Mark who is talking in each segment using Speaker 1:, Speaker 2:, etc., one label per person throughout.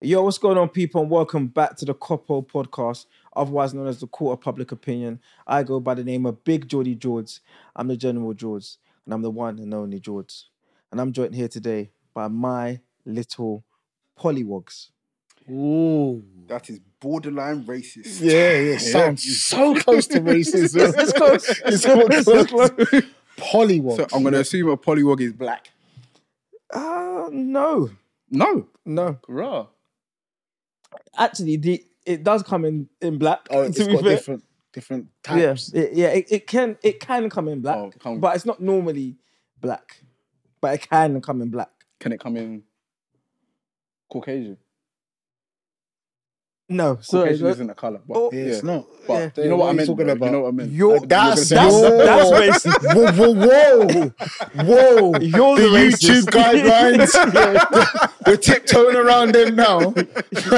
Speaker 1: Yo, what's going on, people, and welcome back to the Coppo podcast, otherwise known as the Court of Public Opinion. I go by the name of Big Geordie George. I'm the General George, and I'm the one and only George. And I'm joined here today by my little pollywogs.
Speaker 2: Ooh.
Speaker 3: That is borderline racist.
Speaker 2: Yeah, yeah. Sounds so close to racism.
Speaker 1: It's close.
Speaker 2: It's so
Speaker 1: It's
Speaker 2: close.
Speaker 1: so close.
Speaker 2: Polywog.
Speaker 3: So I'm gonna assume a polywog is black.
Speaker 1: Uh, no,
Speaker 3: No,
Speaker 1: no.
Speaker 3: raw.
Speaker 1: Actually, the, it does come in, in black.
Speaker 2: oh, it's
Speaker 1: to be
Speaker 2: got
Speaker 1: fair.
Speaker 2: different different
Speaker 1: Yeah,
Speaker 2: types.
Speaker 1: it, yeah. It, it can it can come in black,
Speaker 3: Oh, come-
Speaker 1: but it's not normally black. But it can come in black.
Speaker 3: Can it come in Caucasian?
Speaker 1: No, sorry.
Speaker 3: Caucasian
Speaker 1: no-
Speaker 3: isn't a color. But,
Speaker 1: Oh.
Speaker 2: Yeah, it's
Speaker 3: yeah.
Speaker 2: not.
Speaker 3: But
Speaker 2: Yeah.
Speaker 3: you know
Speaker 2: What
Speaker 3: what,
Speaker 2: are
Speaker 3: I
Speaker 2: you
Speaker 3: meant.
Speaker 2: talking
Speaker 3: bro.
Speaker 2: about?
Speaker 3: You know what I meant.
Speaker 1: You're-
Speaker 3: I-
Speaker 2: That's
Speaker 3: you're gonna say-
Speaker 1: your- that's- that's
Speaker 2: racist. Whoa, whoa, whoa, whoa.
Speaker 1: You're
Speaker 2: the
Speaker 1: the
Speaker 2: YouTube
Speaker 1: racist.
Speaker 2: guidelines. We're tiptoeing around them now.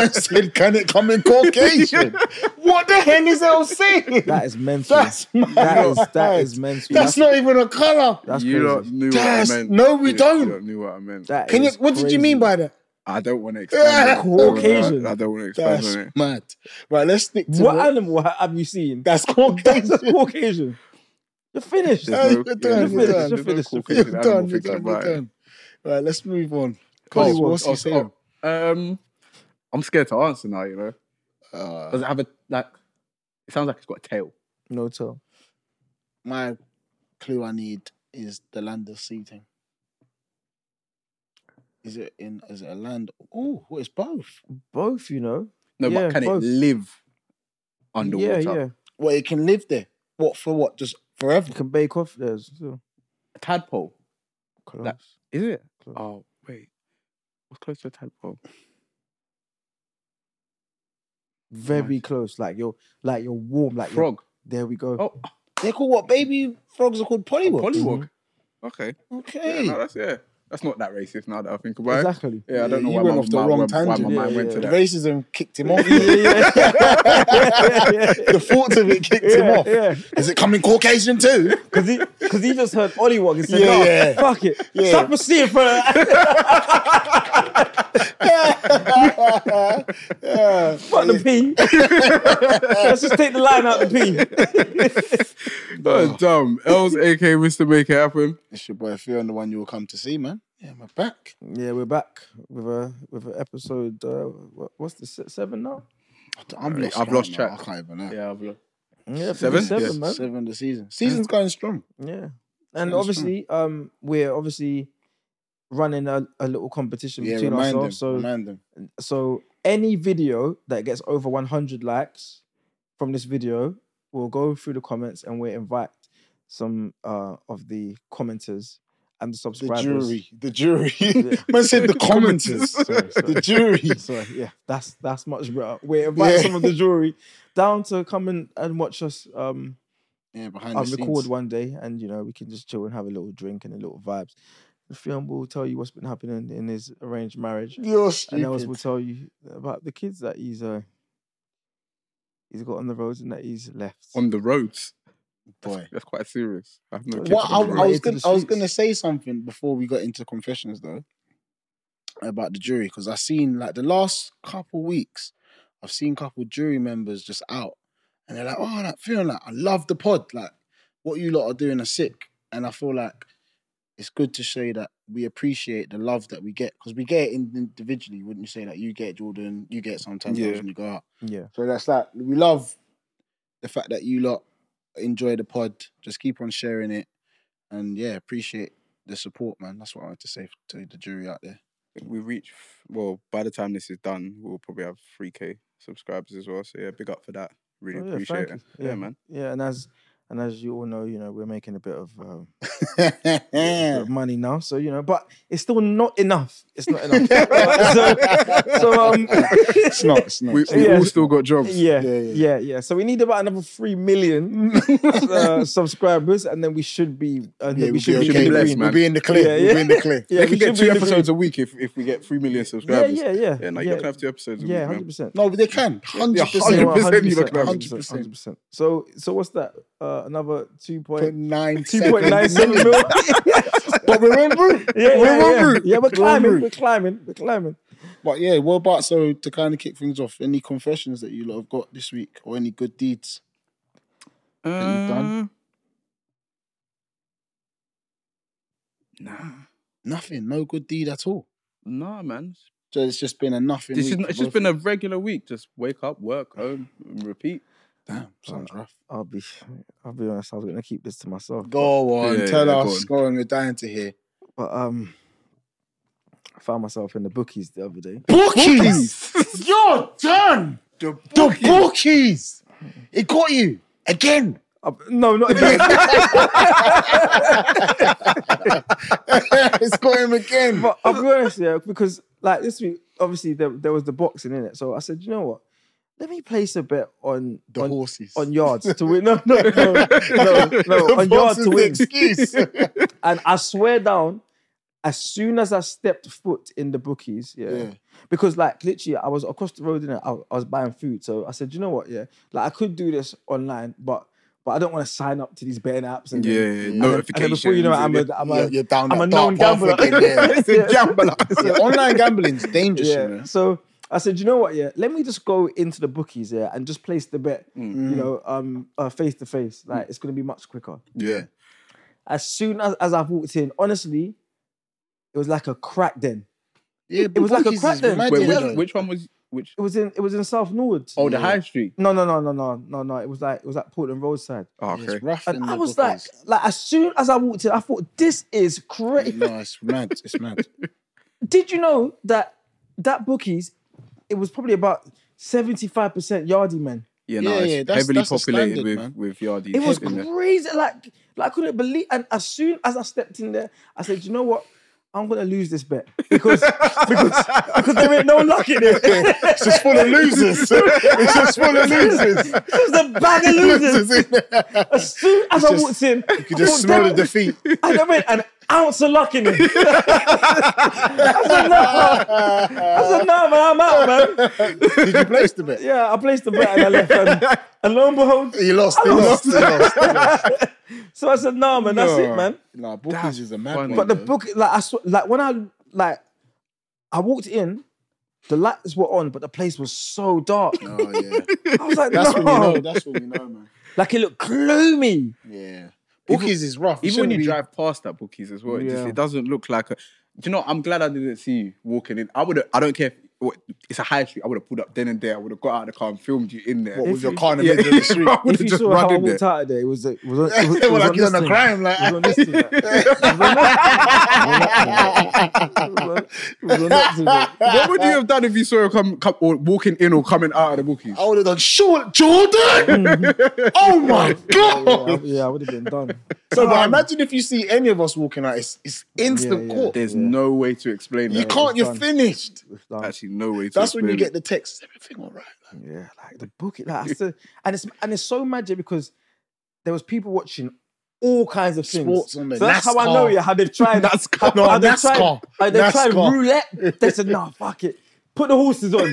Speaker 2: I said, can it come in Caucasian? what the hell is LC?
Speaker 1: That is mental.
Speaker 2: That's mad.
Speaker 1: that is that is mental.
Speaker 2: That's not even a color.
Speaker 1: that's
Speaker 3: you lot
Speaker 1: crazy.
Speaker 3: knew
Speaker 2: That's-
Speaker 3: what I meant.
Speaker 2: no, we
Speaker 3: You lot-
Speaker 2: don't.
Speaker 3: You lot knew what I meant.
Speaker 1: That
Speaker 2: Can you?
Speaker 1: is
Speaker 2: What did you
Speaker 1: crazy.
Speaker 2: mean by that?
Speaker 3: I don't want to expand. on it.
Speaker 1: Caucasian.
Speaker 3: I don't want to expand
Speaker 2: That's
Speaker 3: on it.
Speaker 2: mad. Right, let's stick to
Speaker 1: what
Speaker 2: what-
Speaker 1: animal ha- have you seen?
Speaker 2: That's
Speaker 1: That's
Speaker 2: Caucasian.
Speaker 1: Caucasian. You're finished.
Speaker 2: Uh,
Speaker 3: There's no-
Speaker 2: you're done,
Speaker 3: yeah,
Speaker 2: you're
Speaker 3: there's
Speaker 2: done,
Speaker 3: no
Speaker 1: you're finished, you're
Speaker 2: You're
Speaker 3: Caucasian animal
Speaker 2: done. You're
Speaker 3: fixing
Speaker 2: done. You're
Speaker 3: about it.
Speaker 2: done. Right, let's move on.
Speaker 1: Polly
Speaker 2: Colin, what's
Speaker 3: oh,
Speaker 2: he saying?
Speaker 3: oh, um, I'm scared to answer now. You know,
Speaker 2: Uh,
Speaker 3: does it have a like? It sounds like it's got a tail.
Speaker 1: No tell.
Speaker 2: my clue I need is the land of seating. Is it in? Is it a land? Oh, well, it's both.
Speaker 1: Both, you know.
Speaker 3: No,
Speaker 1: Yeah,
Speaker 3: but can
Speaker 1: both.
Speaker 3: it live underwater?
Speaker 1: Yeah, yeah.
Speaker 2: Well, it can live there. What for? What just forever?
Speaker 1: You can bake off theirs. So.
Speaker 3: A tadpole.
Speaker 1: Close.
Speaker 3: That- Is it?
Speaker 1: Close.
Speaker 3: Oh, wait. What's close to a tadpole?
Speaker 1: Very
Speaker 3: nice.
Speaker 1: close. Like you're like you're warm. Like you're-
Speaker 3: Frog.
Speaker 1: there we go.
Speaker 3: Oh,
Speaker 2: They're called what? Baby frogs are called polywog.
Speaker 3: polywog.
Speaker 1: Mm-hmm.
Speaker 3: Okay. Yeah,
Speaker 2: okay.
Speaker 3: no, that's, yeah. that's not that racist now that I think about it.
Speaker 1: Exactly.
Speaker 3: Yeah, I
Speaker 2: Yeah,
Speaker 3: don't know
Speaker 2: you
Speaker 3: why
Speaker 2: went
Speaker 3: my,
Speaker 2: off the
Speaker 3: my-
Speaker 2: wrong
Speaker 3: why
Speaker 2: tangent.
Speaker 3: my mind
Speaker 1: Yeah,
Speaker 3: went to
Speaker 2: the
Speaker 3: that.
Speaker 2: racism kicked him off.
Speaker 1: Yeah, yeah, yeah, yeah, yeah.
Speaker 2: the thoughts of it kicked him
Speaker 1: Yeah,
Speaker 2: off.
Speaker 1: yeah.
Speaker 2: Is it coming Caucasian too?
Speaker 1: Cause he, cause he just heard Ollie walk and said,
Speaker 2: Yeah,
Speaker 1: "No,
Speaker 2: yeah.
Speaker 1: fuck it,
Speaker 2: Yeah.
Speaker 1: stop proceeding for that.
Speaker 2: Yeah.
Speaker 1: fuck the P. Let's just take the line out the P."
Speaker 3: That's dumb. Els, aka Mr. Make It Happen.
Speaker 2: It's your boy Fear and the one you will come to see, man. Yeah, my back.
Speaker 1: Yeah, we're back with a with an episode. Uh, what, what's the se- seven now?
Speaker 2: I'm
Speaker 3: Alright,
Speaker 2: lost
Speaker 3: I've
Speaker 2: count
Speaker 3: lost
Speaker 2: now.
Speaker 3: track.
Speaker 2: I can't even know.
Speaker 3: Yeah, I've looked.
Speaker 1: Yeah, I think it's
Speaker 3: Seven?
Speaker 1: seven,
Speaker 3: Yes.
Speaker 1: man.
Speaker 2: Seven the season. Season's going strong.
Speaker 1: Yeah, and
Speaker 2: Seven's
Speaker 1: obviously, um, we're obviously running a, a little competition
Speaker 2: Yeah,
Speaker 1: between
Speaker 2: remind them.
Speaker 1: ourselves. So
Speaker 2: Remind them.
Speaker 1: So any video that gets over 100 likes from this video, we'll go through the comments and we'll invite some uh, of the commenters and the
Speaker 2: The
Speaker 1: subscribers.
Speaker 2: jury. The jury.
Speaker 1: Yeah.
Speaker 2: man said the commenters.
Speaker 1: Sorry, sorry.
Speaker 2: the jury.
Speaker 1: Sorry, yeah, that's that's much better. We invite some of the jury down to come and, and watch us um
Speaker 2: Yeah, behind
Speaker 1: and
Speaker 2: the
Speaker 1: record
Speaker 2: scenes.
Speaker 1: one day, and you know we can just chill and have a little drink and a little vibes. The film will tell you what's been happening in his arranged marriage.
Speaker 2: You're
Speaker 1: And Ellis
Speaker 2: stupid.
Speaker 1: will tell you about the kids that he's uh, he's got on the roads and that he's left.
Speaker 3: On the roads.
Speaker 2: boy.
Speaker 3: That's quite serious. I have no
Speaker 1: What?
Speaker 3: kids
Speaker 2: Well, I, I
Speaker 3: on the road.
Speaker 2: was
Speaker 1: Related
Speaker 2: gonna,
Speaker 1: to
Speaker 2: I was
Speaker 1: streets.
Speaker 2: gonna say something before we got into confessions though about the jury because I've seen like the last couple weeks, I've seen couple jury members just out and they're like, "Oh, that feeling like I love the pod. Like what you lot are doing are sick." And I feel like it's good to say that we appreciate the love that we get because we get it in- individually, wouldn't you say? Like you get it, Jordan, you get it sometimes
Speaker 3: Yeah.
Speaker 2: when you go out.
Speaker 1: Yeah,
Speaker 2: So that's like we love the fact that you lot enjoy the pod. Just keep on sharing it, and yeah, appreciate the support, man. That's what I want to say to the jury out there.
Speaker 3: We reach, well, by the time this is done, we'll probably have 3K subscribers as well. So, yeah, big up for that. Really
Speaker 1: Oh, yeah,
Speaker 3: appreciate
Speaker 1: thank
Speaker 3: it.
Speaker 1: you.
Speaker 3: Yeah,
Speaker 1: Yeah.
Speaker 3: man.
Speaker 1: yeah, and as and as you all know, you know we're making a bit of, um, bit
Speaker 2: yeah,
Speaker 1: of money now, so you know, but it's still not enough. It's not enough. so, so um,
Speaker 2: it's not. It's not.
Speaker 3: We,
Speaker 2: it's
Speaker 3: we
Speaker 1: Yeah.
Speaker 3: all still got jobs.
Speaker 1: yeah, yeah,
Speaker 2: Yeah,
Speaker 1: yeah,
Speaker 2: yeah.
Speaker 1: So we need about another three million uh, subscribers, and then we should be, and
Speaker 2: not. Yeah,
Speaker 1: then
Speaker 2: we'll
Speaker 1: we should be,
Speaker 2: be
Speaker 1: in
Speaker 2: okay.
Speaker 1: the
Speaker 3: blessed,
Speaker 1: green.
Speaker 3: man.
Speaker 2: We'll be in the clear.
Speaker 1: Yeah,
Speaker 2: We'll
Speaker 1: yeah.
Speaker 2: be in the clear.
Speaker 1: Yeah,
Speaker 3: we can
Speaker 1: should be
Speaker 3: get two
Speaker 1: in the green.
Speaker 3: episodes a week if, if we get 3 million
Speaker 1: Yeah,
Speaker 3: subscribers.
Speaker 1: yeah, yeah.
Speaker 3: Yeah, like
Speaker 1: yeah.
Speaker 3: you're gonna have two episodes a
Speaker 1: yeah,
Speaker 3: week, man.
Speaker 1: hundred percent.
Speaker 2: No, but they can. Hundred
Speaker 1: Yeah,
Speaker 2: percent.
Speaker 3: 100%, you
Speaker 1: 100%,
Speaker 3: look at that.
Speaker 1: 100%, 100%. So, so what's that? Uh, another two point
Speaker 2: Nine.
Speaker 1: two point nine seven mil. yeah,
Speaker 2: But we're on route.
Speaker 1: yeah,
Speaker 2: we're on
Speaker 1: yeah.
Speaker 2: route.
Speaker 1: yeah, we're
Speaker 2: We're on
Speaker 1: climbing,
Speaker 2: route.
Speaker 1: we're climbing, we're climbing.
Speaker 2: But yeah, what about so to kind of kick things off? Any confessions that you lot have got this week, or any good deeds? you've done?
Speaker 3: Um, Nah,
Speaker 2: Nothing, no good deed at all.
Speaker 3: nah, man.
Speaker 2: So it's just been a nothing.
Speaker 3: This
Speaker 2: week
Speaker 3: is not,
Speaker 2: for
Speaker 3: it's just
Speaker 2: both
Speaker 3: been a
Speaker 2: of you.
Speaker 3: regular week. Just wake up, work, home, and repeat.
Speaker 2: damn.
Speaker 3: Oh.
Speaker 2: Sounds rough.
Speaker 1: I'll be, I'll be honest. I was gonna keep this to myself.
Speaker 2: Go on,
Speaker 3: Yeah,
Speaker 2: tell
Speaker 3: yeah, go
Speaker 2: us. Go on. we're dying to hear.
Speaker 1: But um, I found myself in the bookies the other day.
Speaker 2: Bookies, you're done. The bookies. it got you again.
Speaker 1: Uh, no, not again.
Speaker 2: it's got him again.
Speaker 1: but I'll be honest, yeah, because like this week, obviously there, there was the boxing in it. So I said, you know what? Let me place a bet on
Speaker 2: the
Speaker 1: on,
Speaker 2: horses
Speaker 1: on yards to win. No, no, no, no, no, on yards to win.
Speaker 2: excuse.
Speaker 1: And I swear down, as soon as I stepped foot in the bookies, yeah,
Speaker 2: Yeah.
Speaker 1: because like literally I was across the road and I, I was buying food. So I said, you know what, yeah, like I could do this online, but but I don't want to sign up to these betting apps and then-
Speaker 3: Yeah,
Speaker 1: and then-
Speaker 3: notifications.
Speaker 1: And then before you know it, I'm a,
Speaker 3: and-
Speaker 1: I'm
Speaker 2: You're,
Speaker 1: a
Speaker 2: you're down.
Speaker 1: I'm
Speaker 2: that
Speaker 1: a
Speaker 2: dark
Speaker 1: known
Speaker 2: path
Speaker 1: gambler.
Speaker 2: again, yeah.
Speaker 3: It's a gambler.
Speaker 2: Yeah, online gambling's dangerous. you know.
Speaker 1: yeah. So I said, you know what, yeah, let me just go into the bookies, yeah, and just place the bet,
Speaker 2: Mm.
Speaker 1: you know, um, uh, face to face. Like it's gonna be much quicker.
Speaker 3: Yeah.
Speaker 1: As soon as, as I walked in, honestly, it was like a crack. Then
Speaker 2: Yeah,
Speaker 1: It was like a
Speaker 2: bookies is
Speaker 1: crack then.
Speaker 2: mad,
Speaker 3: Wait,
Speaker 2: you
Speaker 3: which,
Speaker 2: know.
Speaker 3: which one was which?
Speaker 1: it was in it was in South Norwood.
Speaker 3: Oh, the high street.
Speaker 1: No, no, no, no, no, no, no. It was like it was like Portland Roadside.
Speaker 3: Oh,
Speaker 2: Yeah,
Speaker 3: okay.
Speaker 2: It's rough. in
Speaker 1: And I
Speaker 2: the
Speaker 1: was like,
Speaker 2: bookies. Mm.
Speaker 1: like as soon as I walked in, I thought this is crazy.
Speaker 2: no, it's mad. It's mad.
Speaker 1: Did you know that that bookies, it was probably about seventy five percent yardie man.
Speaker 3: Yeah, no,
Speaker 2: Yeah,
Speaker 3: it's
Speaker 2: yeah, that's-
Speaker 3: heavily
Speaker 2: that's the
Speaker 3: populated
Speaker 2: standard,
Speaker 3: with
Speaker 2: man.
Speaker 3: with yardies.
Speaker 1: It was
Speaker 3: in there.
Speaker 1: crazy. Like, like I couldn't believe. And as soon as I stepped in there, I said, "You know what? I'm gonna lose this bet because because because there ain't no luck in it.
Speaker 2: It's just full of losers. It's just full of losers.
Speaker 1: It was a bag of losers.
Speaker 2: in there.
Speaker 1: As soon as I
Speaker 2: just-
Speaker 1: walked in,
Speaker 2: You could just smell the defeat.
Speaker 1: I there ain't an ounce of luck in it. I said, "No, I said, no, man, I'm out, man.
Speaker 2: Did you place the bet?
Speaker 1: Yeah, I placed the bet and I left. And, and lo and behold,
Speaker 2: You lost. You lost. You lost. you lost.
Speaker 1: so I said, no, man, that's it, man.
Speaker 2: Nah, bookies
Speaker 3: That's
Speaker 2: is a mad
Speaker 3: funny.
Speaker 2: one.
Speaker 1: But the
Speaker 2: though.
Speaker 1: book, like I saw, like when I like, I walked in, the lights were on, but the place was so dark.
Speaker 2: Oh, yeah.
Speaker 1: I was like,
Speaker 2: That's
Speaker 1: no,
Speaker 2: when you know. That's when you know, man.
Speaker 1: like it looked gloomy.
Speaker 2: Yeah. Bookies is rough.
Speaker 3: Even when you
Speaker 2: shouldn't be-
Speaker 3: drive past that bookies as well, it, just,
Speaker 1: Yeah.
Speaker 3: it doesn't look like a. Do you know? I'm glad I didn't see you walking in. I would. I don't care. if what- It's a high street. I would have pulled up then and there. I would have got out of the car and filmed you in there.
Speaker 2: What, with your
Speaker 1: you-
Speaker 2: car in the
Speaker 3: Yeah.
Speaker 2: middle of the street.
Speaker 3: I would
Speaker 1: If
Speaker 3: have
Speaker 1: you
Speaker 3: just
Speaker 1: saw how I
Speaker 3: run in
Speaker 1: walked
Speaker 3: there.
Speaker 1: out of there, it was it was on, it was, it
Speaker 2: They were
Speaker 1: was
Speaker 2: like,
Speaker 1: on
Speaker 2: you're
Speaker 1: this
Speaker 2: on a
Speaker 1: thing.
Speaker 2: crime. Like,
Speaker 1: It was on this thing, like- it was on that thing, like-
Speaker 3: What would you have done if you saw her come, come or walking in or coming out of the bookies?
Speaker 2: I would have done, sure, Jordan! oh my
Speaker 1: Yeah,
Speaker 2: God!
Speaker 1: yeah, I would have been done.
Speaker 2: So, but imagine if you see any of us walking out, it's, it's instant
Speaker 1: Yeah, yeah.
Speaker 2: caught.
Speaker 3: There's no way to explain
Speaker 2: You
Speaker 3: that.
Speaker 2: can't, you're
Speaker 1: done.
Speaker 2: finished.
Speaker 1: It's done.
Speaker 3: Actually, no way. To
Speaker 2: That's when you get
Speaker 3: explain
Speaker 2: the text, everything all right.
Speaker 1: Yeah, like the book. Like I said, and it's and it's so magic because there was people watching all kinds of things.
Speaker 2: Sports on there,
Speaker 1: So that's how I
Speaker 2: NASCAR.
Speaker 1: know yeah, how they've tried.
Speaker 3: NASCAR.
Speaker 1: how they've tried,
Speaker 2: NASCAR.
Speaker 1: like, they've tried
Speaker 2: NASCAR.
Speaker 1: roulette. They said, "Nah, fuck it, put the horses on."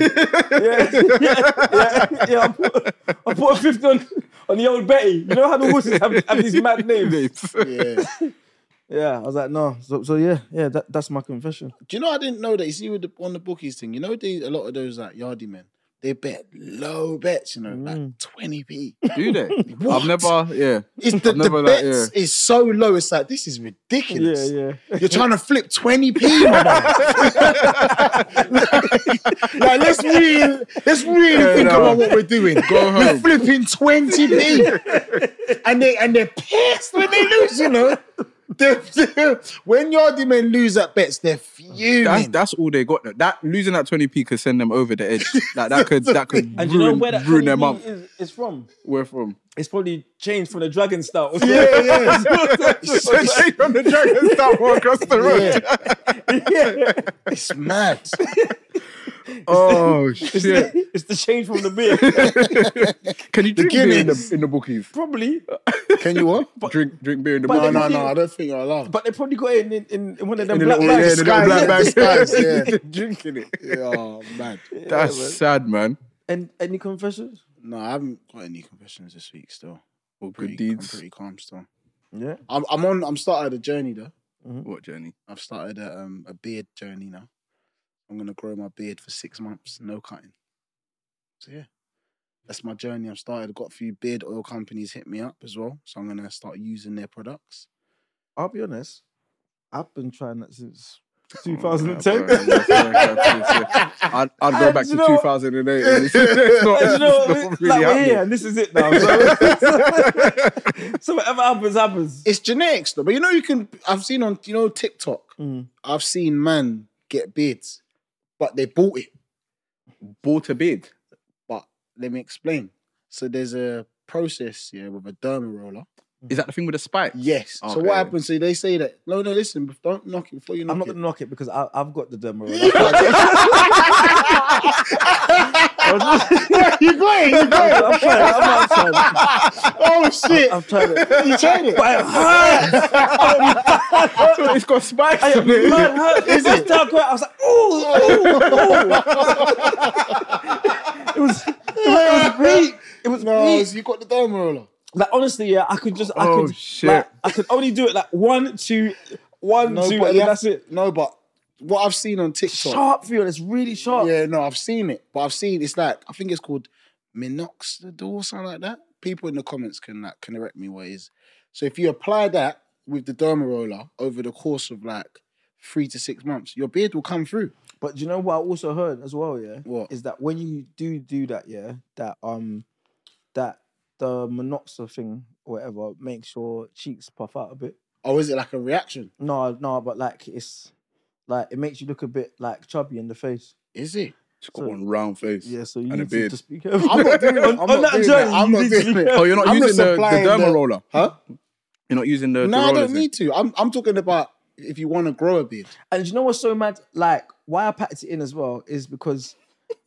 Speaker 1: yeah, yeah, yeah, yeah. I put, I put a fifty on on the old Betty. You know how the horses have, have these mad names.
Speaker 3: it.
Speaker 2: Yeah.
Speaker 1: Yeah, I was like, no. So, so yeah, yeah, that, that's my confession.
Speaker 2: Do you know I didn't know that? You see with the, on the bookies thing, you know they, a lot of those like Yardie men, they bet low bets, you know,
Speaker 1: Mm.
Speaker 2: like 20p.
Speaker 3: Do they? I've never. Yeah.
Speaker 2: It's the,
Speaker 3: I've never
Speaker 2: the
Speaker 3: like,
Speaker 2: bets is so low, it's like this is
Speaker 1: Yeah,
Speaker 2: ridiculous.
Speaker 1: yeah.
Speaker 2: You're trying to flip 20p, my man. like, like, let's really let's really
Speaker 3: Yeah,
Speaker 2: think
Speaker 3: no.
Speaker 2: about what we're doing.
Speaker 3: Go
Speaker 2: We're
Speaker 3: home.
Speaker 2: flipping 20p. and they and they're pissed when they lose, you know. They're, they're- when Yardie men lose at bets, they're fuming.
Speaker 3: That's, that's all they got. That losing that twenty p could send them over the edge. Like that could that could ruin,
Speaker 1: And you know where that
Speaker 3: ruin their
Speaker 1: 20p
Speaker 3: month.
Speaker 1: is, is from?
Speaker 3: Where from?
Speaker 1: It's probably changed from the dragon style.
Speaker 2: yeah, yeah.
Speaker 3: on the dragon star walk across the road.
Speaker 2: Yeah.
Speaker 1: yeah.
Speaker 2: It's mad.
Speaker 3: Oh
Speaker 1: It's,
Speaker 3: shit!
Speaker 1: the, it's the change from the beer.
Speaker 3: Can you drink beer in the,
Speaker 2: Guinness.
Speaker 3: in the bookies?
Speaker 1: probably.
Speaker 2: Can you what?
Speaker 3: drink drink beer in the
Speaker 1: but
Speaker 2: No,
Speaker 3: bookies.
Speaker 1: then-
Speaker 2: no, no. I don't think you're allowed.
Speaker 1: But they probably got it in, in, in one of them
Speaker 3: In the
Speaker 1: black
Speaker 3: little- yeah, in
Speaker 1: bags.
Speaker 3: the little black
Speaker 2: Disguise,
Speaker 3: bags.
Speaker 2: disguise, yeah.
Speaker 3: Drinking it.
Speaker 2: Yeah, oh, mad.
Speaker 3: That's sad, man.
Speaker 1: And any confessions?
Speaker 2: No, I haven't got any confessions this week. Still,
Speaker 3: Well,
Speaker 2: pretty,
Speaker 3: good
Speaker 2: I'm
Speaker 3: deeds.
Speaker 2: pretty calm still.
Speaker 1: Yeah.
Speaker 2: I'm, I'm on. I'm started a journey though.
Speaker 3: What journey?
Speaker 2: I've started a, um, a beard journey now. I'm gonna grow my beard for six months, no cutting. So yeah, that's my journey. I've started. I've got a few beard oil companies hit me up as well, so I'm gonna start using their products.
Speaker 1: I'll be honest. I've been trying that since
Speaker 3: Oh, yeah,
Speaker 1: 2010.
Speaker 3: bro, yeah, sorry, sorry, sorry. I'd, I'd go
Speaker 1: And
Speaker 3: back
Speaker 1: you
Speaker 3: to
Speaker 1: know-
Speaker 3: 2008. and It's, it's not,
Speaker 1: And you know,
Speaker 3: it's not
Speaker 1: like,
Speaker 3: really
Speaker 1: we're
Speaker 3: happening.
Speaker 1: here, and this is it now. So, so whatever happens, happens.
Speaker 2: It's genetics though, but you know you can. I've seen on you know TikTok.
Speaker 1: Mm.
Speaker 2: I've seen man get beards, but they bought it.
Speaker 3: Bought a bid.
Speaker 2: But let me explain. So there's a process here with a derma roller.
Speaker 3: Is that the thing with the spike?
Speaker 2: Yes. So
Speaker 3: Okay.
Speaker 2: what happens? So they say that. No, no. Listen, don't knock it before you knock
Speaker 1: I'm not
Speaker 2: it.
Speaker 1: going to knock it because I, I've got the demo.
Speaker 2: you got it. You got it.
Speaker 1: I'm trying. I'm outside.
Speaker 2: Oh shit!
Speaker 1: I'm trying it.
Speaker 2: You tried it.
Speaker 1: But it hurts.
Speaker 3: it's got spikes
Speaker 1: I,
Speaker 3: on it.
Speaker 1: mine hurt. It was dark. I was like, ooh, ooh, ooh. it was. It was weak. It was
Speaker 2: No,
Speaker 1: weak.
Speaker 2: so you got the derma roller.
Speaker 1: Like honestly, yeah, I could just. I
Speaker 3: Oh,
Speaker 1: could,
Speaker 3: shit.
Speaker 1: Like, I could only do it like one, two, one,
Speaker 2: No,
Speaker 1: two,
Speaker 2: but
Speaker 1: and
Speaker 2: you
Speaker 1: then
Speaker 2: have-
Speaker 1: that's it.
Speaker 2: No, but what I've seen on TikTok.
Speaker 1: Sharp feel. It's really sharp.
Speaker 2: Yeah, no, I've seen it, but I've seen it's like I think it's called minoxidil or something like that. People in the comments can like correct me what it is. So if you apply that with the derma roller over the course of like three to six months, your beard will come through.
Speaker 1: But you know what I also heard as well, yeah,
Speaker 2: What?
Speaker 1: is that when you do do that, yeah, that um, that the monoxide thing, or whatever, makes your cheeks puff out a bit.
Speaker 2: Or is it like a reaction?
Speaker 1: No, no, but like it's like it makes you look a bit like chubby in the face.
Speaker 2: Is it?
Speaker 3: It's got one round face.
Speaker 1: Yeah, so you
Speaker 3: And a
Speaker 1: need to
Speaker 3: beard.
Speaker 1: just be careful.
Speaker 2: I'm not doing it.
Speaker 1: on,
Speaker 2: I'm
Speaker 1: on
Speaker 2: not
Speaker 1: that
Speaker 2: doing
Speaker 1: journey,
Speaker 2: it. I'm
Speaker 1: you
Speaker 2: not
Speaker 1: need to
Speaker 2: doing
Speaker 1: be
Speaker 2: it.
Speaker 3: Oh, you're not
Speaker 2: I'm not
Speaker 3: using the, the
Speaker 2: supplying
Speaker 3: derma
Speaker 2: the-
Speaker 3: roller.
Speaker 2: Huh?
Speaker 3: You're not using the. the
Speaker 2: No, I
Speaker 3: rollers
Speaker 2: don't
Speaker 3: in.
Speaker 2: need to. I'm I'm talking about if you want to grow a beard.
Speaker 1: And you know what's so mad? Like why I packed it in as well is because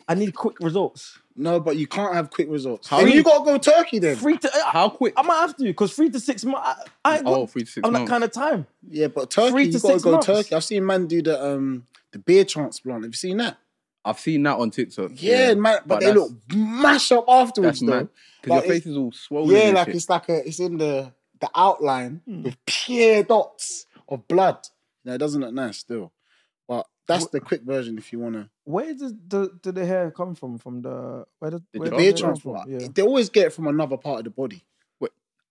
Speaker 1: I need quick results.
Speaker 2: No, but you can't have quick results.
Speaker 3: How
Speaker 2: Then
Speaker 3: do
Speaker 2: you
Speaker 3: you-
Speaker 2: gotta go turkey then.
Speaker 1: Three to I,
Speaker 3: How quick?
Speaker 1: I might have to because three to six months. I, I ain't got-
Speaker 3: Oh, three to six
Speaker 1: I'm that
Speaker 3: months.
Speaker 1: kind of time.
Speaker 2: Yeah, but turkey,
Speaker 1: Three to
Speaker 2: you gotta
Speaker 1: six
Speaker 2: go
Speaker 1: months.
Speaker 2: turkey. I've seen man do the um the beard transplant. Have you seen that?
Speaker 3: I've seen that on TikTok.
Speaker 2: Yeah, man, but, they
Speaker 3: that's-
Speaker 2: look mash up afterwards
Speaker 3: That's
Speaker 2: though.
Speaker 3: mad. Because
Speaker 2: Like,
Speaker 3: your
Speaker 2: it's-
Speaker 3: face is all swollen.
Speaker 2: Yeah,
Speaker 3: and
Speaker 2: like
Speaker 3: shit. Hmm.
Speaker 2: it's like a it's in the the outline with pure dots of blood. Now it doesn't look nice still. But that's the quick version if you wanna
Speaker 1: Where does the did the hair come from? From the where the,
Speaker 3: The
Speaker 1: where
Speaker 3: Oh,
Speaker 2: beard
Speaker 1: hair come
Speaker 2: transplant.
Speaker 1: from? Yeah.
Speaker 2: They always get it from another part of the body.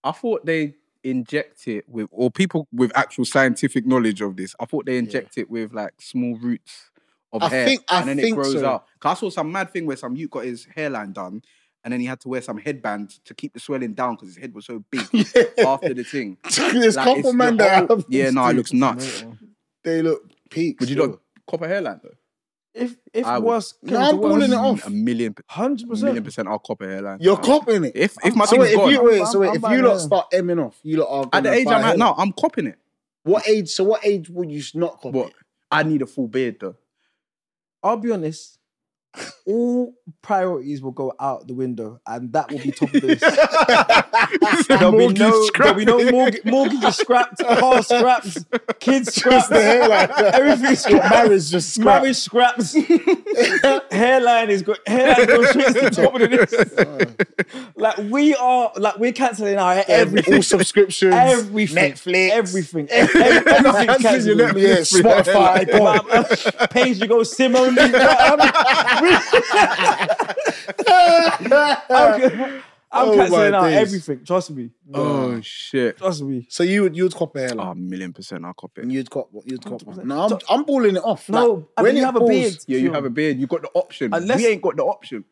Speaker 3: I thought they inject it with, or people with actual scientific knowledge of this. I thought they inject it with like small roots of
Speaker 2: I
Speaker 3: hair,
Speaker 2: think- I
Speaker 3: and then
Speaker 2: think
Speaker 3: it grows
Speaker 2: so.
Speaker 3: out. 'Cause I saw some mad thing where some youth got his hairline done, and then he had to wear some headband to keep the swelling down because his head was so big after the thing.
Speaker 2: There's
Speaker 3: Like,
Speaker 2: couple
Speaker 3: it's
Speaker 2: men
Speaker 3: the
Speaker 2: that
Speaker 3: whole-
Speaker 2: have
Speaker 3: yeah,
Speaker 2: this
Speaker 3: no, it
Speaker 2: too.
Speaker 3: looks nuts.
Speaker 2: They look peaks.
Speaker 3: Would you
Speaker 2: still.
Speaker 3: not copper hairline though?
Speaker 1: If if
Speaker 3: I would.
Speaker 1: worse,
Speaker 2: No, I'm calling it off.
Speaker 3: A million, a
Speaker 1: Hundred
Speaker 3: million
Speaker 1: percent.
Speaker 3: percent. I'll copper hairline.
Speaker 2: You're
Speaker 3: Uh,
Speaker 2: copying it.
Speaker 3: If if my
Speaker 2: so
Speaker 3: thing
Speaker 2: wait,
Speaker 3: is
Speaker 2: if
Speaker 3: gone,
Speaker 2: you wait,
Speaker 1: I'm-
Speaker 2: so wait,
Speaker 1: I'm
Speaker 2: if
Speaker 1: buying
Speaker 2: you lot
Speaker 1: it.
Speaker 2: start emming off, you lot are
Speaker 3: at the
Speaker 2: gonna
Speaker 3: age
Speaker 2: buy
Speaker 3: I'm at
Speaker 2: it.
Speaker 3: now, I'm copying it.
Speaker 2: What age? So what age would you not copy?
Speaker 3: But I need a full beard though.
Speaker 1: I'll be honest. All priorities will go out the window, and that will be top of this. there'll, be
Speaker 2: Mortgage
Speaker 1: no, there'll be no
Speaker 2: scrapping.
Speaker 1: mortgage, mortgages scrapped, car scrapped, kids scrapped,
Speaker 2: the hairline.
Speaker 1: everything
Speaker 2: Your
Speaker 1: scrapped,
Speaker 2: marriage just scrapped.
Speaker 1: marriage scraps, hairline is good, hairline goes straight to the top of the list. like we are, like we're cancelling our everything,
Speaker 2: all subscriptions,
Speaker 1: everything,
Speaker 2: Netflix,
Speaker 1: everything, ev- ev- everything
Speaker 2: Cancel your
Speaker 1: cancelled.
Speaker 2: Netflix, yeah, Spotify, go on.
Speaker 1: Page you go sim only. I'm, I'm, I'm
Speaker 2: Oh my
Speaker 1: cancelling out
Speaker 2: days.
Speaker 1: everything. Trust me.
Speaker 3: Oh shit.
Speaker 1: Trust me.
Speaker 2: So you would you would cop a
Speaker 3: Oh,
Speaker 2: hairline.
Speaker 3: a million percent, I'll cop it.
Speaker 2: And You'd cop what you'd cop one. No, I'm, I'm balling it off.
Speaker 1: No,
Speaker 2: Like,
Speaker 1: I mean, you
Speaker 2: it
Speaker 1: have a
Speaker 2: balls-
Speaker 1: beard.
Speaker 3: Yeah, you
Speaker 1: Sure.
Speaker 3: have a beard. You've got the option.
Speaker 1: Unless-
Speaker 3: we ain't got the option.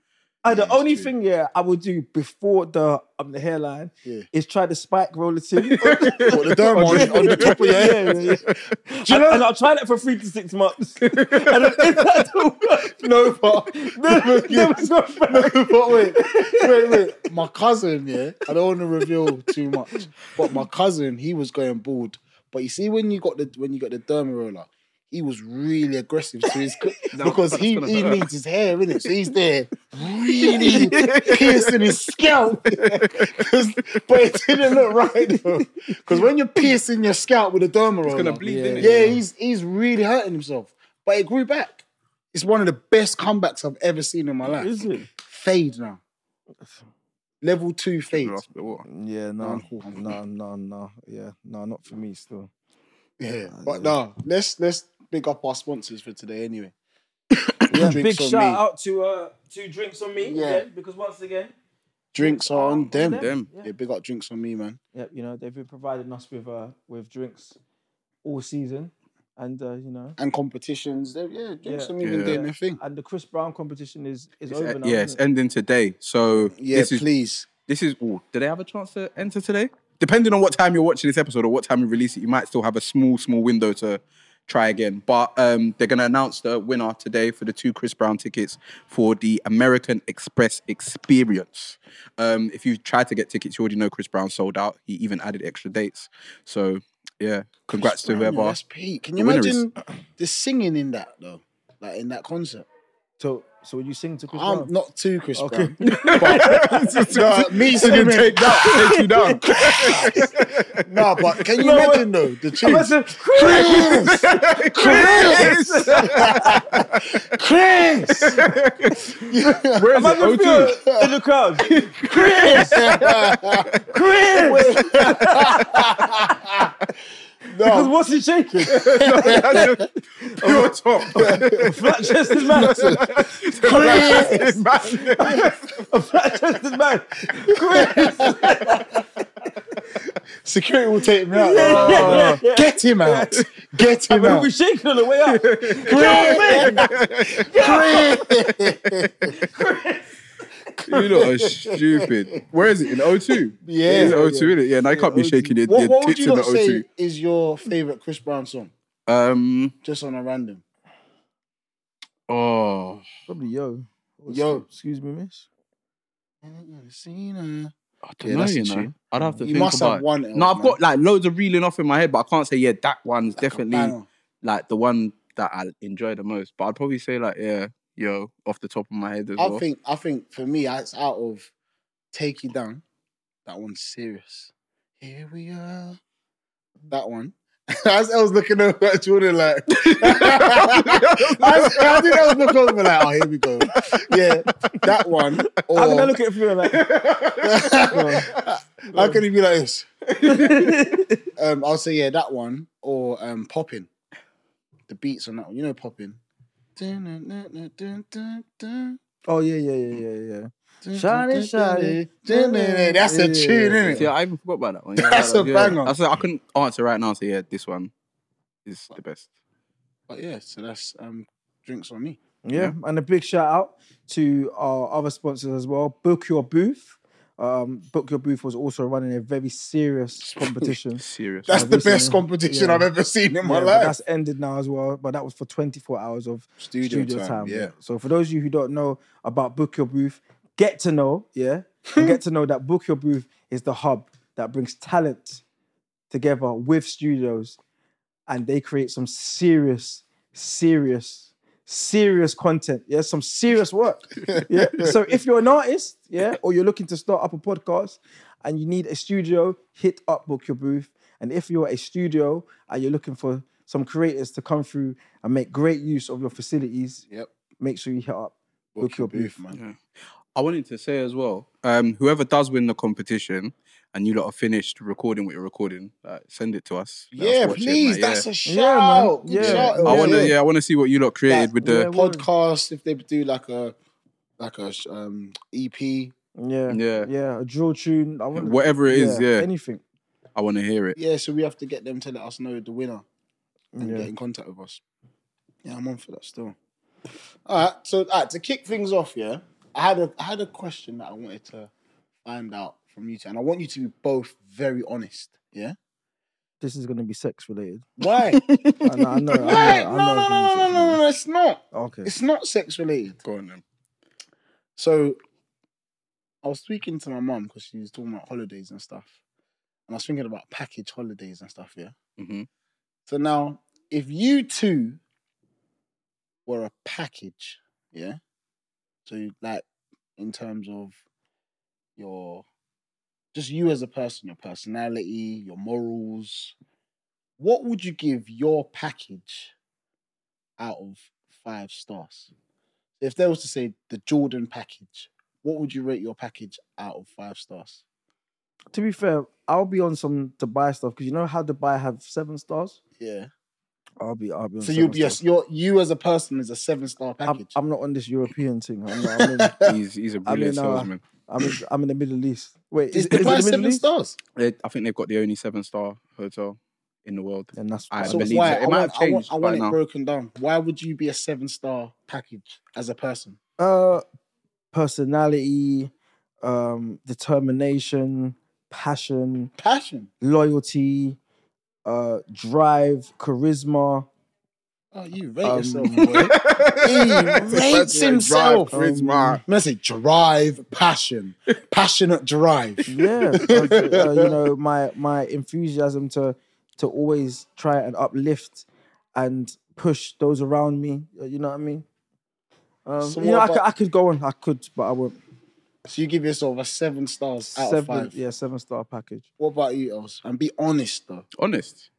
Speaker 1: Uh, the
Speaker 2: Yeah, it's
Speaker 1: only
Speaker 2: true.
Speaker 1: thing, yeah, I would do before the um, the hairline
Speaker 2: Yeah.
Speaker 1: is try the spike roller too.
Speaker 2: What, the derm on, on the top of your head.
Speaker 1: Yeah, yeah, yeah. And, and I'll try that for three to six months. and then if that don't work,
Speaker 2: No, but
Speaker 1: then, then it's not back.
Speaker 2: but wait, wait, wait. My cousin, yeah, I don't want to reveal too much, but my cousin, he was going bald. But you see, when you got the when you got the derma roller, he was really aggressive to his because
Speaker 3: that's
Speaker 2: he,
Speaker 3: gonna
Speaker 2: he
Speaker 3: hurt.
Speaker 2: needs his hair, innit? So he's there really piercing his scalp. 'Cause- but it didn't look right though. Because when you're piercing your scalp with a derma roller,
Speaker 3: It's gonna bleed,
Speaker 1: yeah,
Speaker 3: innit?
Speaker 2: yeah, he's he's really hurting himself. But it grew back. It's one of the best comebacks I've ever seen in my life
Speaker 1: Is it?
Speaker 2: fade now. Level two fade.
Speaker 3: After the war.
Speaker 1: Yeah, no,
Speaker 2: I'm cool, I'm
Speaker 1: no, no, no. Yeah, no, not for me still.
Speaker 3: Ah,
Speaker 2: Yeah, but no, let's let's pick up our sponsors for today anyway. Yeah,
Speaker 1: Big
Speaker 2: drinks on
Speaker 1: shout
Speaker 2: me.
Speaker 1: out to uh, two drinks on me.
Speaker 2: Yeah.
Speaker 1: again, because once again,
Speaker 2: Drinks are on them.
Speaker 1: Them.
Speaker 3: Them.
Speaker 1: Yeah.
Speaker 2: Yeah, big up drinks on me, man.
Speaker 1: yeah, you know they've been providing us with uh, with drinks all season, and uh, you know,
Speaker 2: And competitions. they- yeah, drinks
Speaker 1: Yeah.
Speaker 2: on me
Speaker 3: Yeah.
Speaker 2: been doing their thing.
Speaker 1: and the Chris Brown competition is is
Speaker 3: It's,
Speaker 1: over
Speaker 3: uh,
Speaker 1: now.
Speaker 3: yeah, it's
Speaker 1: isn't it?
Speaker 3: ending today. So
Speaker 2: Yeah,
Speaker 3: this is
Speaker 2: please.
Speaker 3: this is all. Do they have a chance to enter today? Depending on what time you're watching this episode or what time you release it, you might still have a small, small window to try again. But um, they're going to announce the winner today for the two Chris Brown tickets for the American Express Experience. Um, if you tried to get tickets, you already know Chris Brown sold out. He even added extra dates. So yeah, congrats to
Speaker 2: Brown,
Speaker 3: whoever.
Speaker 2: That's peak. Can
Speaker 3: the
Speaker 2: you
Speaker 3: winner is.
Speaker 2: imagine the singing in that though? Like in that concert.
Speaker 1: So so would you sing to Chris
Speaker 2: I'm
Speaker 1: Brown?
Speaker 2: not too Chris
Speaker 1: Okay.
Speaker 2: Brown. But, no, me singing.
Speaker 3: that, take you down.
Speaker 2: No, but can you
Speaker 1: No,
Speaker 2: imagine though? The tunes.
Speaker 1: Listen, Chris!
Speaker 2: Chris! Chris!
Speaker 3: Where is
Speaker 1: Imagine
Speaker 3: it? O2.
Speaker 1: Phil in the crowd. Chris! Chris! Because
Speaker 2: no,
Speaker 1: what's he shaking?
Speaker 3: Pure top.
Speaker 1: Flat chested man.
Speaker 2: Chris!
Speaker 1: A flat chested man. Chris!
Speaker 2: Security will take me out.
Speaker 1: Yeah, yeah, yeah.
Speaker 2: Get him out. Get him
Speaker 1: We'll
Speaker 2: out.
Speaker 1: be shaking on the way out.
Speaker 3: You lot are stupid. Where is it? In O2?
Speaker 2: Yeah.
Speaker 3: It's O2, innit? Yeah, now you can't be shaking your,
Speaker 2: What,
Speaker 3: your
Speaker 2: what would
Speaker 3: tits
Speaker 2: you
Speaker 3: in the
Speaker 2: not say
Speaker 3: O2.
Speaker 2: is your favorite Chris Brown song?
Speaker 3: Um,
Speaker 2: Just on a random.
Speaker 3: oh.
Speaker 1: Probably yo.
Speaker 2: Yo.
Speaker 1: Excuse me, miss.
Speaker 3: I
Speaker 2: Yeah,
Speaker 3: don't know,
Speaker 2: that's a
Speaker 3: you know.
Speaker 2: tune.
Speaker 3: I'd have to
Speaker 2: You
Speaker 3: think
Speaker 2: must
Speaker 3: about
Speaker 2: have
Speaker 3: it.
Speaker 2: one. else,
Speaker 3: No, I've
Speaker 2: man.
Speaker 3: got like loads of reeling off in my head, but I can't say, yeah, that one's definitely
Speaker 2: Banger.
Speaker 3: like the one that I enjoy the most. But I'd probably say, like, yeah, yo, off the top of my head as
Speaker 2: I
Speaker 3: well.
Speaker 2: think I think for me, it's out of Take You Down. That one's serious. Here we are. That one. As I was looking over at Jordan, like I, I think I was looking over, like, oh, here we go. Yeah, that one. Or,
Speaker 1: I'm gonna look at Phil like.
Speaker 2: how can he be like this? Um, I'll say yeah, that one or um, popping. The beats on that one, you know, popping.
Speaker 1: oh yeah, yeah, yeah, yeah, yeah. Shawty, shawty.
Speaker 2: That's a tune, isn't
Speaker 3: See,
Speaker 2: it?
Speaker 3: I even forgot about that one.
Speaker 2: That's a
Speaker 3: yeah.
Speaker 2: banger.
Speaker 3: That's a, I couldn't answer right now. So yeah, this one is the best.
Speaker 2: But yeah, so that's um, drinks on me.
Speaker 1: Yeah, and a big shout out to our other sponsors as well. Book your booth. Um, Book your booth was also running a very serious competition.
Speaker 3: Serious.
Speaker 2: That's
Speaker 1: I've
Speaker 2: the
Speaker 1: recently-
Speaker 2: best competition
Speaker 1: yeah.
Speaker 2: I've ever seen in my
Speaker 1: Yeah, but
Speaker 2: life.
Speaker 1: that's ended now as well, but that was for 24 hours of
Speaker 2: Studio,
Speaker 1: studio
Speaker 2: time,
Speaker 1: time.
Speaker 2: yeah.
Speaker 1: So for those of you who don't know about Book Your Booth, get to know, yeah, and get to know that Book Your Booth is the hub that brings talent together with studios, and they create some serious, serious, serious content. Yeah, some serious work. Yeah. so if you're an artist, yeah, or you're looking to start up a podcast and you need a studio, hit up Book Your Booth. And if you're a studio and you're looking for some creators to come through and make great use of your facilities,
Speaker 2: Yep.
Speaker 1: make sure you hit up
Speaker 2: Book your booth,
Speaker 3: Yeah.
Speaker 2: man.
Speaker 3: I wanted to say as well. Um, whoever does win the competition and you lot are finished recording what you're recording, uh, send it to us. Let us
Speaker 2: Yeah,
Speaker 3: watch it,
Speaker 2: please.
Speaker 3: mate,
Speaker 2: that's
Speaker 3: yeah.
Speaker 2: a
Speaker 1: Yeah,
Speaker 2: shout.
Speaker 1: man.
Speaker 2: out. Good
Speaker 1: Yeah.
Speaker 2: shout out,
Speaker 3: I want
Speaker 2: yeah.
Speaker 3: to. Yeah, I want to see what you lot created
Speaker 2: That-
Speaker 3: with the.
Speaker 1: Yeah.
Speaker 2: podcast if they do like a like a um EP.
Speaker 1: Yeah.
Speaker 3: Yeah.
Speaker 1: Yeah. A drill tune. I wanna-
Speaker 3: Whatever it is, yeah,
Speaker 1: Anything.
Speaker 3: I want to hear it.
Speaker 2: Yeah, so we have to get them to let us know the winner and
Speaker 1: Yeah.
Speaker 2: get in contact with us. Yeah, I'm on for that still. All right, so all right, to kick things off, yeah, I had a I had a question that I wanted to find out from you two, and I want you to be both very honest. Yeah,
Speaker 1: This is gonna be sex related.
Speaker 2: why?
Speaker 1: I know, I know, I know,
Speaker 2: Why?
Speaker 1: I know
Speaker 2: No, no,
Speaker 1: it's gonna
Speaker 2: no,
Speaker 1: be sex
Speaker 2: no, no, no,
Speaker 1: related.
Speaker 2: no, it's not.
Speaker 1: Okay.
Speaker 2: It's not sex related.
Speaker 3: Go on then.
Speaker 2: So I was speaking to my mum because she was talking about holidays and stuff. And I was thinking about package holidays and stuff, yeah.
Speaker 3: hmm
Speaker 2: So now, if you two were a package, yeah. So you- like in terms of your just you as a person, your personality, your morals, what would you give your package out of five stars? If there was to say the Jordan package, what would you rate your package out of five stars?
Speaker 1: To be fair, I'll be on some Dubai stuff because you know how Dubai have seven stars.
Speaker 2: Yeah.
Speaker 1: I'll be. I'll be. On
Speaker 2: So you
Speaker 1: seven
Speaker 2: yes,
Speaker 1: stars.
Speaker 2: you're you as a person is a seven star
Speaker 1: I'm,
Speaker 2: package.
Speaker 1: I'm not on this European thing. I'm, not, I'm, in,
Speaker 3: He's, he's a
Speaker 1: I mean,
Speaker 3: brilliant
Speaker 1: uh,
Speaker 3: salesman.
Speaker 1: I'm, in, I'm in the Middle East. Wait,
Speaker 2: Is
Speaker 1: is,
Speaker 2: the
Speaker 1: is
Speaker 2: price
Speaker 1: it the
Speaker 2: seven
Speaker 1: Middle East?
Speaker 2: stars?
Speaker 3: They- I think they've got the only seven star hotel in the world.
Speaker 1: Then that's
Speaker 3: I
Speaker 1: fine.
Speaker 2: So
Speaker 3: believe
Speaker 2: why
Speaker 3: so. It
Speaker 2: I
Speaker 3: might
Speaker 2: want,
Speaker 3: have
Speaker 2: I want,
Speaker 3: changed
Speaker 2: I
Speaker 3: by
Speaker 2: want it
Speaker 3: now.
Speaker 2: broken down. Why would you be a seven star package as a person?
Speaker 1: Uh, personality, um, determination, passion,
Speaker 2: Passion.
Speaker 1: loyalty, uh, drive, charisma.
Speaker 2: Oh, you rate
Speaker 1: Um,
Speaker 2: yourself, boy. rates himself.
Speaker 3: Charisma.
Speaker 2: I'm gonna say drive, passion, passionate drive.
Speaker 1: Yeah, and, uh, you know my my enthusiasm to to always try and uplift and push those around me. uh, You know what I mean? Um,
Speaker 2: So
Speaker 1: you know,
Speaker 2: what
Speaker 1: I could,
Speaker 2: about-
Speaker 1: I could go on, I could, but I won't.
Speaker 2: So you give yourself a seven stars out
Speaker 1: Seven,
Speaker 2: of five.
Speaker 1: yeah, seven star package.
Speaker 2: What about you, else? And be honest though.
Speaker 3: Honest.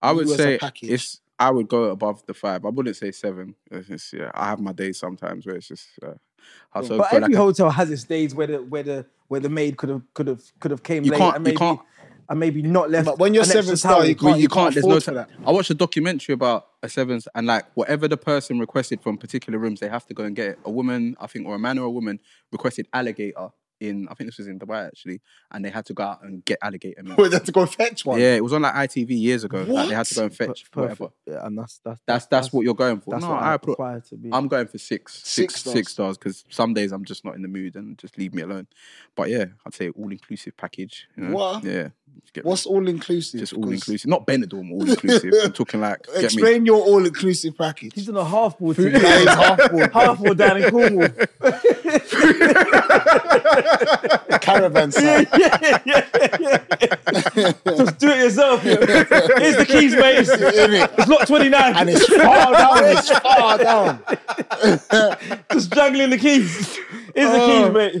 Speaker 3: I would
Speaker 2: You as a
Speaker 3: say
Speaker 2: package.
Speaker 3: it's. I would go above the five. I wouldn't say seven. It's just, yeah, I have my days sometimes where it's just. Uh, I sort of
Speaker 1: But
Speaker 3: feel
Speaker 1: every
Speaker 3: like I-
Speaker 1: hotel has its days where the where the where the maid could have could have could have came
Speaker 3: you
Speaker 1: late
Speaker 3: can't.
Speaker 1: and
Speaker 3: You
Speaker 1: maybe
Speaker 3: can't.
Speaker 1: and maybe not left.
Speaker 2: But when you're
Speaker 1: an extra
Speaker 2: seven star,
Speaker 1: towel.
Speaker 2: you
Speaker 3: Well,
Speaker 2: can't. You can't
Speaker 3: There's
Speaker 2: afford for
Speaker 3: no.
Speaker 2: that.
Speaker 3: ti- I watched a documentary about a sevens, and like whatever the person requested from particular rooms, they have to go and get it. A woman, I think, or a man or a woman requested alligator in. I think this was in Dubai actually, and they had to go out and get alligator. meat.
Speaker 2: Wait, they have to go fetch one.
Speaker 3: Yeah, it was on like ITV years ago. Like, they had to
Speaker 2: What?
Speaker 3: go and fetch
Speaker 1: Per- perfect.
Speaker 3: whatever.
Speaker 1: Yeah, and that's that's
Speaker 3: That's that's what you're going for.
Speaker 1: that's
Speaker 3: No,
Speaker 1: what
Speaker 3: I
Speaker 1: I
Speaker 3: put.
Speaker 1: require to be.
Speaker 3: I'm going for six,
Speaker 2: Six
Speaker 3: six,
Speaker 2: stars.
Speaker 3: six stars because some days I'm just not in the mood and just leave me alone. But yeah, I'd say all inclusive package. You know?
Speaker 2: What?
Speaker 3: Yeah. Just get-
Speaker 2: What's all inclusive?
Speaker 3: just all inclusive? Not Benidorm all inclusive. I'm talking like get me.
Speaker 2: Explain your all inclusive package.
Speaker 1: He's in a half ball team.
Speaker 2: That is half full.
Speaker 1: half ball down in Cornwall.
Speaker 2: caravan
Speaker 1: yeah,
Speaker 2: side.
Speaker 1: yeah, yeah, yeah, yeah. Just do it yourself. yeah. Here's the keys, mate. It's,
Speaker 2: Innit?
Speaker 1: it's lot 29.
Speaker 2: And it's far down. It's far down.
Speaker 1: just jangling the keys. Here's
Speaker 3: Oh.
Speaker 1: the keys, mate.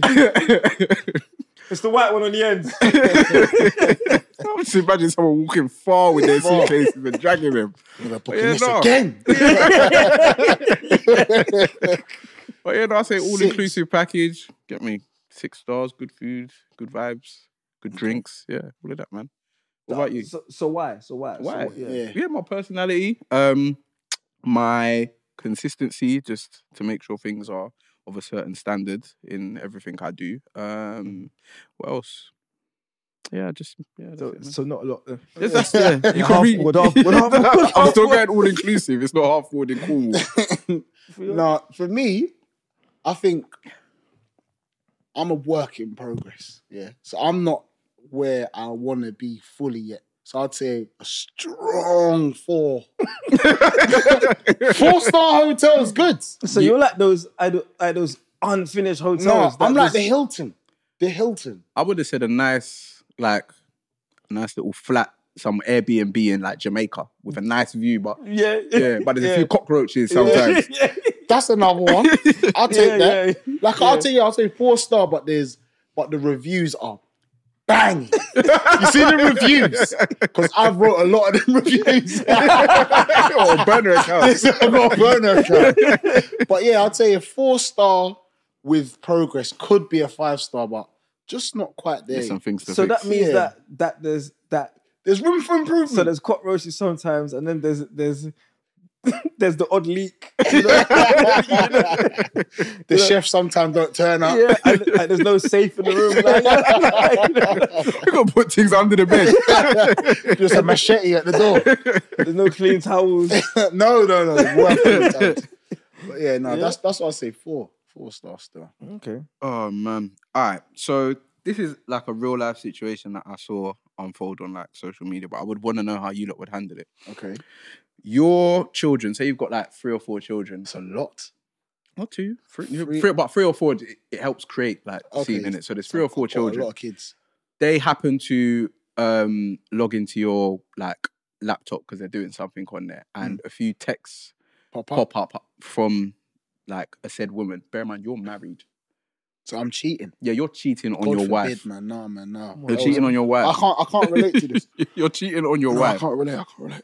Speaker 1: it's the white one on the ends.
Speaker 3: I just imagine someone walking far with their suitcases and dragging them.
Speaker 2: We're booking
Speaker 3: Yeah,
Speaker 2: this
Speaker 3: no.
Speaker 2: again.
Speaker 3: But yeah, no, I say all
Speaker 2: Six.
Speaker 3: inclusive package. Get me six stars, good food, good vibes, good drinks. Yeah, all of that, man. What about you?
Speaker 1: So, so why? So why? So
Speaker 3: Why?
Speaker 1: what- yeah.
Speaker 2: Yeah.
Speaker 3: yeah, my personality, um, my consistency, just to make sure things are of a certain standard in everything I do. Um, what else? Yeah, just yeah. That's
Speaker 1: So,
Speaker 3: it, man.
Speaker 1: so not a lot. uh,
Speaker 3: Yes, that's- yeah, you
Speaker 1: Yeah,
Speaker 3: can
Speaker 1: half
Speaker 3: read-
Speaker 1: forward, half forward, half forward,
Speaker 3: I'm
Speaker 1: half
Speaker 3: still
Speaker 1: forward.
Speaker 3: going all inclusive. It's not half forward in Cornwall.
Speaker 2: No, for me, I think I'm a work in progress. Yeah. So I'm not where I want to be fully yet. So I'd say a strong four. four star hotels, good.
Speaker 1: So you're like those, I do, like those unfinished hotels.
Speaker 2: No,
Speaker 1: that
Speaker 2: I'm like
Speaker 1: just-
Speaker 2: the Hilton. The Hilton.
Speaker 3: I would have said a nice, like, a nice little flat, some Airbnb in like Jamaica with a nice view, but
Speaker 1: yeah,
Speaker 3: yeah, but there's a
Speaker 1: yeah.
Speaker 3: few cockroaches sometimes.
Speaker 1: Yeah,
Speaker 2: That's another one. I'll take
Speaker 1: Yeah,
Speaker 2: that.
Speaker 1: yeah.
Speaker 2: Like I'll tell you, I'll say four star, but there's but the reviews are banging. you see the reviews? Because I've wrote a lot of them reviews. Oh,
Speaker 3: or burner accounts.
Speaker 2: I've got a burner account. But yeah, I'll tell you, four star with progress could be a five star, but just not quite there.
Speaker 3: There's some things to
Speaker 1: So
Speaker 3: fix.
Speaker 1: that means
Speaker 2: Yeah.
Speaker 1: that that there's that.
Speaker 2: There's room for improvement.
Speaker 1: So there's cockroaches sometimes, and then there's there's there's the odd leak.
Speaker 2: the chef sometimes don't turn up.
Speaker 1: Yeah, and, and there's no safe in the room. Like, like,
Speaker 3: We're gonna put things under the bed.
Speaker 2: Just a machete at the door.
Speaker 1: there's no clean towels.
Speaker 2: no, no, no. Work all the time. um, But yeah, no,
Speaker 1: Yeah.
Speaker 2: that's that's what I say. Four, four star still.
Speaker 1: Okay.
Speaker 3: oh man. All right. So this is like a real life situation that I saw unfold on like social media, but I would want to know how you lot would handle it.
Speaker 2: Okay,
Speaker 3: Your children, say you've got like three or four children.
Speaker 2: it's a lot.
Speaker 3: Not two, three,
Speaker 2: Three-
Speaker 3: three- about three or four. It, it helps create like
Speaker 2: Okay.
Speaker 3: scene in it. So there's three or four
Speaker 2: Got a
Speaker 3: children.
Speaker 2: lot of kids.
Speaker 3: they happen to um log into your like laptop because they're doing something on there and a few texts
Speaker 2: Hmm. Pop up.
Speaker 3: pop up from like a said woman bear in mind you're married
Speaker 2: So I'm cheating.
Speaker 3: yeah you're cheating on
Speaker 2: God
Speaker 3: your
Speaker 2: forbid,
Speaker 3: wife
Speaker 2: man. Nah, man, nah.
Speaker 1: You're
Speaker 3: you're
Speaker 2: That
Speaker 3: cheating
Speaker 2: was-
Speaker 3: on your
Speaker 2: I
Speaker 3: wife
Speaker 2: can't. I can't relate to this.
Speaker 3: you're cheating on your
Speaker 2: No, I
Speaker 3: wife
Speaker 2: can't relate. I can't relate.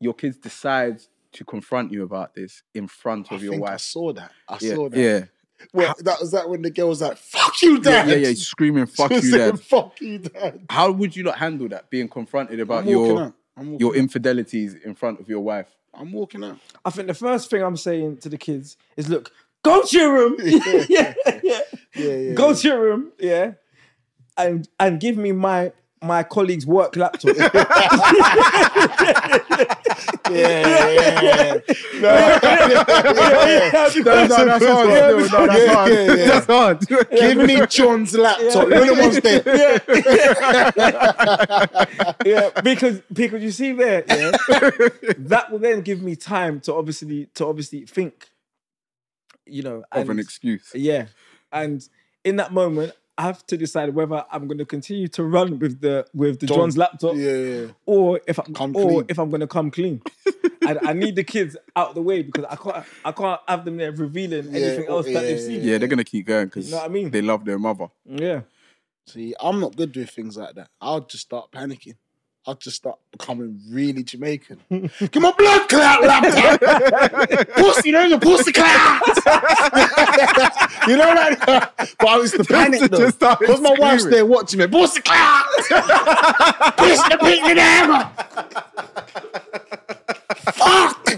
Speaker 3: your kids decide to confront you about this in front
Speaker 2: I
Speaker 3: of your
Speaker 2: think I
Speaker 3: wife
Speaker 2: saw that. I
Speaker 3: yeah,
Speaker 2: saw that.
Speaker 3: yeah.
Speaker 2: Well, that was that when the girl was like, "Fuck you,
Speaker 3: yeah,
Speaker 2: dad."
Speaker 3: yeah, yeah, he's Screaming, "Fuck
Speaker 2: She was
Speaker 3: you,
Speaker 2: saying,
Speaker 3: dad!"
Speaker 2: Fuck you, dad.
Speaker 3: How would you not handle that? Being confronted about
Speaker 2: I'm walking
Speaker 3: your
Speaker 2: out. I'm I'm walking,
Speaker 3: your infidelities in front of your wife.
Speaker 2: I'm walking out.
Speaker 1: I think the first thing I'm saying to the kids is, look, go to your room. yeah, yeah,
Speaker 2: Yeah, yeah.
Speaker 1: Go to your room. Yeah. And and give me my my colleague's work laptop.
Speaker 2: yeah, yeah, yeah.
Speaker 3: No, no, that's hard. No, no, that's
Speaker 2: Yeah,
Speaker 3: hard.
Speaker 2: yeah, yeah.
Speaker 3: That's hard.
Speaker 2: Give me John's laptop.
Speaker 1: Yeah.
Speaker 2: You're the one's there.
Speaker 1: yeah. yeah, because because you see there, yeah, that will then give me time to obviously to obviously think, you know,
Speaker 3: Of an
Speaker 1: and-
Speaker 3: excuse.
Speaker 1: yeah, and in that moment, I have to decide whether I'm going to continue to run with the with the
Speaker 2: John.
Speaker 1: John's laptop,
Speaker 2: Yeah, yeah.
Speaker 1: or if I'm
Speaker 2: Come
Speaker 1: or
Speaker 2: clean.
Speaker 1: if I'm going to come clean. I, I need the kids out the way because I can't I can't have them there revealing anything
Speaker 2: oh,
Speaker 1: else
Speaker 2: yeah,
Speaker 1: that they've
Speaker 2: yeah,
Speaker 1: seen.
Speaker 3: Yeah, they're gonna keep going because
Speaker 1: You know what I mean?
Speaker 3: they love their mother.
Speaker 1: yeah.
Speaker 2: See, I'm not good with things like that. I'll just start panicking. I'll just start becoming really Jamaican. Give my blood clot laptop. pussy, you know your pussy clot. you know that. But I used to panic though,
Speaker 3: Just started
Speaker 2: because my wife's there
Speaker 3: screaming.
Speaker 2: watching me. Pussy clot. Piss the pig in the hammer. Fuck.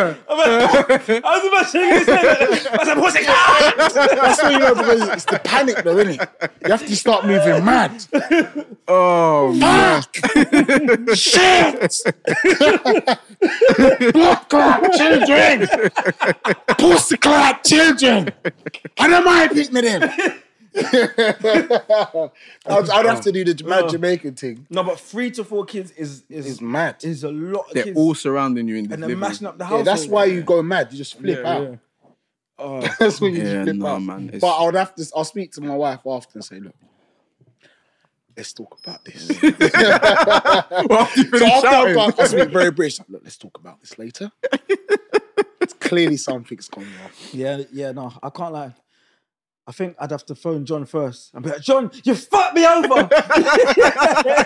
Speaker 1: I was about to shake his head. I said, "Pussy clown!"
Speaker 2: That's what you know because it's the panic though, isn't it? You have to start moving mad.
Speaker 3: Oh,
Speaker 2: Fuck! Shit! Blood clot children! Pussy clot children! I don't mind picking them. I'd, I'd have to do the mad Jamaican thing.
Speaker 1: No, but three to four kids is is
Speaker 2: It's
Speaker 1: is,
Speaker 2: mad.
Speaker 1: a lot of
Speaker 3: they're
Speaker 1: kids,
Speaker 3: all surrounding you in this
Speaker 1: and they're
Speaker 3: living.
Speaker 1: mashing up the house.
Speaker 2: Yeah, that's why you go mad. You just flip
Speaker 1: Yeah,
Speaker 2: out.
Speaker 1: yeah. Oh,
Speaker 2: That's when you just
Speaker 3: Yeah,
Speaker 2: flip
Speaker 3: nah,
Speaker 2: out.
Speaker 3: man, it's-
Speaker 2: But I would have to. I'll speak to my wife after and say, "Look, let's talk about this."
Speaker 3: Well, after you
Speaker 2: So
Speaker 3: finish
Speaker 2: after
Speaker 3: shouting.
Speaker 2: I'm back, I speak very British. like, Look, let's talk about this later. it's clearly something's gone wrong.
Speaker 1: yeah, yeah. No, I can't lie. I think I'd have to phone John first and be like, "John, you fucked me over."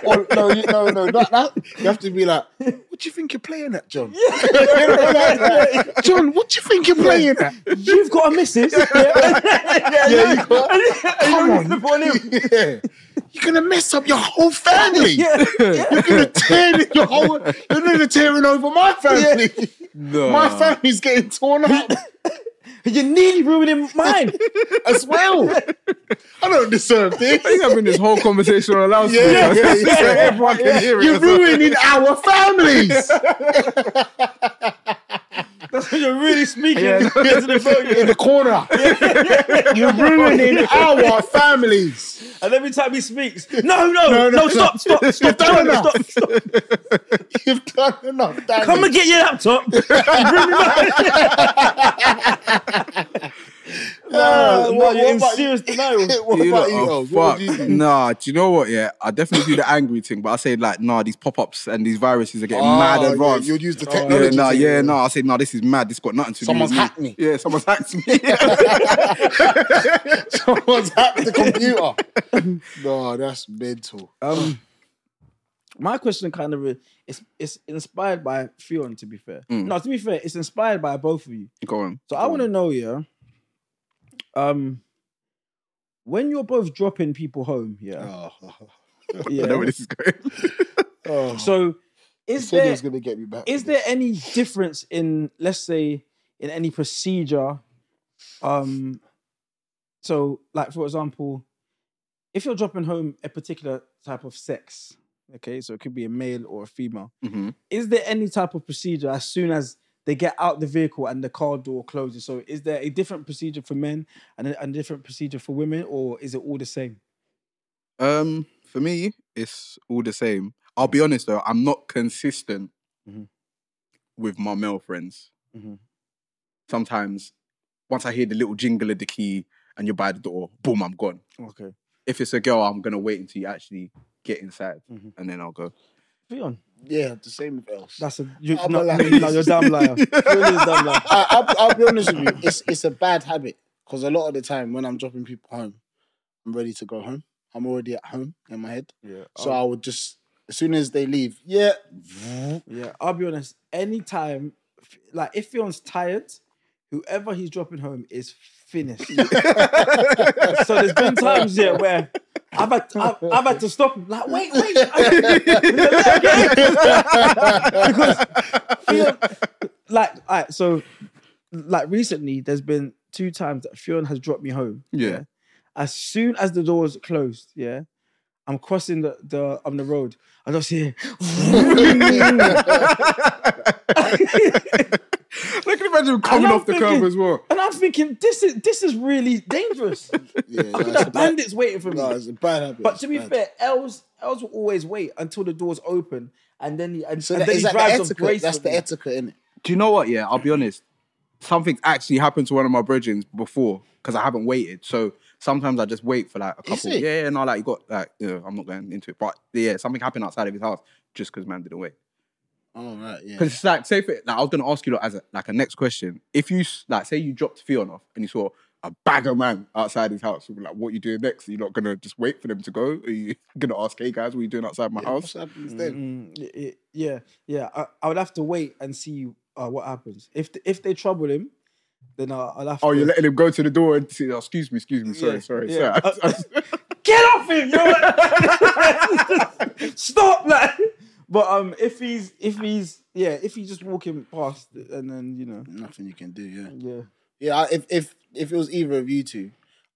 Speaker 2: Or, Oh, no, you, no, no, not that. You have to be like, what do you think you're playing at, John? You know, like that. John, what do you think you're playing at?
Speaker 1: You've got a missus. Yeah, yeah,
Speaker 2: Yeah, you got-
Speaker 1: And you- and you
Speaker 2: Come
Speaker 1: don't
Speaker 2: on.
Speaker 1: flip on him.
Speaker 2: Yeah. You're gonna mess up your whole family.
Speaker 1: Yeah, yeah.
Speaker 2: You're gonna tear your whole. You're gonna tearing over my family.
Speaker 3: No.
Speaker 2: My family's getting torn up
Speaker 1: You're nearly ruining mine.
Speaker 2: as well. I don't deserve this.
Speaker 3: I think I've been this whole conversation on loudspeaker.
Speaker 2: Yeah, yeah,
Speaker 3: so
Speaker 2: yeah.
Speaker 3: everyone can hear it.
Speaker 2: You're ruining our families.
Speaker 1: That's when you're really speaking
Speaker 3: Yeah.
Speaker 1: into the phone.
Speaker 2: in the corner. You're ruining our families.
Speaker 1: And every time he speaks, no, no, no,
Speaker 2: no, no.
Speaker 1: stop, stop, stop, John,
Speaker 2: done enough.
Speaker 1: stop, stop.
Speaker 2: You've done enough damage.
Speaker 1: Come and get your laptop. Bring me back.
Speaker 2: No,
Speaker 1: no,
Speaker 2: Uh, what- what
Speaker 1: you're in
Speaker 2: about you?
Speaker 1: serious denial.
Speaker 2: What
Speaker 3: You
Speaker 2: about you?
Speaker 3: lot are
Speaker 2: Els? What would you
Speaker 3: fucked.
Speaker 2: do?
Speaker 3: Nah, do you know what? Yeah, I definitely do the angry thing, but I say like, nah, these pop-ups and these viruses are getting
Speaker 2: Oh,
Speaker 3: mad
Speaker 2: yeah,
Speaker 3: advanced.
Speaker 2: you'd use the
Speaker 3: yeah,
Speaker 2: technology.
Speaker 3: nah,
Speaker 2: to-
Speaker 3: yeah, nah. I say, nah, this is mad. This got nothing to
Speaker 2: Oh, Someone's
Speaker 3: do with
Speaker 2: hacked me.
Speaker 3: Yeah, someone's hacked me.
Speaker 2: Someone's hacked the computer. no, that's mental.
Speaker 1: Um, my question kind of re- it's it's inspired by Fionn, to be fair. No, to be fair, it's inspired by both of you.
Speaker 3: Mm. Go on.
Speaker 1: So I want to know, yeah. Um, when you're both dropping people home, yeah,
Speaker 2: Oh,
Speaker 3: I know
Speaker 1: yeah.
Speaker 3: where this is going.
Speaker 2: oh.
Speaker 1: So
Speaker 2: He
Speaker 1: is
Speaker 2: said he
Speaker 1: there
Speaker 2: was gonna get me back.
Speaker 1: is
Speaker 2: with
Speaker 1: there
Speaker 2: this.
Speaker 1: any difference in let's say in any procedure um so like for example if you're dropping home a particular type of sex okay so it could be a male or a female
Speaker 3: Mhm.
Speaker 1: is there any type of procedure as soon as they get out the vehicle and the car door closes so is there a different procedure for men and a, and a different procedure for women or is it all the same
Speaker 3: Um, for me, it's all the same. I'll be honest though, I'm not consistent
Speaker 1: Mhm.
Speaker 3: with my male friends.
Speaker 1: Mhm.
Speaker 3: Sometimes, once I hear the little jingle of the key and you're by the door, boom, I'm gone.
Speaker 1: okay
Speaker 3: If it's a girl, I'm gonna wait until you actually get inside,
Speaker 1: Mhm.
Speaker 3: and then I'll go.
Speaker 1: Leon,
Speaker 2: Yeah, the same with else.
Speaker 1: that's a you,
Speaker 2: I'm
Speaker 1: no,
Speaker 2: a
Speaker 1: no,
Speaker 2: liar.
Speaker 1: no, you're a damn liar. Fiona is a damn liar.
Speaker 2: I, I'll, I'll be honest with you. It's it's a bad habit because a lot of the time when I'm dropping people home, I'm ready to go home. I'm already at home in my head.
Speaker 1: Yeah,
Speaker 2: So I would just as soon as they leave, yeah,
Speaker 1: Yeah, I'll be honest. Anytime, f- like if Fion's tired, whoever he's dropping home is finished. so there's been times yeah where I've had, to, I've, I've had to stop him. Like, wait, wait. because Fionn- like, all right, so like recently, there's been two times that Fionn has dropped me home.
Speaker 3: Yeah.
Speaker 1: As soon as the doors closed, yeah, I'm crossing the the on the road. I just hear.
Speaker 3: I can imagine him coming
Speaker 1: I'm
Speaker 3: off the curb
Speaker 1: thinking-
Speaker 3: as well.
Speaker 1: And I'm thinking, this is this is really dangerous.
Speaker 2: Yeah,
Speaker 1: I
Speaker 2: no,
Speaker 1: could
Speaker 2: it's a
Speaker 1: have
Speaker 2: bad,
Speaker 1: bandits waiting for me.
Speaker 2: no, it's a bad habit.
Speaker 1: But
Speaker 2: It's
Speaker 1: to be
Speaker 2: bad.
Speaker 1: fair, Els Els will always wait until the doors open, and then he and,
Speaker 2: so
Speaker 1: and
Speaker 2: that,
Speaker 1: then he
Speaker 2: is that the
Speaker 1: drives on
Speaker 2: etiquette?
Speaker 1: grace.
Speaker 2: That's
Speaker 1: with
Speaker 2: the
Speaker 1: me.
Speaker 2: etiquette, isn't it?
Speaker 3: Do you know what? Yeah, I'll be honest. Something's actually happened to one of my brethren before because I haven't waited. So sometimes I just wait for like a couple.
Speaker 2: it?
Speaker 3: Yeah, yeah, no, like you got like you know, I'm not going into it, but yeah, something happened outside of his house just because man didn't wait.
Speaker 2: Oh right, yeah.
Speaker 3: Because it's like, say, for, like, I was gonna ask you like, as a, like a next question. If you s- like, say you dropped Fion off and you saw a bag of man outside his house, you'd be like, what you doing next? Are you not gonna just wait for them to go? Are you gonna ask, hey guys, what you doing outside my
Speaker 2: Yeah,
Speaker 3: house?
Speaker 2: what's happened is then?
Speaker 1: Mm, y- y- yeah, yeah. I, I would have to wait and see uh, what happens. If th- if they trouble him, then I'll, I'll have
Speaker 3: Oh,
Speaker 1: to.
Speaker 3: you're letting him go to the door and say, oh, excuse me, excuse me, sorry,
Speaker 1: Yeah,
Speaker 3: sorry,
Speaker 1: yeah. Uh,
Speaker 3: sorry. I- I-
Speaker 1: get off him! You know? Stop that. But um, if he's if he's yeah, if he's just walking past, and then you know,
Speaker 2: Nothing you can do. Yeah,
Speaker 1: yeah.
Speaker 2: yeah. I- If if if it was either of you two,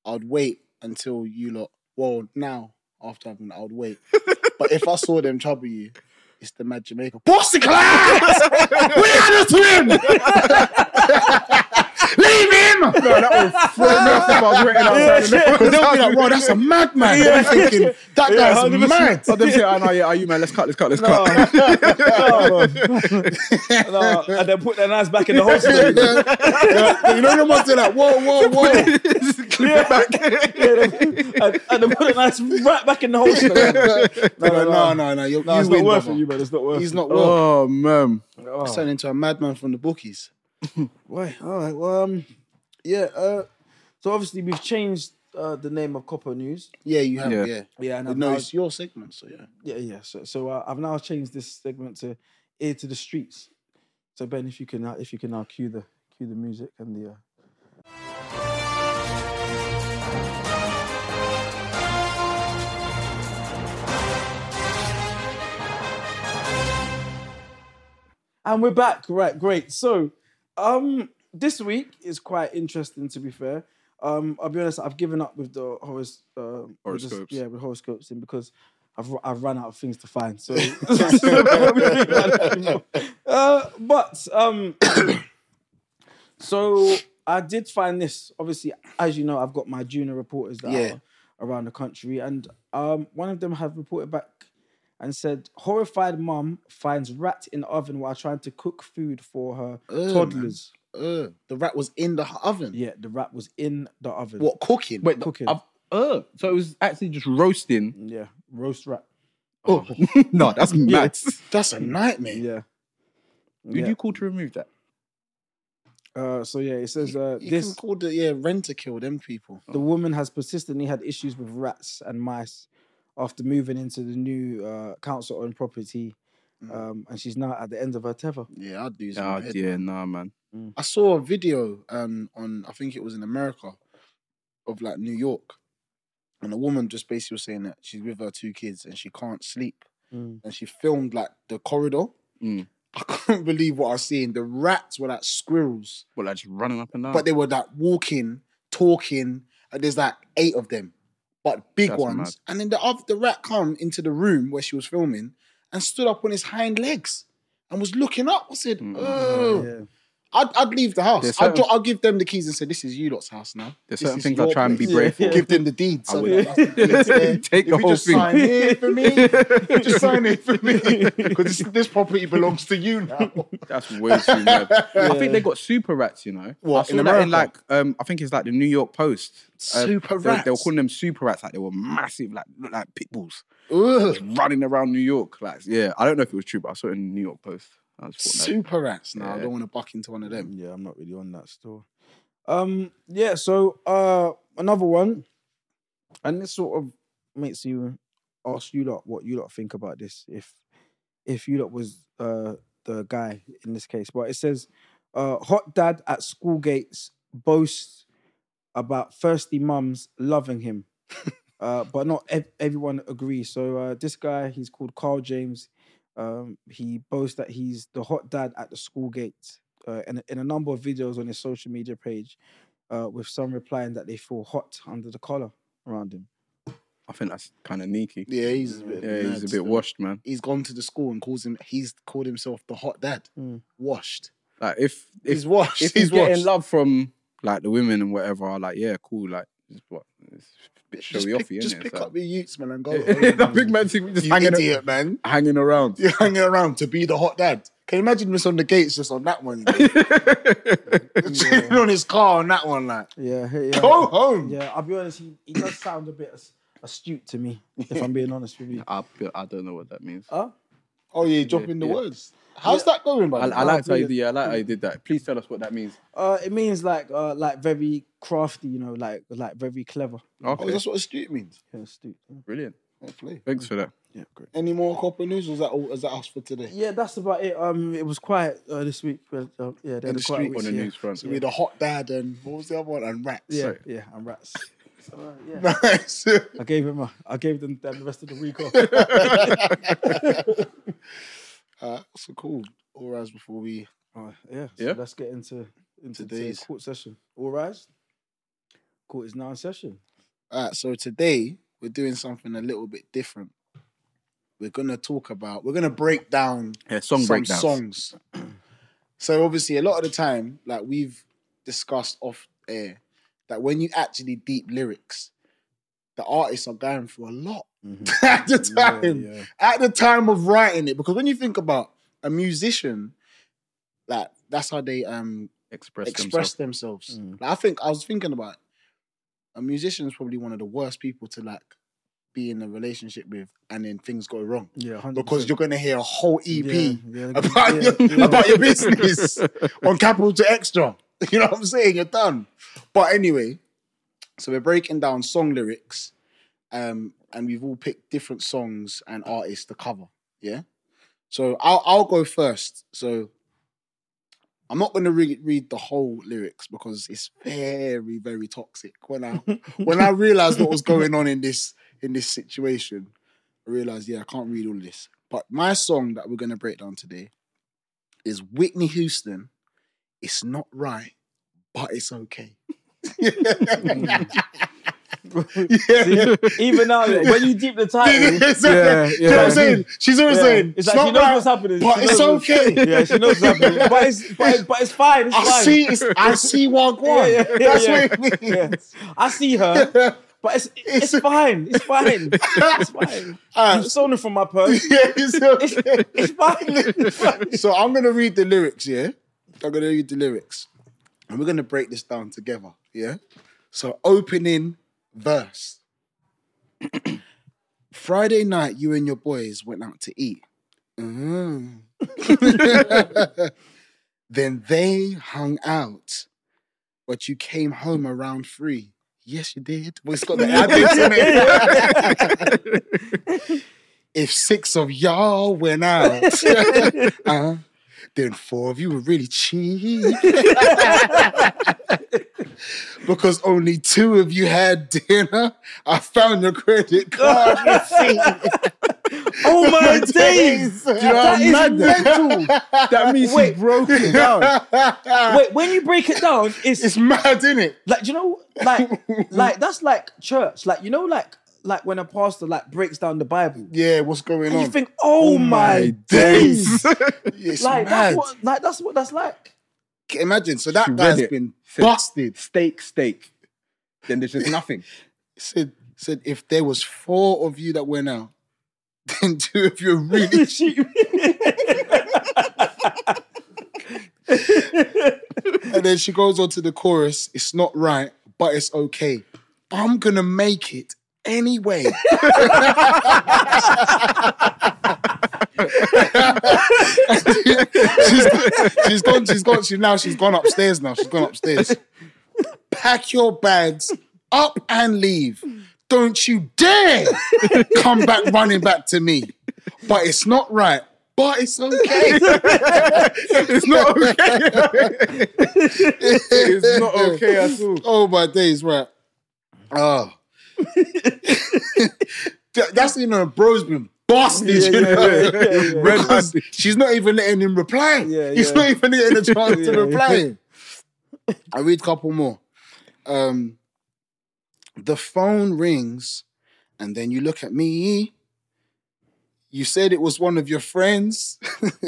Speaker 2: I'd wait until you lot. Well, now after I've been, I'd wait. but if I saw them trouble you, it's the Mad Jamaica. Boss the class. we had a swim. Leave him.
Speaker 3: no, that would throw me off if I was waiting outside. the door.
Speaker 2: Because they'll be like, "Wow, that's a madman."
Speaker 1: Yeah.
Speaker 2: I'm thinking that
Speaker 1: Yeah,
Speaker 2: guy's
Speaker 1: 100%.
Speaker 2: mad.
Speaker 3: But them say, oh, no, yeah, are you man? Let's cut, let's cut, let's
Speaker 1: No,
Speaker 3: cut.
Speaker 1: no, no, and then put their knives back in the holster.
Speaker 2: Yeah, you know the ones that are like, whoa, whoa, whoa.
Speaker 3: Clip it back.
Speaker 1: Yeah, they- and, and they put a nice right back in the holster. man.
Speaker 2: No, no, no,
Speaker 1: no.
Speaker 2: no, no. You're,
Speaker 1: No,
Speaker 2: you
Speaker 1: it's
Speaker 2: win,
Speaker 1: not worth it,
Speaker 2: brother.
Speaker 1: you man. It's not worth
Speaker 2: He's
Speaker 1: it.
Speaker 2: not worth it.
Speaker 3: Oh man.
Speaker 1: Oh.
Speaker 2: Turned into a madman from the bookies.
Speaker 1: Right. All right. Well, um, yeah. Uh, so obviously we've changed uh, the name of Copper News.
Speaker 2: Yeah, you have,
Speaker 3: Yeah.
Speaker 2: yeah.
Speaker 1: Yeah, and
Speaker 2: But
Speaker 1: I've
Speaker 2: No,
Speaker 1: now,
Speaker 2: it's your segment, so yeah.
Speaker 1: yeah, yeah. So, so uh, I've now changed this segment to "Ear to the Streets." So Ben, if you can, uh, if you can now cue the cue the music and the. Uh... And we're back. Right, great. So, um, this week is quite interesting. To be fair, um, I'll be honest. I've given up with the horos- uh, with this-
Speaker 3: Horoscopes.
Speaker 1: yeah, with horoscopes, and because I've ru- I've run out of things to find. So, uh, but um, so I did find this. Obviously, as you know, I've got my junior reporters that
Speaker 2: Yeah.
Speaker 1: are around the country, and um, one of them have reported back and said, "Horrified mum finds rat in oven while trying to cook food for her
Speaker 3: Oh,
Speaker 2: Ugh,
Speaker 1: toddlers."
Speaker 2: Uh, the rat was in the oven.
Speaker 1: Yeah, the rat was in the oven.
Speaker 2: What, cooking?
Speaker 3: Wait,
Speaker 1: Cooking.
Speaker 3: I've, uh, so it was actually just roasting.
Speaker 1: Yeah, roast rat.
Speaker 2: Oh,
Speaker 3: no, that's mad.
Speaker 2: that's a nightmare.
Speaker 1: Yeah.
Speaker 3: Who
Speaker 1: Yeah.
Speaker 3: do you call to remove that?
Speaker 1: Uh, so yeah, it says uh,
Speaker 2: You can
Speaker 1: this.
Speaker 2: call the yeah, rent to kill them people.
Speaker 1: The woman has persistently had issues with rats and mice after moving into the new uh, council-owned property, um, and she's now at the end of her tether.
Speaker 2: Yeah, I'd lose my
Speaker 3: Oh
Speaker 2: head.
Speaker 3: dear, nah, man.
Speaker 2: I saw a video um, on, I think it was in America, of like New York. And a woman just basically was saying that she's with her two kids and she can't sleep.
Speaker 1: Mm.
Speaker 2: And she filmed like the corridor.
Speaker 3: Mm.
Speaker 2: I couldn't believe what I was seeing. The rats were like squirrels,
Speaker 3: Well, like just running up and down.
Speaker 2: but they were like walking, talking. And there's like eight of them, but big
Speaker 3: That's
Speaker 2: ones.
Speaker 3: mad.
Speaker 2: And then the, oth- the rat come into the room where she was filming and stood up on his hind legs and was looking up. I said,
Speaker 3: Mm.
Speaker 2: oh.
Speaker 1: Yeah.
Speaker 2: I'd, I'd leave the house.
Speaker 3: There's
Speaker 2: I'd,
Speaker 3: certain-
Speaker 2: dro- I'll give them the keys and say, "This is you lot's house now." This
Speaker 3: There's certain
Speaker 2: is
Speaker 3: things I
Speaker 2: your
Speaker 3: try and be
Speaker 2: place."
Speaker 3: brave
Speaker 1: Yeah.
Speaker 3: for.
Speaker 2: Give them the deeds.
Speaker 3: I
Speaker 2: So
Speaker 3: would.
Speaker 2: like, that's the deeds there.
Speaker 3: Take the
Speaker 2: If you
Speaker 3: whole
Speaker 2: just
Speaker 3: thing.
Speaker 2: Sign here for me. just sign it for me because this, this property belongs to you now.
Speaker 3: That's way too mad. I think they got super rats, you know.
Speaker 2: What,
Speaker 3: I saw
Speaker 2: in
Speaker 3: that in
Speaker 2: America?
Speaker 3: like um, I think it's like the New York Post.
Speaker 2: Super
Speaker 3: Uh, they were- They, were
Speaker 2: rats.
Speaker 3: calling them super rats, like they were massive, like looked like pit bulls
Speaker 2: Ugh.
Speaker 3: running around New York. Like yeah, I don't know if it was true, but I saw it in the New York Post. I was thought, no.
Speaker 2: Super rats. Now I
Speaker 3: Yeah.
Speaker 2: don't want to buck into one of them.
Speaker 1: Yeah, I'm not really on that still. Um, yeah, so uh another one, and this sort of makes you ask you lot what you lot think about this. If if you lot was uh the guy in this case, but it says uh hot dad at school gates boasts about thirsty mums loving him. uh, but not ev- everyone agrees. So uh, this guy, he's called Carl James. Um, he boasts that he's the hot dad at the school gate, uh, in, in a number of videos on his social media page, uh, with some replying that they feel hot under the collar around him.
Speaker 3: I think that's kind of sneaky.
Speaker 2: Yeah, he's a bit.
Speaker 3: Yeah,
Speaker 2: mad
Speaker 3: he's a
Speaker 2: still.
Speaker 3: bit washed, man.
Speaker 2: He's gone to the school and calls him. He's called himself the hot dad.
Speaker 1: Mm.
Speaker 2: Washed.
Speaker 3: Like if if
Speaker 2: he's washed.
Speaker 3: if he's
Speaker 2: he's
Speaker 3: getting
Speaker 2: washed.
Speaker 3: love from like the women and whatever, like yeah, cool. Like it's, what, it's a bit
Speaker 2: just
Speaker 3: showy
Speaker 2: pick,
Speaker 3: offy,
Speaker 2: just
Speaker 3: isn't
Speaker 2: pick
Speaker 3: it? So-
Speaker 2: up your youths, man, and go.
Speaker 3: Yeah, that
Speaker 2: home,
Speaker 3: big
Speaker 2: man.
Speaker 3: man thing just
Speaker 2: You
Speaker 3: hanging,
Speaker 2: idiot, man.
Speaker 3: hanging around.
Speaker 2: You're hanging around to be the hot dad. Can you imagine this on the gates just on that one? you know? Cheating on his car on that one, like.
Speaker 1: Yeah, hey, yeah.
Speaker 2: Go home.
Speaker 1: Yeah, I'll be honest. He, he does sound a bit as- astute to me, if I'm being honest with you.
Speaker 3: I, I don't know what that means.
Speaker 1: Huh?
Speaker 2: Oh yeah, dropping the
Speaker 3: yeah.
Speaker 2: words. How's that going,
Speaker 3: I,
Speaker 2: man?
Speaker 3: I like Um, how you did. Yeah, I like how you did that. Please tell us what that means.
Speaker 1: Uh, it means like uh, like very crafty, you know, like like very clever,
Speaker 2: Oh,
Speaker 3: Okay,
Speaker 2: that's what astute means.
Speaker 1: yeah, astute.
Speaker 3: brilliant.
Speaker 2: Fair play.
Speaker 3: Thanks for that.
Speaker 1: Yeah, great.
Speaker 2: Any more copper news? Was that all, was that us for today?
Speaker 1: Yeah, that's about it. Um, it was quiet uh, this week. but, uh, yeah, they
Speaker 2: the
Speaker 1: had a quiet
Speaker 2: street
Speaker 1: week,
Speaker 3: On the
Speaker 1: yeah.
Speaker 3: news front.
Speaker 2: So we had a hot dad and what was the other one? And rats.
Speaker 1: Yeah,
Speaker 3: Sorry.
Speaker 1: yeah, and rats. So, uh, yeah.
Speaker 2: Nice.
Speaker 1: I gave him. A, I gave them, them the rest of the week off.
Speaker 2: Uh, so cool. All right, before we
Speaker 1: Uh, yeah. So
Speaker 3: Yeah.
Speaker 1: Let's get into into
Speaker 2: Today's-
Speaker 1: today's court session. All rise. Court is now in session.
Speaker 2: Alright, so today we're doing something a little bit different. We're gonna talk about we're gonna break down
Speaker 3: Yeah, song
Speaker 2: some
Speaker 3: breakdowns.
Speaker 2: songs. so obviously, a lot of the time, like we've discussed off air, that when you actually deep lyrics, the artists are going through a lot at the time.
Speaker 1: Yeah, yeah.
Speaker 2: At the time of writing it, because when you think about a musician, like that's how they um
Speaker 3: Express,
Speaker 2: express themselves.
Speaker 1: Mm.
Speaker 2: Like, I think I was thinking about it. a musician is probably one of the worst people to like be in a relationship with, and then things go wrong
Speaker 1: Yeah, 100%.
Speaker 2: because you're gonna hear a whole E EP
Speaker 1: Yeah, yeah,
Speaker 2: about
Speaker 1: yeah,
Speaker 2: your E about your business on Capital to Extra. You know what I'm saying? You're done. But anyway, so we're breaking down song lyrics, um, and we've all picked different songs and artists to cover. Yeah. So I'll I'll go first. So I'm not going to re- read the whole lyrics because it's very very toxic. When I when I realized what was going on in this in this situation, I realized yeah I can't read all this. But my song that we're going to break down today is Whitney Houston. It's not right, but it's okay. yeah.
Speaker 1: See, even now, like, when you deep the title,
Speaker 2: yeah,
Speaker 3: yeah.
Speaker 2: You know what I'm saying? She's always
Speaker 1: yeah,
Speaker 2: saying,
Speaker 1: it's like
Speaker 2: it's,
Speaker 1: she
Speaker 2: not
Speaker 1: knows
Speaker 2: right,
Speaker 1: what's happening.
Speaker 2: but
Speaker 1: She
Speaker 2: it's
Speaker 1: knows what's-
Speaker 2: okay.
Speaker 1: Yeah, she knows what's happening, but it's but, it's- but it's fine. It's
Speaker 2: I
Speaker 1: fine.
Speaker 2: see, it's, I see Wagwan.
Speaker 1: Yeah, yeah, yeah,
Speaker 2: That's
Speaker 1: yeah.
Speaker 2: what it
Speaker 1: Yeah.
Speaker 2: means.
Speaker 1: I see her, but it's it's,
Speaker 2: It's- Uh,
Speaker 1: fine. It's fine. It's fine.
Speaker 2: Alright,
Speaker 1: You've stolen from my purse.
Speaker 2: yeah, it's okay.
Speaker 1: It's fine.
Speaker 2: so I'm gonna read the lyrics, yeah? I'm gonna read the lyrics. And we're gonna break this down together, yeah? So opening verse. Friday night, you and your boys went out to eat. Mm. then they hung out, but you came home around three. Yes, you did. Well, it's got the adverbs in it. if six of y'all went out, uh, then four of you were really cheap. because only two of you had dinner. I found your credit card receipt.
Speaker 1: oh my days!
Speaker 2: Do you know
Speaker 1: That is
Speaker 2: how mad
Speaker 1: mental.
Speaker 3: That means
Speaker 1: Wait.
Speaker 3: he's broken down.
Speaker 1: Wait, when you break it down, it's,
Speaker 2: It's mad, isn't it?
Speaker 1: like do you know, like like that's like church. Like you know, like like when a pastor like breaks down the Bible.
Speaker 2: Yeah, what's going
Speaker 1: And
Speaker 2: on?
Speaker 1: you think, oh, my, days!
Speaker 2: it's
Speaker 1: like
Speaker 2: mad.
Speaker 1: that's what, like that's what that's like.
Speaker 2: Imagine. So that
Speaker 3: She read
Speaker 2: guy's
Speaker 3: it.
Speaker 2: been
Speaker 3: Said-
Speaker 2: busted.
Speaker 3: steak, steak. Then there's just nothing.
Speaker 2: Said said if there was four of you that went out, then two of you are really And then she goes on to the chorus. It's not right, but it's okay. I'm gonna make it anyway. she's, she's gone. She's gone. She now. She's gone upstairs. Now she's gone upstairs. Pack your bags up and leave. Don't you dare come back running back to me. But it's not right. But it's okay.
Speaker 3: It's not okay. it's not okay at all.
Speaker 2: Oh my days, right. Oh. Th- That's you know, bro's been busted.
Speaker 1: Yeah,
Speaker 2: you
Speaker 1: yeah,
Speaker 2: know?
Speaker 1: yeah, yeah, yeah.
Speaker 2: Red handed. She's not even letting him reply.
Speaker 1: Yeah,
Speaker 2: He's
Speaker 1: yeah.
Speaker 2: not even getting a chance
Speaker 1: Yeah,
Speaker 2: to
Speaker 1: yeah.
Speaker 2: reply. I read a couple more. Um, the phone rings, and then you look at me. You said it was one of your friends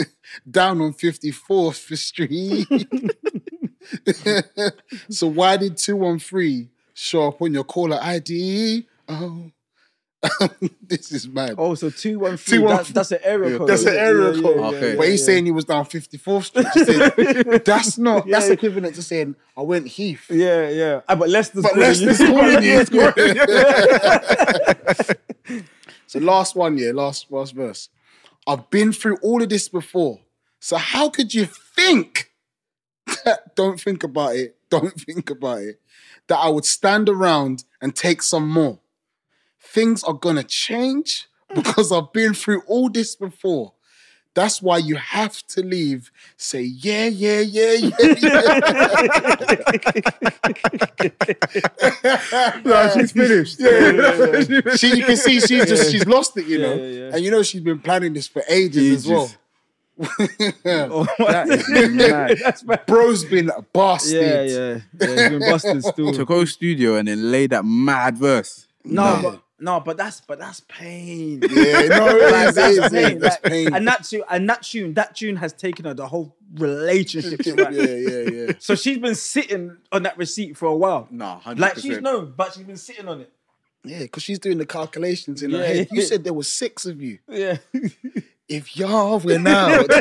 Speaker 2: down on 54th Street. so why did 213 show up on your caller ID? Oh, this is mad.
Speaker 1: Oh, so 213. That's,
Speaker 2: 213.
Speaker 1: that's an area code.
Speaker 2: That's an
Speaker 1: Yeah,
Speaker 2: area
Speaker 1: yeah,
Speaker 2: code.
Speaker 1: yeah, yeah,
Speaker 3: Okay.
Speaker 1: yeah,
Speaker 2: But he's
Speaker 1: yeah.
Speaker 2: saying he was down 54th Street. He said, that's not, that's
Speaker 1: Yeah.
Speaker 2: equivalent to saying, I went Heath.
Speaker 1: Yeah, yeah. Ah, but Leicester's
Speaker 2: But
Speaker 1: calling
Speaker 2: let's
Speaker 1: you.
Speaker 2: this morning, yeah.
Speaker 1: Yeah.
Speaker 2: So last one, yeah, last, last verse. I've been through all of this before. So how could you think that, don't think about it, don't think about it, that I would stand around and take some more? Things are going to change
Speaker 1: Hmm.
Speaker 2: because I've been through all this before. That's why you have to leave. Say, yeah, yeah, yeah, yeah, yeah.
Speaker 3: No, she's finished.
Speaker 2: Yeah,
Speaker 1: yeah,
Speaker 2: she, you can see she's just she's lost it, you
Speaker 1: Yeah,
Speaker 2: know.
Speaker 1: yeah, yeah.
Speaker 2: And you know she's been planning this for ages as well.
Speaker 1: Oh, my-
Speaker 3: That is mad.
Speaker 1: That's bad.
Speaker 2: Bro's been a bastard.
Speaker 1: Yeah, yeah. yeah. He's been busted still.
Speaker 3: to go studio and then lay that mad verse.
Speaker 1: No,
Speaker 2: Nah.
Speaker 1: but no, but that's but that's pain.
Speaker 2: Yeah, no, it
Speaker 1: Like, that's
Speaker 2: is, it is, it
Speaker 1: pain.
Speaker 2: is, that's
Speaker 1: like,
Speaker 2: pain.
Speaker 1: And that tune, and that tune, that tune has taken her the whole relationship. to
Speaker 2: yeah,
Speaker 1: that.
Speaker 2: yeah, yeah.
Speaker 1: So she's been sitting on that receipt for a while.
Speaker 3: Nah, 100%.
Speaker 1: Like she's known, but she's been sitting on it.
Speaker 2: Yeah, because she's doing the calculations in her
Speaker 1: Yeah,
Speaker 2: head.
Speaker 1: yeah.
Speaker 2: You said there were six of you.
Speaker 1: Yeah.
Speaker 2: If y'all went out,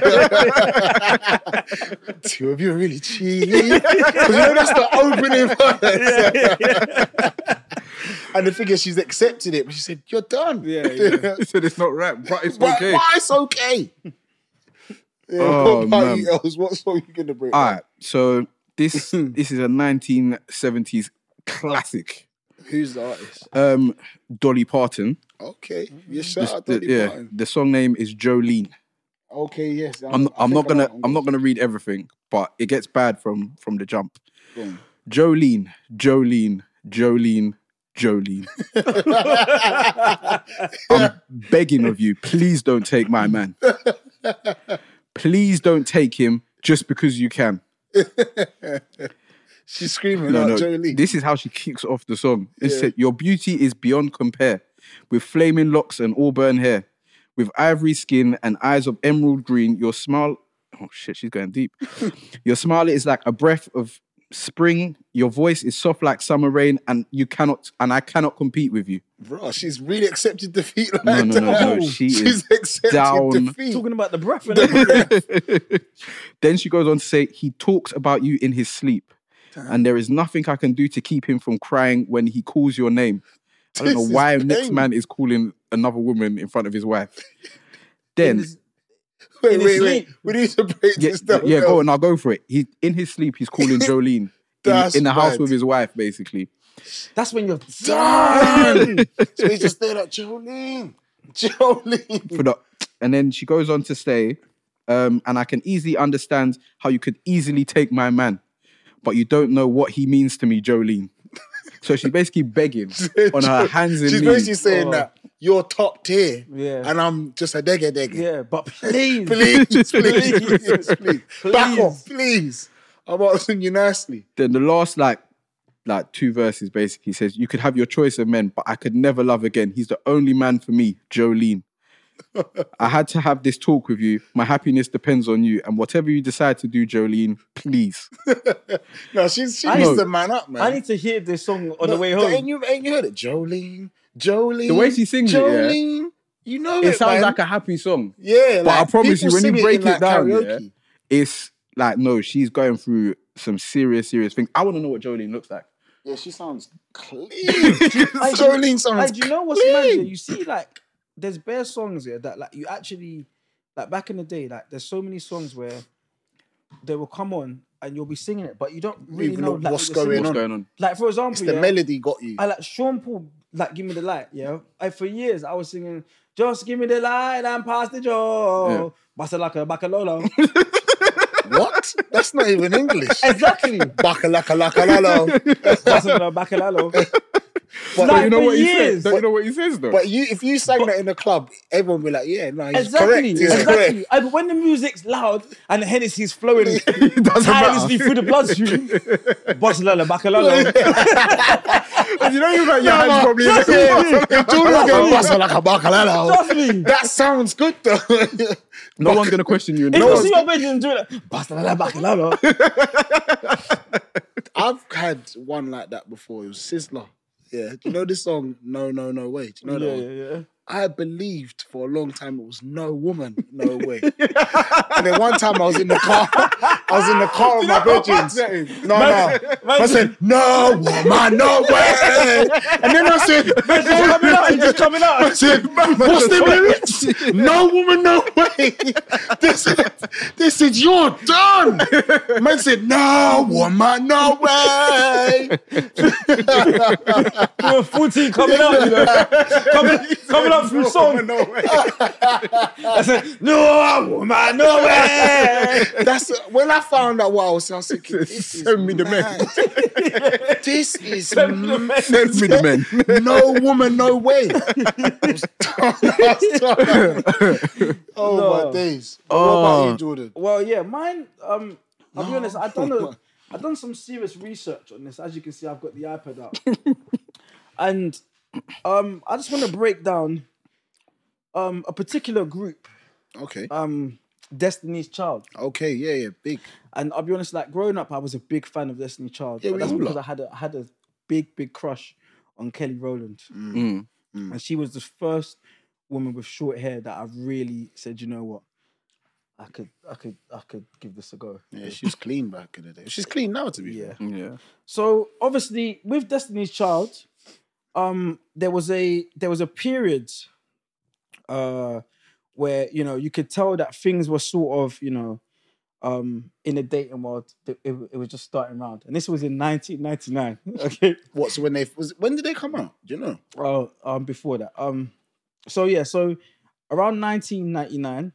Speaker 2: two of you are really cheap. 'Cause you know that's the opening verse.
Speaker 1: yeah, yeah,
Speaker 2: And the thing is, she's accepted it, but she said, You're done.
Speaker 1: Yeah, yeah.
Speaker 3: He said it's not rap, but it's
Speaker 2: But
Speaker 3: okay.
Speaker 2: why it's okay? Yeah,
Speaker 3: Oh,
Speaker 2: what about
Speaker 3: man.
Speaker 2: you, Els? What song you gonna bring?
Speaker 3: All right, so this this is a 1970s classic.
Speaker 2: Who's the artist?
Speaker 3: Um, Dolly Parton.
Speaker 2: Okay,
Speaker 1: Mm-hmm.
Speaker 2: yeah, shout out
Speaker 3: The-
Speaker 2: Dolly
Speaker 3: yeah,
Speaker 2: Parton.
Speaker 3: the song name is Jolene.
Speaker 2: Okay, yes.
Speaker 3: I'm
Speaker 2: I
Speaker 3: I'm
Speaker 2: think
Speaker 3: not gonna
Speaker 2: know.
Speaker 3: I'm not gonna read everything, but it gets bad from from the jump.
Speaker 2: Go on.
Speaker 3: Jolene, Jolene, Jolene, Jolene. I'm begging of you, please don't take my man. Please don't take him just because you can.
Speaker 2: She's screaming
Speaker 3: No,
Speaker 2: out
Speaker 3: no.
Speaker 2: Jolene.
Speaker 3: This is how she kicks off the song. It
Speaker 2: Yeah.
Speaker 3: said, Your beauty is beyond compare, with flaming locks and auburn hair, with ivory skin and eyes of emerald green. Your smile, oh shit, she's going deep. your smile is like a breath of spring. Your voice is soft like summer rain, and you cannot, and I cannot compete with you.
Speaker 2: Bro, she's really accepted defeat. Like,
Speaker 3: No, no, no, no.
Speaker 2: damn.
Speaker 3: She
Speaker 2: she's
Speaker 3: is
Speaker 2: accepted
Speaker 3: down.
Speaker 2: defeat.
Speaker 1: Talking about the breath and everything.
Speaker 3: then she goes on to say, He talks about you in his sleep, and there is nothing I can do to keep him from crying when he calls your name. I don't
Speaker 2: This
Speaker 3: know
Speaker 2: is
Speaker 3: why next
Speaker 2: pain.
Speaker 3: man is calling another woman in front of his wife. Then,
Speaker 2: Wait,
Speaker 1: in
Speaker 2: wait,
Speaker 1: his
Speaker 2: wait.
Speaker 1: sleep.
Speaker 2: We need to break
Speaker 3: yeah,
Speaker 2: this down.
Speaker 3: yeah, go
Speaker 2: now.
Speaker 3: on, I'll go for it. He in his sleep, he's calling Jolene in,
Speaker 2: That's
Speaker 3: in the house
Speaker 2: mad.
Speaker 3: with his wife, basically.
Speaker 1: That's when you're
Speaker 2: Done. so he's just there like Jolene, Jolene.
Speaker 3: Mm. For the, and then she goes on to say, um, and I can easily understand how you could easily take my man, but you don't know what he means to me, Jolene. So she's basically begging on her hands and
Speaker 2: She's
Speaker 3: knees.
Speaker 2: basically saying
Speaker 1: Oh.
Speaker 2: that you're top tier,
Speaker 1: Yeah.
Speaker 2: and I'm just a degger degger.
Speaker 1: Yeah, but please.
Speaker 2: please, please, please, please, back
Speaker 1: Please.
Speaker 2: off, please. I'm asking you nicely.
Speaker 3: then the last like like two verses basically says you could have your choice of men but i could never love again he's the only man for me jolene i had to have this talk with you my happiness depends on you and whatever you decide to do jolene please
Speaker 2: No, she's she
Speaker 1: I
Speaker 2: needs
Speaker 1: know.
Speaker 2: to man up, man.
Speaker 1: I need to hear this song on
Speaker 2: No,
Speaker 1: the way
Speaker 2: Ain't
Speaker 1: home.
Speaker 2: you, ain't you heard it, Jolene? Jolene.
Speaker 3: The way she sings it, yeah.
Speaker 2: Jolene, you know it.
Speaker 3: it sounds
Speaker 2: man.
Speaker 3: like a happy song
Speaker 2: yeah.
Speaker 3: but
Speaker 2: like,
Speaker 3: i promise you
Speaker 2: people
Speaker 3: when
Speaker 2: sing
Speaker 3: you break
Speaker 2: in,
Speaker 3: it,
Speaker 2: like,
Speaker 3: down yeah,
Speaker 2: karaoke.
Speaker 3: it's like no she's going through some serious serious things i want to know what jolene looks like
Speaker 2: yeah, she sounds clean. Jolene sounds.
Speaker 1: Like, you know what's mad? yeah?
Speaker 2: clean.
Speaker 1: You see, like, there's bare songs here that, like, you actually, like, back in the day, like, there's so many songs where they will come on and you'll be singing it, but you don't really
Speaker 2: Even
Speaker 1: know
Speaker 2: know
Speaker 1: like,
Speaker 2: what's
Speaker 1: what they're singing.
Speaker 3: what's
Speaker 2: on.
Speaker 3: going on
Speaker 1: Like, for
Speaker 2: It's
Speaker 1: example,
Speaker 2: the
Speaker 1: yeah,
Speaker 2: melody got you.
Speaker 1: I like Sean Paul, like Give Me the Light, yeah. Like for years I was singing, Just Give Me the Light and Pass the Joe. Basta like a bacalolo.
Speaker 2: what? That's not even English.
Speaker 1: exactly.
Speaker 2: Baka laka laka lalo.
Speaker 1: Basta like a bacalalo.
Speaker 2: But
Speaker 1: like
Speaker 3: you know
Speaker 1: for
Speaker 3: what he says?
Speaker 1: years.
Speaker 3: Don't you know what he says though?
Speaker 2: But you, if you sang that in a club, everyone would be like, "Yeah, no, he's correct.
Speaker 1: Exactly,
Speaker 2: He's
Speaker 1: exactly.
Speaker 2: correct."
Speaker 1: And when the music's loud and the Hennessy's flowing
Speaker 3: It doesn't
Speaker 1: tirelessly
Speaker 3: matter.
Speaker 1: through the bloodstream, Barcelona, Bacalolo,
Speaker 3: And you know you're like, your hands probably.
Speaker 1: Trust me.
Speaker 2: If Jordan's going, "Bust like a
Speaker 1: trust
Speaker 2: bacalao,"
Speaker 1: me.
Speaker 2: that sounds good though.
Speaker 3: No one's gonna question you. in
Speaker 1: If
Speaker 3: the
Speaker 1: you
Speaker 3: world.
Speaker 1: see your bedroom doing it, Barcelona, Bacalolo,
Speaker 2: I've had one like that before. It was Sizzler. Yeah, do you know this song? No, no, no way. Do you know that
Speaker 1: yeah,
Speaker 2: one?
Speaker 1: yeah, yeah.
Speaker 2: I believed for a long time it was no woman, no way. and then one time I was in the car, I was in the car with my virgins.
Speaker 3: that is?
Speaker 2: No,
Speaker 1: Man-
Speaker 2: no.
Speaker 1: man-
Speaker 2: I said, no woman, no way. And then I said,
Speaker 1: It's coming out, it's just coming
Speaker 2: I
Speaker 1: out.
Speaker 2: said, what's the lyrics? No woman, no way. This is, this is you're done. Man said, no woman, no way.
Speaker 1: You were 14 coming out, you know. Coming, coming up through song.
Speaker 3: No way.
Speaker 1: I said, no woman, no way.
Speaker 2: That's when I found out what I was saying. I was thinking, this is
Speaker 3: Send me the men.
Speaker 2: mad. This is
Speaker 3: Send me the men.
Speaker 2: no woman, no way. oh
Speaker 1: No. Oh.
Speaker 2: my days. What about you, Jordan?
Speaker 1: Well, yeah, mine. Um, I'll be
Speaker 2: No.
Speaker 1: honest. I've done a, I've done some serious research on this. As you can see, I've got the iPad out, and um, I just want to break down um a particular group,
Speaker 2: Okay.
Speaker 1: um, Destiny's Child.
Speaker 2: Okay. Yeah. Yeah. Big.
Speaker 1: And I'll be honest, like growing up, I was a big fan of Destiny's Child.
Speaker 2: Yeah,
Speaker 1: but
Speaker 2: we
Speaker 1: that's
Speaker 2: all
Speaker 1: because
Speaker 2: are.
Speaker 1: I had a I had a big big crush on Kelly Rowland,
Speaker 3: Mm.
Speaker 1: and she was the first woman with short hair that I really said, you know what. I could, I could, I could give this a go.
Speaker 2: Yeah. She was clean back in the day. She's clean now, to be
Speaker 1: Yeah.
Speaker 2: fair.
Speaker 3: Yeah.
Speaker 1: So obviously, with Destiny's Child, um, there was a there was a period, uh, where you know you could tell that things were sort of you know, um, in the dating world, th- it, it was just starting round, and this was in 1999. Okay,
Speaker 2: What's when they was? When did they come out? Do you know?
Speaker 1: oh, um, before that, um, so yeah, so around 1999,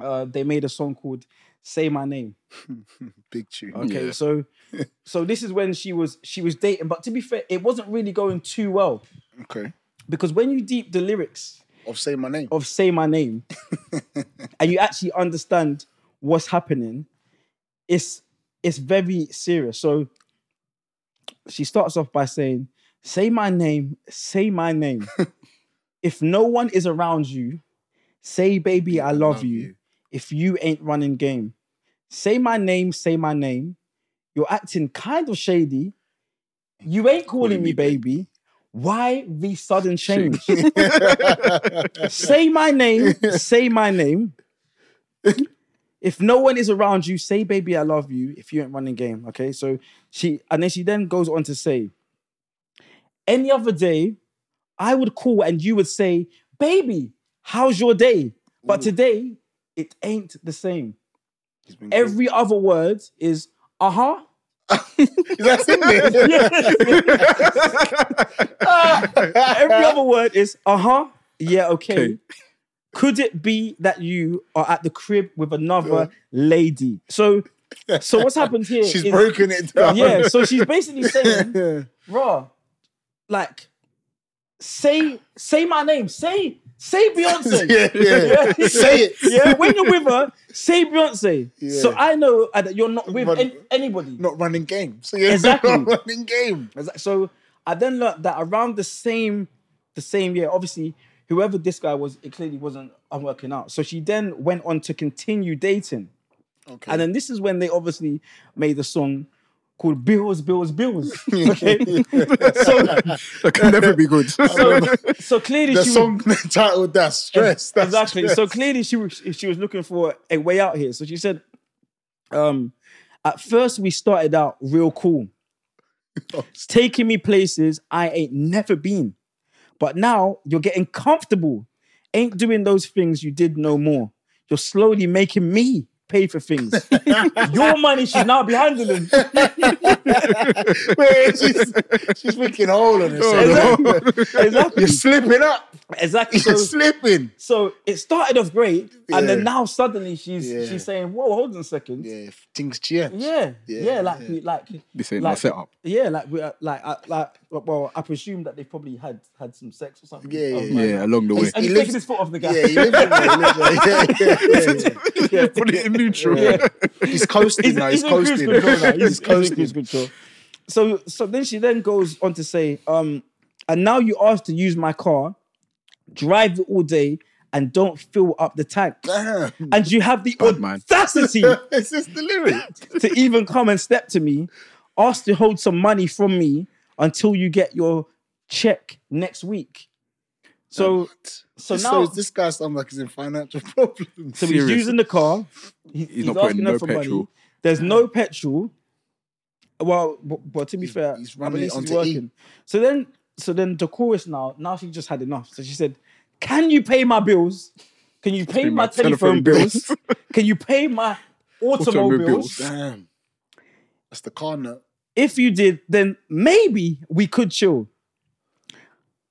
Speaker 1: uh, they made a song called "Say My Name."
Speaker 2: Big tune.
Speaker 1: Okay,
Speaker 3: Yeah.
Speaker 1: so so this is when she was she was dating, but to be fair, it wasn't really going too well
Speaker 2: Okay.
Speaker 1: because when you deep the lyrics
Speaker 2: Of say my name.
Speaker 1: of "Say My Name" and you actually understand what's happening, it's it's very serious. So she starts off by saying, "Say my name, say my name. if no one is around you, say, baby, I love, you. If you ain't running game, say my name, say my name. You're acting kind of shady. You ain't calling, me baby. Why the sudden change? say my name, say my name. If no one is around you, say baby, I love you. If you ain't running game, okay. So she and then she then goes on to say, any other day, I would call and you would say, baby, how's your day? But today, it ain't the same.
Speaker 2: He's been clean.
Speaker 1: Every other word is uh huh.
Speaker 2: That's in there.
Speaker 1: Every other word is uh huh. Yeah, okay. Could it be that you are at the crib with another lady? So, so what's happened here?
Speaker 2: She's
Speaker 1: is-
Speaker 2: broken it down.
Speaker 1: Yeah. So she's basically saying, raw, like, say, say my name. Say, say Beyonce.
Speaker 2: yeah, yeah.
Speaker 1: Yeah.
Speaker 2: Say it.
Speaker 1: Yeah, when you're with her, say Beyonce.
Speaker 2: Yeah.
Speaker 1: So I know uh, that you're not with
Speaker 2: But-
Speaker 1: an- anybody.
Speaker 2: Not running game. So yeah,
Speaker 1: Exactly.
Speaker 2: not running game.
Speaker 1: Exact- So I then learned that around the same the same year, obviously, whoever this guy was, it clearly wasn't I'm working out. So she then went on to continue dating.
Speaker 2: Okay.
Speaker 1: And then this is when they obviously made the song called Bills, Bills, Bills. Okay. so,
Speaker 3: That can never be good.
Speaker 1: so, so clearly
Speaker 2: the
Speaker 1: she was
Speaker 2: song titled that stress. That's
Speaker 1: exactly.
Speaker 2: Stress.
Speaker 1: So clearly, she was she was looking for a way out here. So she said, um, "At first, we started out real cool, taking me places I ain't never been, but now you're getting comfortable, ain't doing those things you did no more. You're slowly making me." Pay for things. Your money should now be handling.
Speaker 2: Man, she's, she's wicked hole on herself.
Speaker 1: Exactly. exactly.
Speaker 2: You're slipping up.
Speaker 1: Exactly.
Speaker 2: You're
Speaker 1: So,
Speaker 2: slipping.
Speaker 1: so it started off great, and
Speaker 2: Yeah.
Speaker 1: then now suddenly she's
Speaker 2: Yeah.
Speaker 1: she's saying, "Whoa, hold on a second. Yeah,
Speaker 2: Yeah, things change.
Speaker 1: yeah,
Speaker 2: Yeah,
Speaker 1: like
Speaker 2: yeah.
Speaker 1: we like
Speaker 3: This ain't my
Speaker 1: Like-
Speaker 3: setup.
Speaker 1: Yeah, like we are- like I, like well, I presume that they probably had had some sex or something.
Speaker 2: Yeah,
Speaker 1: Oh,
Speaker 2: yeah,
Speaker 1: my
Speaker 3: Yeah,
Speaker 1: God.
Speaker 3: along the way.
Speaker 1: And he's
Speaker 2: He lives-
Speaker 1: taking his foot off the gas.
Speaker 2: Yeah, you live in there, you live there. Yeah, yeah, yeah.
Speaker 3: yeah, put it in neutral.
Speaker 1: Yeah.
Speaker 2: He's coasting
Speaker 1: He's,
Speaker 2: now. He's,
Speaker 1: he's in cruise
Speaker 2: coasting.
Speaker 1: control now. He's,
Speaker 2: He's coasting.
Speaker 1: He's in cruise control. So so then she then goes on to say, um, and now you asked to use my car, drive it all day, and don't fill up the tank.
Speaker 2: Damn.
Speaker 1: And you have the
Speaker 3: Bad man.
Speaker 1: audacity
Speaker 2: It's just the lyric.
Speaker 1: to even come and step to me, ask to hold some money from me until you get your check next week. So so
Speaker 2: So
Speaker 1: now
Speaker 2: this guy sounds like he's in financial problems.
Speaker 1: so he's
Speaker 3: serious.
Speaker 1: using the car. he- he's,
Speaker 3: not
Speaker 1: asking
Speaker 3: putting
Speaker 1: her
Speaker 3: no
Speaker 1: for money.
Speaker 3: petrol.
Speaker 1: There's no petrol. Well, but, but to be
Speaker 2: He's-
Speaker 1: fair,
Speaker 2: he's
Speaker 1: he's
Speaker 2: running
Speaker 1: running
Speaker 2: it
Speaker 1: he's
Speaker 2: onto E.
Speaker 1: working. So then, so then the chorus now. Now she just had enough. So she said, "Can you pay my bills? Can you pay my, telephone, bills? Can you pay my automobile
Speaker 3: Automobiles.
Speaker 1: bills?
Speaker 2: Damn. That's the car note.
Speaker 1: If you did, then maybe we could chill.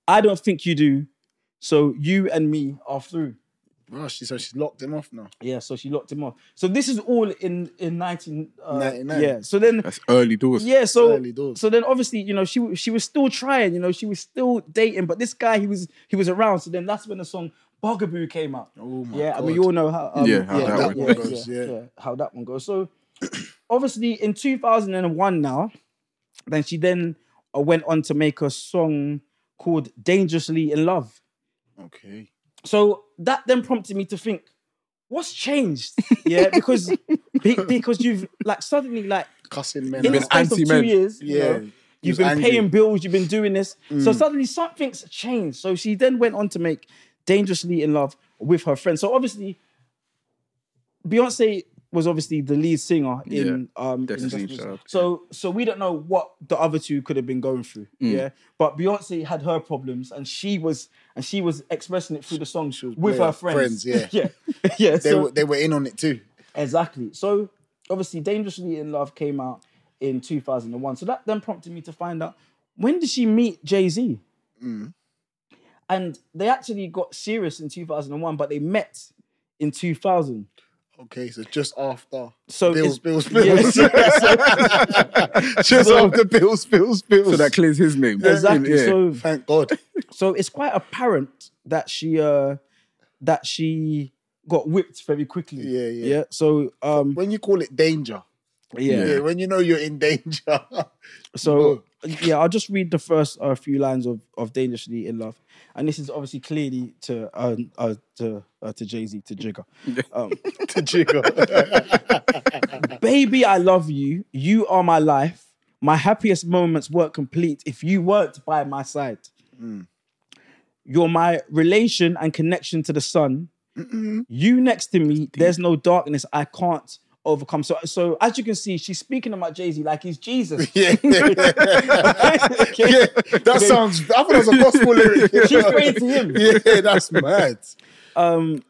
Speaker 1: I don't think you do. So you and me are through."
Speaker 2: Bro, she, so she's locked him off now.
Speaker 1: Yeah, so she locked him off. So this is all in in nineteen uh,
Speaker 2: 99.
Speaker 1: Yeah. So then,
Speaker 3: That's early doors.
Speaker 1: yeah. So
Speaker 2: Early doors.
Speaker 1: so then, obviously, you know, she she was still trying. You know, she was still dating, but this guy, he was he was around. So then, that's when the song Bugaboo came out.
Speaker 2: Oh my
Speaker 1: yeah,
Speaker 2: god.
Speaker 1: and we all know how. um,
Speaker 3: Yeah, how that
Speaker 2: one
Speaker 1: yeah,
Speaker 2: goes,
Speaker 1: yeah,
Speaker 2: yeah.
Speaker 1: yeah, how that one goes. So obviously, in two thousand and one, now, then she then uh, went on to make a song called "Dangerously in Love."
Speaker 2: okay.
Speaker 1: So that then prompted me to think, what's changed? Yeah, because be- because you've like suddenly like
Speaker 2: Cussing men.
Speaker 1: in the
Speaker 2: out.
Speaker 3: been
Speaker 1: space of two
Speaker 3: anti-men.
Speaker 1: years, you
Speaker 2: yeah.
Speaker 1: know,
Speaker 2: He
Speaker 1: you've
Speaker 2: was
Speaker 1: been
Speaker 2: angry.
Speaker 1: paying bills, you've been doing this. So suddenly something's changed. So she then went on to make Dangerously in Love with her friend. So obviously, Beyonce was obviously the lead singer in um in
Speaker 3: Destiny's
Speaker 1: Destiny's
Speaker 3: Child,
Speaker 1: So so we don't know what the other two could have been going through. Yeah. But Beyonce had her problems and she was and she was expressing it through the song with
Speaker 2: yeah,
Speaker 1: her friends.
Speaker 2: friends, yeah.
Speaker 1: yeah. Yeah.
Speaker 2: They
Speaker 1: so-
Speaker 2: were they were in on it too.
Speaker 1: Exactly. So obviously, Dangerously in Love came out in 2001. So that then prompted me to find out when did she meet Jay Z?
Speaker 3: Mm.
Speaker 1: And they actually got serious in 2001, but they met in 2000.
Speaker 2: Okay, so just after.
Speaker 1: So it's-
Speaker 2: Bills, bills, bills.
Speaker 1: Yeah,
Speaker 2: just after bills, bills, bills.
Speaker 3: So that clears his name.
Speaker 1: exactly.
Speaker 3: Yeah.
Speaker 1: So
Speaker 2: Thank God.
Speaker 1: so it's quite apparent that she uh that she got whipped very quickly.
Speaker 2: Yeah, yeah.
Speaker 1: Yeah. So um
Speaker 2: When you call it danger.
Speaker 1: yeah.
Speaker 2: Yeah, when you know you're in danger.
Speaker 1: So yeah, I'll just read the first uh, few lines of of Dangerously in Love, and this is obviously clearly to uh, uh, to uh, to Jay Z to Jigger. Um,
Speaker 2: to jiggle.
Speaker 1: Baby, I love you. You are my life. My happiest moments were complete if you weren't by my side. You're my relation and connection to the sun. You next to me, there's no darkness I can't overcome. So, so as you can see, she's speaking about Jay Z like he's Jesus.
Speaker 2: yeah. yeah. That sounds I thought that was a gospel lyric.
Speaker 1: She's praying to him.
Speaker 2: Yeah, that's mad.
Speaker 1: um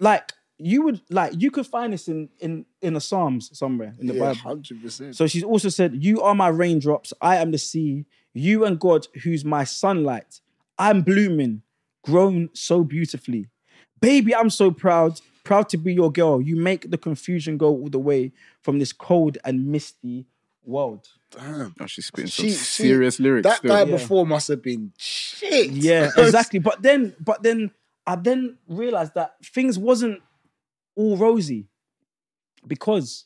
Speaker 1: like you would like you could find this in in in the psalms somewhere in the
Speaker 2: Yeah,
Speaker 1: bible
Speaker 2: hundred percent.
Speaker 1: so she's also said you are my raindrops i am the sea you and god who's my sunlight i'm blooming grown so beautifully baby i'm so proud proud to be your girl you make the confusion go all the way from this cold and misty world
Speaker 2: Damn.
Speaker 3: Oh, she's spitting
Speaker 2: She-
Speaker 3: some
Speaker 2: she-
Speaker 3: serious lyrics.
Speaker 2: That
Speaker 3: still.
Speaker 2: guy
Speaker 1: Yeah.
Speaker 2: before must have been shit.
Speaker 1: Yeah, exactly. But then, but then I then realized that things wasn't all rosy because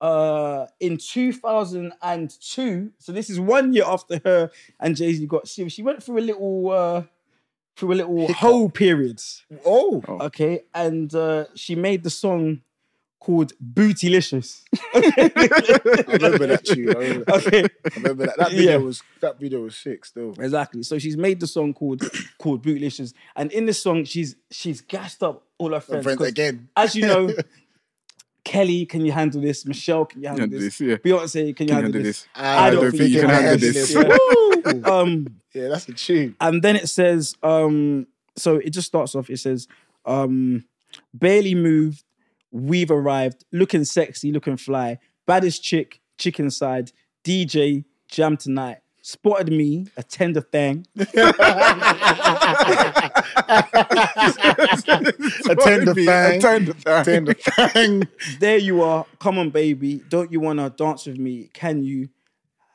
Speaker 1: uh in 2002 so this is one year after her and jay-z got serious she went through a little uh through a little whole period
Speaker 2: Oh.
Speaker 3: Oh.
Speaker 1: okay and uh she made the song called bootylicious
Speaker 2: I remember that tune. I remember, that.
Speaker 1: okay
Speaker 2: I remember that. That video
Speaker 1: Yeah.
Speaker 2: was that video was sick still.
Speaker 1: Exactly. So she's made the song called called Bootlicious, and in this song, she's she's gassed up all her friends.
Speaker 2: Friends
Speaker 1: 'cause
Speaker 2: again.
Speaker 1: As you know, Kelly, can you handle this? Michelle, can you handle
Speaker 3: Handle
Speaker 1: this?
Speaker 3: this, yeah.
Speaker 1: Beyonce, can you handle, this?
Speaker 2: Ah,
Speaker 3: I don't think you can handle this.
Speaker 2: Woo! Yeah.
Speaker 1: Um,
Speaker 2: that's a tune.
Speaker 1: and then it says, um, so it just starts off. It says, um, barely moved, we've arrived, looking sexy, looking fly, baddest chick, chicken side, DJ, jam tonight. spotted me, a tender thing.
Speaker 2: Attend the
Speaker 3: Attend
Speaker 2: fang. Tender
Speaker 3: the fang.
Speaker 2: fang.
Speaker 1: There you are. Come on, baby. Don't you wanna dance with me? Can you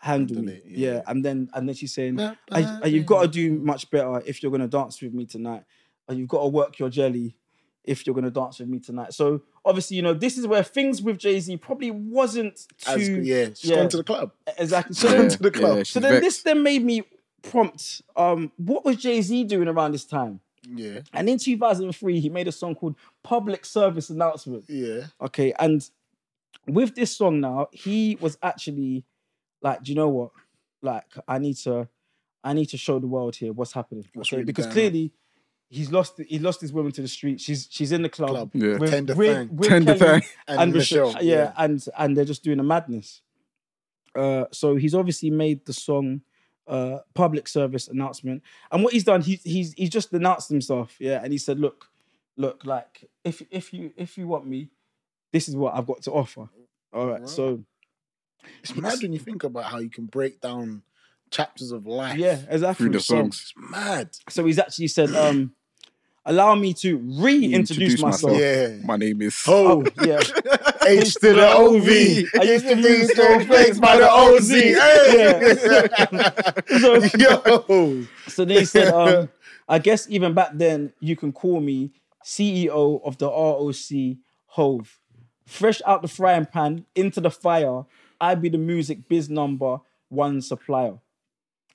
Speaker 1: handle
Speaker 2: Handle
Speaker 1: me?
Speaker 2: it,
Speaker 1: Yeah.
Speaker 2: yeah.
Speaker 1: And then and then she's saying, I, I- you've got to do much better if you're going to dance with me tonight. And you've got to work your jelly if you're going to dance with me tonight. So obviously, you know, this is where things with Jay Z probably wasn't too
Speaker 2: As, yeah, she's
Speaker 1: yeah.
Speaker 2: gone to the club.
Speaker 1: exactly.
Speaker 2: She's
Speaker 1: So,
Speaker 2: gone to the club.
Speaker 1: so
Speaker 3: Yeah, she's
Speaker 1: then
Speaker 3: vexed.
Speaker 1: this then made me prompt. Um, what was Jay Z doing around this time?
Speaker 2: Yeah,
Speaker 1: And in 2003, he made a song called "Public Service Announcement."
Speaker 2: yeah.
Speaker 1: Okay, and with this song now, he was actually like, do you know what? Like, I need to, I need to show the world here what's happening.
Speaker 2: What's
Speaker 1: okay,
Speaker 2: really
Speaker 1: because
Speaker 2: going on.
Speaker 1: clearly, he's lost. He lost his woman to the street. She's she's in the club.
Speaker 2: Club.
Speaker 3: Yeah.
Speaker 1: Um, With,
Speaker 2: Tender
Speaker 1: with,
Speaker 2: thing.
Speaker 1: with
Speaker 3: Tender
Speaker 1: Kelly
Speaker 3: thing.
Speaker 2: And,
Speaker 1: Michelle,
Speaker 2: Michelle.
Speaker 1: yeah, and and they're just doing a madness. Uh, so he's obviously made the song uh, public service announcement, and what he's done, he, he's he's just announced himself, yeah, and he said, look, look, like if if you if you want me, this is what I've got to offer. All right,
Speaker 2: Wow.
Speaker 1: so
Speaker 2: It's mad when you think about how you can break down chapters of life.
Speaker 1: yeah, exactly.
Speaker 3: Through the
Speaker 1: so,
Speaker 3: songs.
Speaker 2: It's mad.
Speaker 1: so he's actually said, um, allow me to reintroduce
Speaker 3: Introduce
Speaker 1: myself.
Speaker 3: myself.
Speaker 2: Yeah.
Speaker 3: My name is.
Speaker 2: Oh,
Speaker 1: Yeah,
Speaker 2: H to the OV.
Speaker 1: I used to
Speaker 2: be
Speaker 1: use
Speaker 2: so flakes by the OZ. Hey. Yo.
Speaker 1: So they said, um, I guess even back then, you can call me CEO of the ROC Hove. Fresh out the frying pan, into the fire, I be the music biz number one supplier.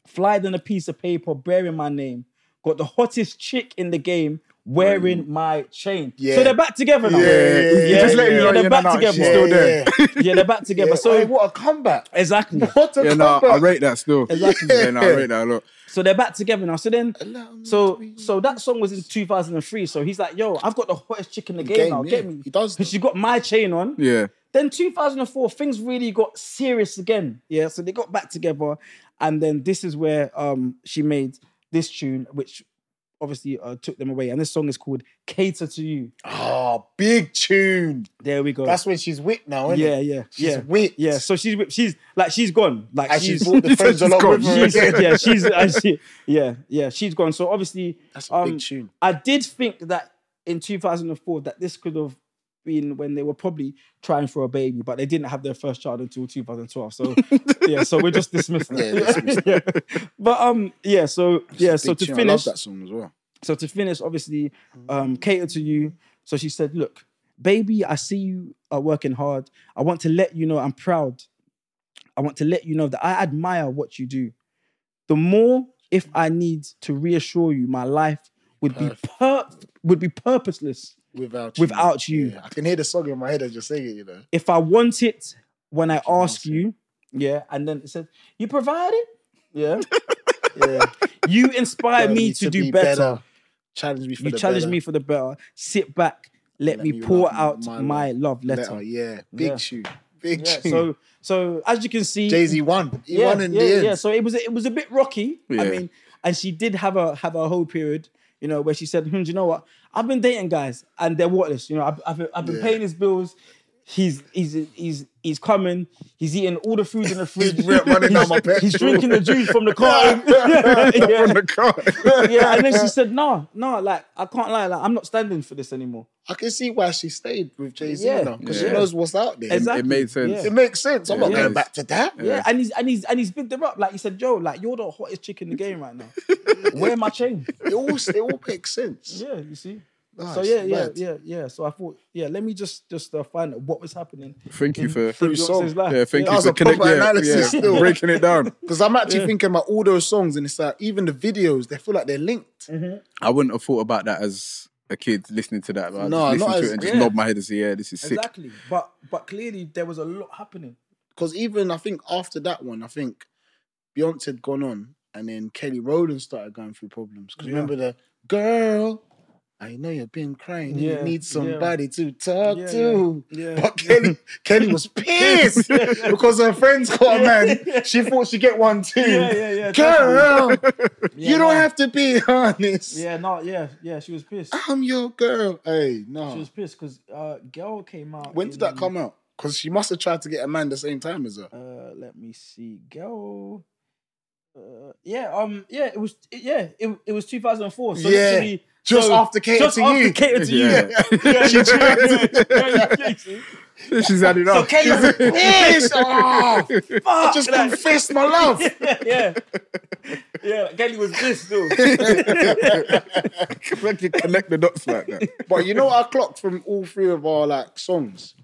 Speaker 1: Fly than a piece of paper bearing my name. Got the hottest chick in the game wearing my chain.
Speaker 2: Mm. Yeah.
Speaker 1: So they're back together now.
Speaker 2: Yeah, yeah, yeah.
Speaker 3: Just letting you know,
Speaker 1: they're
Speaker 3: yeah,
Speaker 1: back
Speaker 3: no, no,
Speaker 1: together.
Speaker 3: she's still there.
Speaker 1: Yeah, they're back together.
Speaker 2: Yeah, Oh,
Speaker 1: so
Speaker 2: hey, what a comeback.
Speaker 1: exactly.
Speaker 2: What a
Speaker 3: Yeah, no,
Speaker 2: comeback.
Speaker 3: I rate that still.
Speaker 1: Exactly.
Speaker 3: Yeah, no, I rate that a lot.
Speaker 1: So they're back together now. So then
Speaker 2: Allow me
Speaker 1: So
Speaker 2: to be-
Speaker 1: so that song was in 2003. So he's like, yo, I've got the hottest chick in the game,
Speaker 2: Game,
Speaker 1: now.
Speaker 2: yeah.
Speaker 1: Get me.
Speaker 2: He does
Speaker 1: Because
Speaker 2: though.
Speaker 1: she got my chain on.
Speaker 3: Yeah.
Speaker 1: Then 2004, things really got serious again. Yeah. So they got back together. And then this is where um she made this tune, which obviously uh, took them away. And this song is called Cater to You.
Speaker 2: Ah, big tune.
Speaker 1: There we go.
Speaker 2: That's when she's whipped now, isn't
Speaker 1: yeah,
Speaker 2: it?
Speaker 1: yeah,
Speaker 2: She's
Speaker 1: yeah.
Speaker 2: whipped.
Speaker 1: Yeah, so she's she's like she's gone. Like
Speaker 2: And
Speaker 1: she's
Speaker 2: she's brought the friends along
Speaker 3: gone.
Speaker 2: with her.
Speaker 1: she's yeah, she's uh, she, yeah, yeah, she's gone. So obviously um,
Speaker 2: That's a big tune.
Speaker 1: I did think that in 2004 that this could have been when they were probably trying for a baby, but they didn't have their first child until 2012. So yeah, so we're just dismissing
Speaker 2: Yeah,
Speaker 1: it. Yeah. But um yeah, so yeah, so
Speaker 2: Big
Speaker 1: to
Speaker 2: tune. I love
Speaker 1: finish
Speaker 2: that song as well.
Speaker 1: so to finish, obviously, um, cater to you. So she said, "Look, baby, I see you are working hard. I want to let you know I'm proud. I want to let you know that I admire what you do. The more, if I need to reassure you, my life would be per- would be purposeless
Speaker 2: Without you.
Speaker 1: without you.
Speaker 2: Yeah, I can hear the song in my head as you're saying it, you know.
Speaker 1: If I want it when I ask
Speaker 2: ask it.
Speaker 1: you, yeah, and then it says, you provide it, yeah, yeah. You inspire
Speaker 2: Tell
Speaker 1: me to, do
Speaker 2: be
Speaker 1: better.
Speaker 2: Challenge me for
Speaker 1: you
Speaker 2: the
Speaker 1: challenge
Speaker 2: better.
Speaker 1: me for the better. Sit back, let,
Speaker 2: Let
Speaker 1: me
Speaker 2: me
Speaker 1: pour
Speaker 2: love
Speaker 1: out
Speaker 2: my
Speaker 1: my love letter.
Speaker 2: letter. Yeah, big
Speaker 1: Yeah.
Speaker 2: tune. Big
Speaker 1: Yeah,
Speaker 2: tune.
Speaker 1: so so as you can see,
Speaker 2: Jay Z won. He
Speaker 1: yeah,
Speaker 2: won in
Speaker 1: yeah,
Speaker 2: the end.
Speaker 1: yeah. So it was it was a bit rocky. I
Speaker 3: Yeah.
Speaker 1: mean, and she did have a have a whole period, you know, where she said, hmm, do you know what? I've been dating guys and they're worthless. You know, I've, I've, I've been
Speaker 2: Yeah.
Speaker 1: paying his bills. He's he's he's he's coming. He's eating all the food in the fridge.
Speaker 2: re- running down my
Speaker 1: he's, he's
Speaker 2: petrol.
Speaker 1: drinking the juice from the carton. Yeah, yeah.
Speaker 3: From the car.
Speaker 1: Yeah, and then she said, "No, no, like I can't lie, like I'm not standing for this anymore."
Speaker 2: I can see why she stayed with Jay Z
Speaker 1: Yeah.
Speaker 2: now because
Speaker 3: Yeah.
Speaker 2: she knows what's out there.
Speaker 1: Exactly.
Speaker 3: It made sense.
Speaker 1: Yeah.
Speaker 2: It makes sense. I'm not
Speaker 3: Yeah.
Speaker 2: going back to that.
Speaker 1: Yeah. and he's and he's and he's bigged her up. Like he said, "Yo, like you're the hottest chick in the game right now. Where my chain?"
Speaker 2: It all it all makes sense.
Speaker 1: Yeah, you see.
Speaker 2: Nice.
Speaker 1: so yeah, yeah,
Speaker 2: Mad.
Speaker 1: yeah, yeah. So I thought, yeah, let me just just uh, find out what was happening.
Speaker 3: Thank you
Speaker 1: in-
Speaker 3: for.
Speaker 1: in
Speaker 2: Through song.
Speaker 1: Beyonce's life.
Speaker 3: Yeah, thank
Speaker 2: That
Speaker 3: you
Speaker 2: was
Speaker 3: for
Speaker 2: a proper
Speaker 3: connect- yeah,
Speaker 2: analysis
Speaker 3: yeah.
Speaker 2: still.
Speaker 3: breaking it down.
Speaker 2: Because I'm actually thinking about all those songs, and it's like even the videos, they feel like they're
Speaker 1: Mm.
Speaker 2: linked.
Speaker 3: I wouldn't have thought about that as a kid listening to that. But
Speaker 2: No,
Speaker 3: I just
Speaker 2: not
Speaker 3: listened to
Speaker 2: as-
Speaker 3: it and just
Speaker 1: yeah.
Speaker 3: nod my head and say, yeah, this is sick.
Speaker 1: Exactly, but but clearly there was a lot happening.
Speaker 2: Because even I think after that one, I think Beyonce had gone on, and then Kelly Rowland started going through problems. Because remember the girl, I know you've been crying.
Speaker 1: Yeah,
Speaker 2: You need
Speaker 1: yeah.
Speaker 2: somebody to talk
Speaker 1: Yeah,
Speaker 2: to.
Speaker 1: yeah, yeah.
Speaker 2: But Kelly, Kelly was pissed because her friends got a man. She thought she'd get one too.
Speaker 1: Yeah, yeah, yeah,
Speaker 2: Girl,
Speaker 1: Yeah,
Speaker 2: you don't
Speaker 1: no.
Speaker 2: have to be honest.
Speaker 1: Yeah, no, yeah, yeah. She was pissed.
Speaker 2: I'm your girl. Hey,
Speaker 1: She
Speaker 2: no.
Speaker 1: was pissed because uh, girl came out.
Speaker 2: When did
Speaker 1: in,
Speaker 2: that come out? Because she must have tried to get a man the same time as her.
Speaker 1: Uh, let me see. Girl Uh, yeah, um, yeah, it was, yeah, it, it was 2004. So
Speaker 2: Yeah.
Speaker 1: literally,
Speaker 2: Just
Speaker 1: so-
Speaker 2: after cater
Speaker 1: just
Speaker 2: to
Speaker 1: after
Speaker 2: you.
Speaker 1: cater to you.
Speaker 3: Yeah.
Speaker 1: Yeah, yeah, yeah, yeah, yeah, yeah.
Speaker 3: She's had
Speaker 1: So
Speaker 3: enough.
Speaker 1: Kate's like,
Speaker 2: Yes! Oh, I
Speaker 1: fuck
Speaker 2: just
Speaker 1: that.
Speaker 2: confessed my love.
Speaker 1: yeah, yeah, yeah. Like, Kelly was this though.
Speaker 3: Connect connect the dots like that.
Speaker 2: But you know what I clocked from all three of our like songs?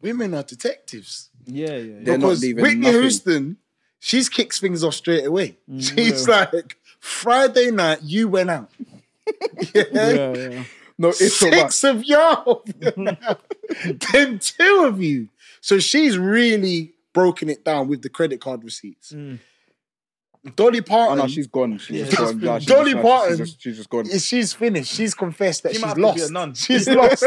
Speaker 2: Women are detectives.
Speaker 1: Yeah, yeah, yeah.
Speaker 3: They're not
Speaker 2: because
Speaker 3: leaving
Speaker 2: Whitney
Speaker 3: nothing.
Speaker 2: Houston, she's kicks things off straight away.
Speaker 1: Mm,
Speaker 2: She's like, Friday night, you went out. Yeah.
Speaker 1: yeah, yeah.
Speaker 3: No, it's so much.
Speaker 2: Six of y'all, then two of you. So she's really broken it down with the credit card receipts.
Speaker 1: Mm.
Speaker 2: Dolly
Speaker 3: Oh
Speaker 2: Parton,
Speaker 3: no, she's gone. She's
Speaker 1: Yeah.
Speaker 3: just gone. Yeah, she's
Speaker 2: Dolly
Speaker 3: just-
Speaker 2: Parton.
Speaker 3: She's just, she's just gone.
Speaker 2: is- she's finished. She's confessed that
Speaker 1: She
Speaker 2: she's
Speaker 1: might have to be
Speaker 2: lost.
Speaker 1: a nun.
Speaker 2: She's lost.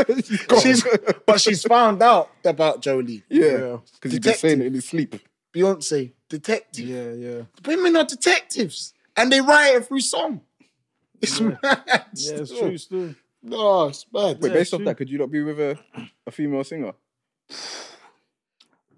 Speaker 2: she's, but she's found out about Jolie,
Speaker 3: Yeah, because he's been
Speaker 2: Detective.
Speaker 3: saying it in his sleep.
Speaker 2: Beyonce, detective.
Speaker 1: yeah, yeah.
Speaker 2: Women are detectives, and they write it through song. It's mad. Oh,
Speaker 1: Yeah, it's true still.
Speaker 2: No, it's mad.
Speaker 3: Wait, based off
Speaker 1: true.
Speaker 3: that, could you not be with a, a female singer?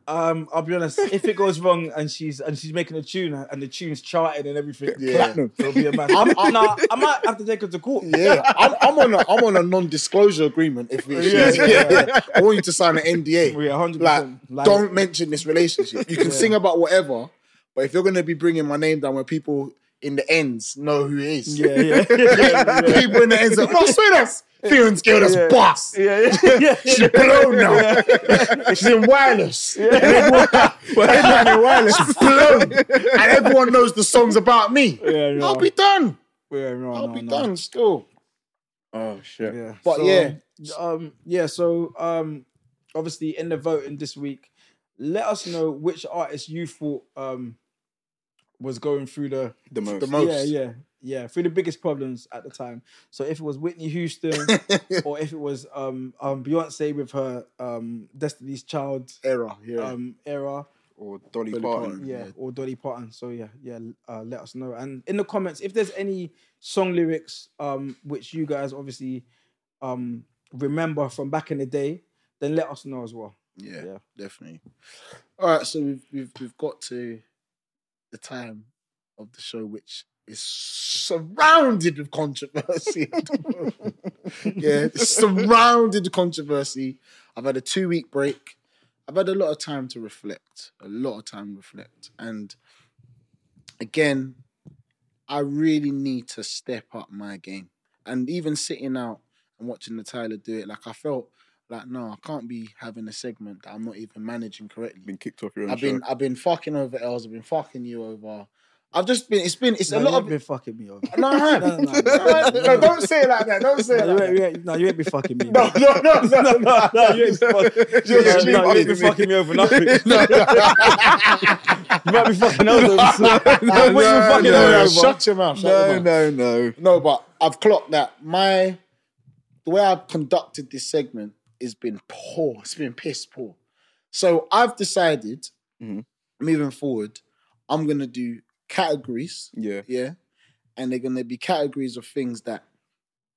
Speaker 1: Um, I'll be honest. If it goes wrong and she's and she's making a tune and the tune's charted and everything,
Speaker 2: Yeah.
Speaker 1: platinum, it'll be a man. I'm, nah, I might have to take her to court.
Speaker 2: Yeah, I'm, I'm on a I'm on a non-disclosure agreement. If it's yeah,
Speaker 1: Yeah,
Speaker 2: yeah, I want you to sign an NDA.
Speaker 1: Yeah, hundred
Speaker 2: Like,
Speaker 1: percent.
Speaker 2: don't mention this relationship. You can
Speaker 1: Yeah.
Speaker 2: sing about whatever, but if you're gonna be bringing my name down, where people in the ends know who it is,
Speaker 1: Yeah, yeah, yeah, yeah.
Speaker 2: people in the ends are "Oh, boss with us. Fion's girl, that's boss.
Speaker 1: Yeah, yeah, yeah.
Speaker 2: She's blown now. She's in wireless. Everyone in wireless. She's blown. And everyone knows the song's about me.
Speaker 1: Yeah, no,
Speaker 2: I'll be done.
Speaker 1: yeah, no,
Speaker 2: I'll
Speaker 1: no,
Speaker 2: be
Speaker 1: no.
Speaker 2: done still.
Speaker 3: Oh shit!
Speaker 1: Yeah,
Speaker 2: But
Speaker 1: So,
Speaker 2: yeah.
Speaker 1: um, yeah. So um, obviously in the voting this week, let us know which artist you thought um was going through the
Speaker 3: The most.
Speaker 2: The most.
Speaker 1: Yeah, yeah, yeah. Through the biggest problems at the time. So if it was Whitney Houston or if it was um, um Beyonce with her um Destiny's Child
Speaker 2: Error, yeah.
Speaker 1: um era,
Speaker 3: Or Dolly,
Speaker 2: Oh, Dolly
Speaker 3: Parton.
Speaker 2: Parton.
Speaker 1: yeah, or Dolly Parton. So yeah, yeah. Uh, let us know and in the comments if there's any song lyrics um which you guys obviously um remember from back in the day, then let us know as well.
Speaker 2: yeah,
Speaker 1: yeah.
Speaker 2: definitely. All right, so we've, we've we've got to the time of the show, which is surrounded with controversy. yeah, surrounded with controversy. I've had a two week break. I've had a lot of time to reflect. A lot of time to reflect, and again, I really need to step up my game. And even sitting out and watching the Tyler do it, like I felt like, no, I can't be having a segment that I'm not even managing correctly.
Speaker 3: Been kicked off your own
Speaker 2: I've been, I've been fucking over Els. I've been fucking you over. I've just been. It's been. It's
Speaker 1: No,
Speaker 2: a
Speaker 1: you
Speaker 2: lot
Speaker 1: ain't
Speaker 2: of.
Speaker 1: been fucking me over.
Speaker 2: No, I have.
Speaker 1: No,
Speaker 2: No,
Speaker 1: no, no, no, no.
Speaker 2: don't say it like that. Don't say it
Speaker 1: No, you ain't,
Speaker 2: like that.
Speaker 1: you ain't- no, you ain't been fucking me.
Speaker 2: No, no, no, no, no, no.
Speaker 1: no, you ain't been fucking.
Speaker 2: You're
Speaker 1: Yeah,
Speaker 2: just
Speaker 1: no, you ain't
Speaker 2: kidding
Speaker 1: been
Speaker 2: me.
Speaker 1: fucking me over nothing. you might be fucking over.
Speaker 3: no,
Speaker 1: what you
Speaker 3: no,
Speaker 1: fucking
Speaker 3: no,
Speaker 1: over?
Speaker 2: no,
Speaker 1: over?
Speaker 2: shut your mouth. Shut your
Speaker 3: No,
Speaker 2: mouth.
Speaker 3: no, no.
Speaker 2: No, but I've clocked that my the way I've conducted this segment has been poor. It's been piss poor. So I've decided
Speaker 3: Mhm.
Speaker 2: moving forward, I'm gonna do categories,
Speaker 3: Yeah.
Speaker 2: yeah, and they're gonna be categories of things that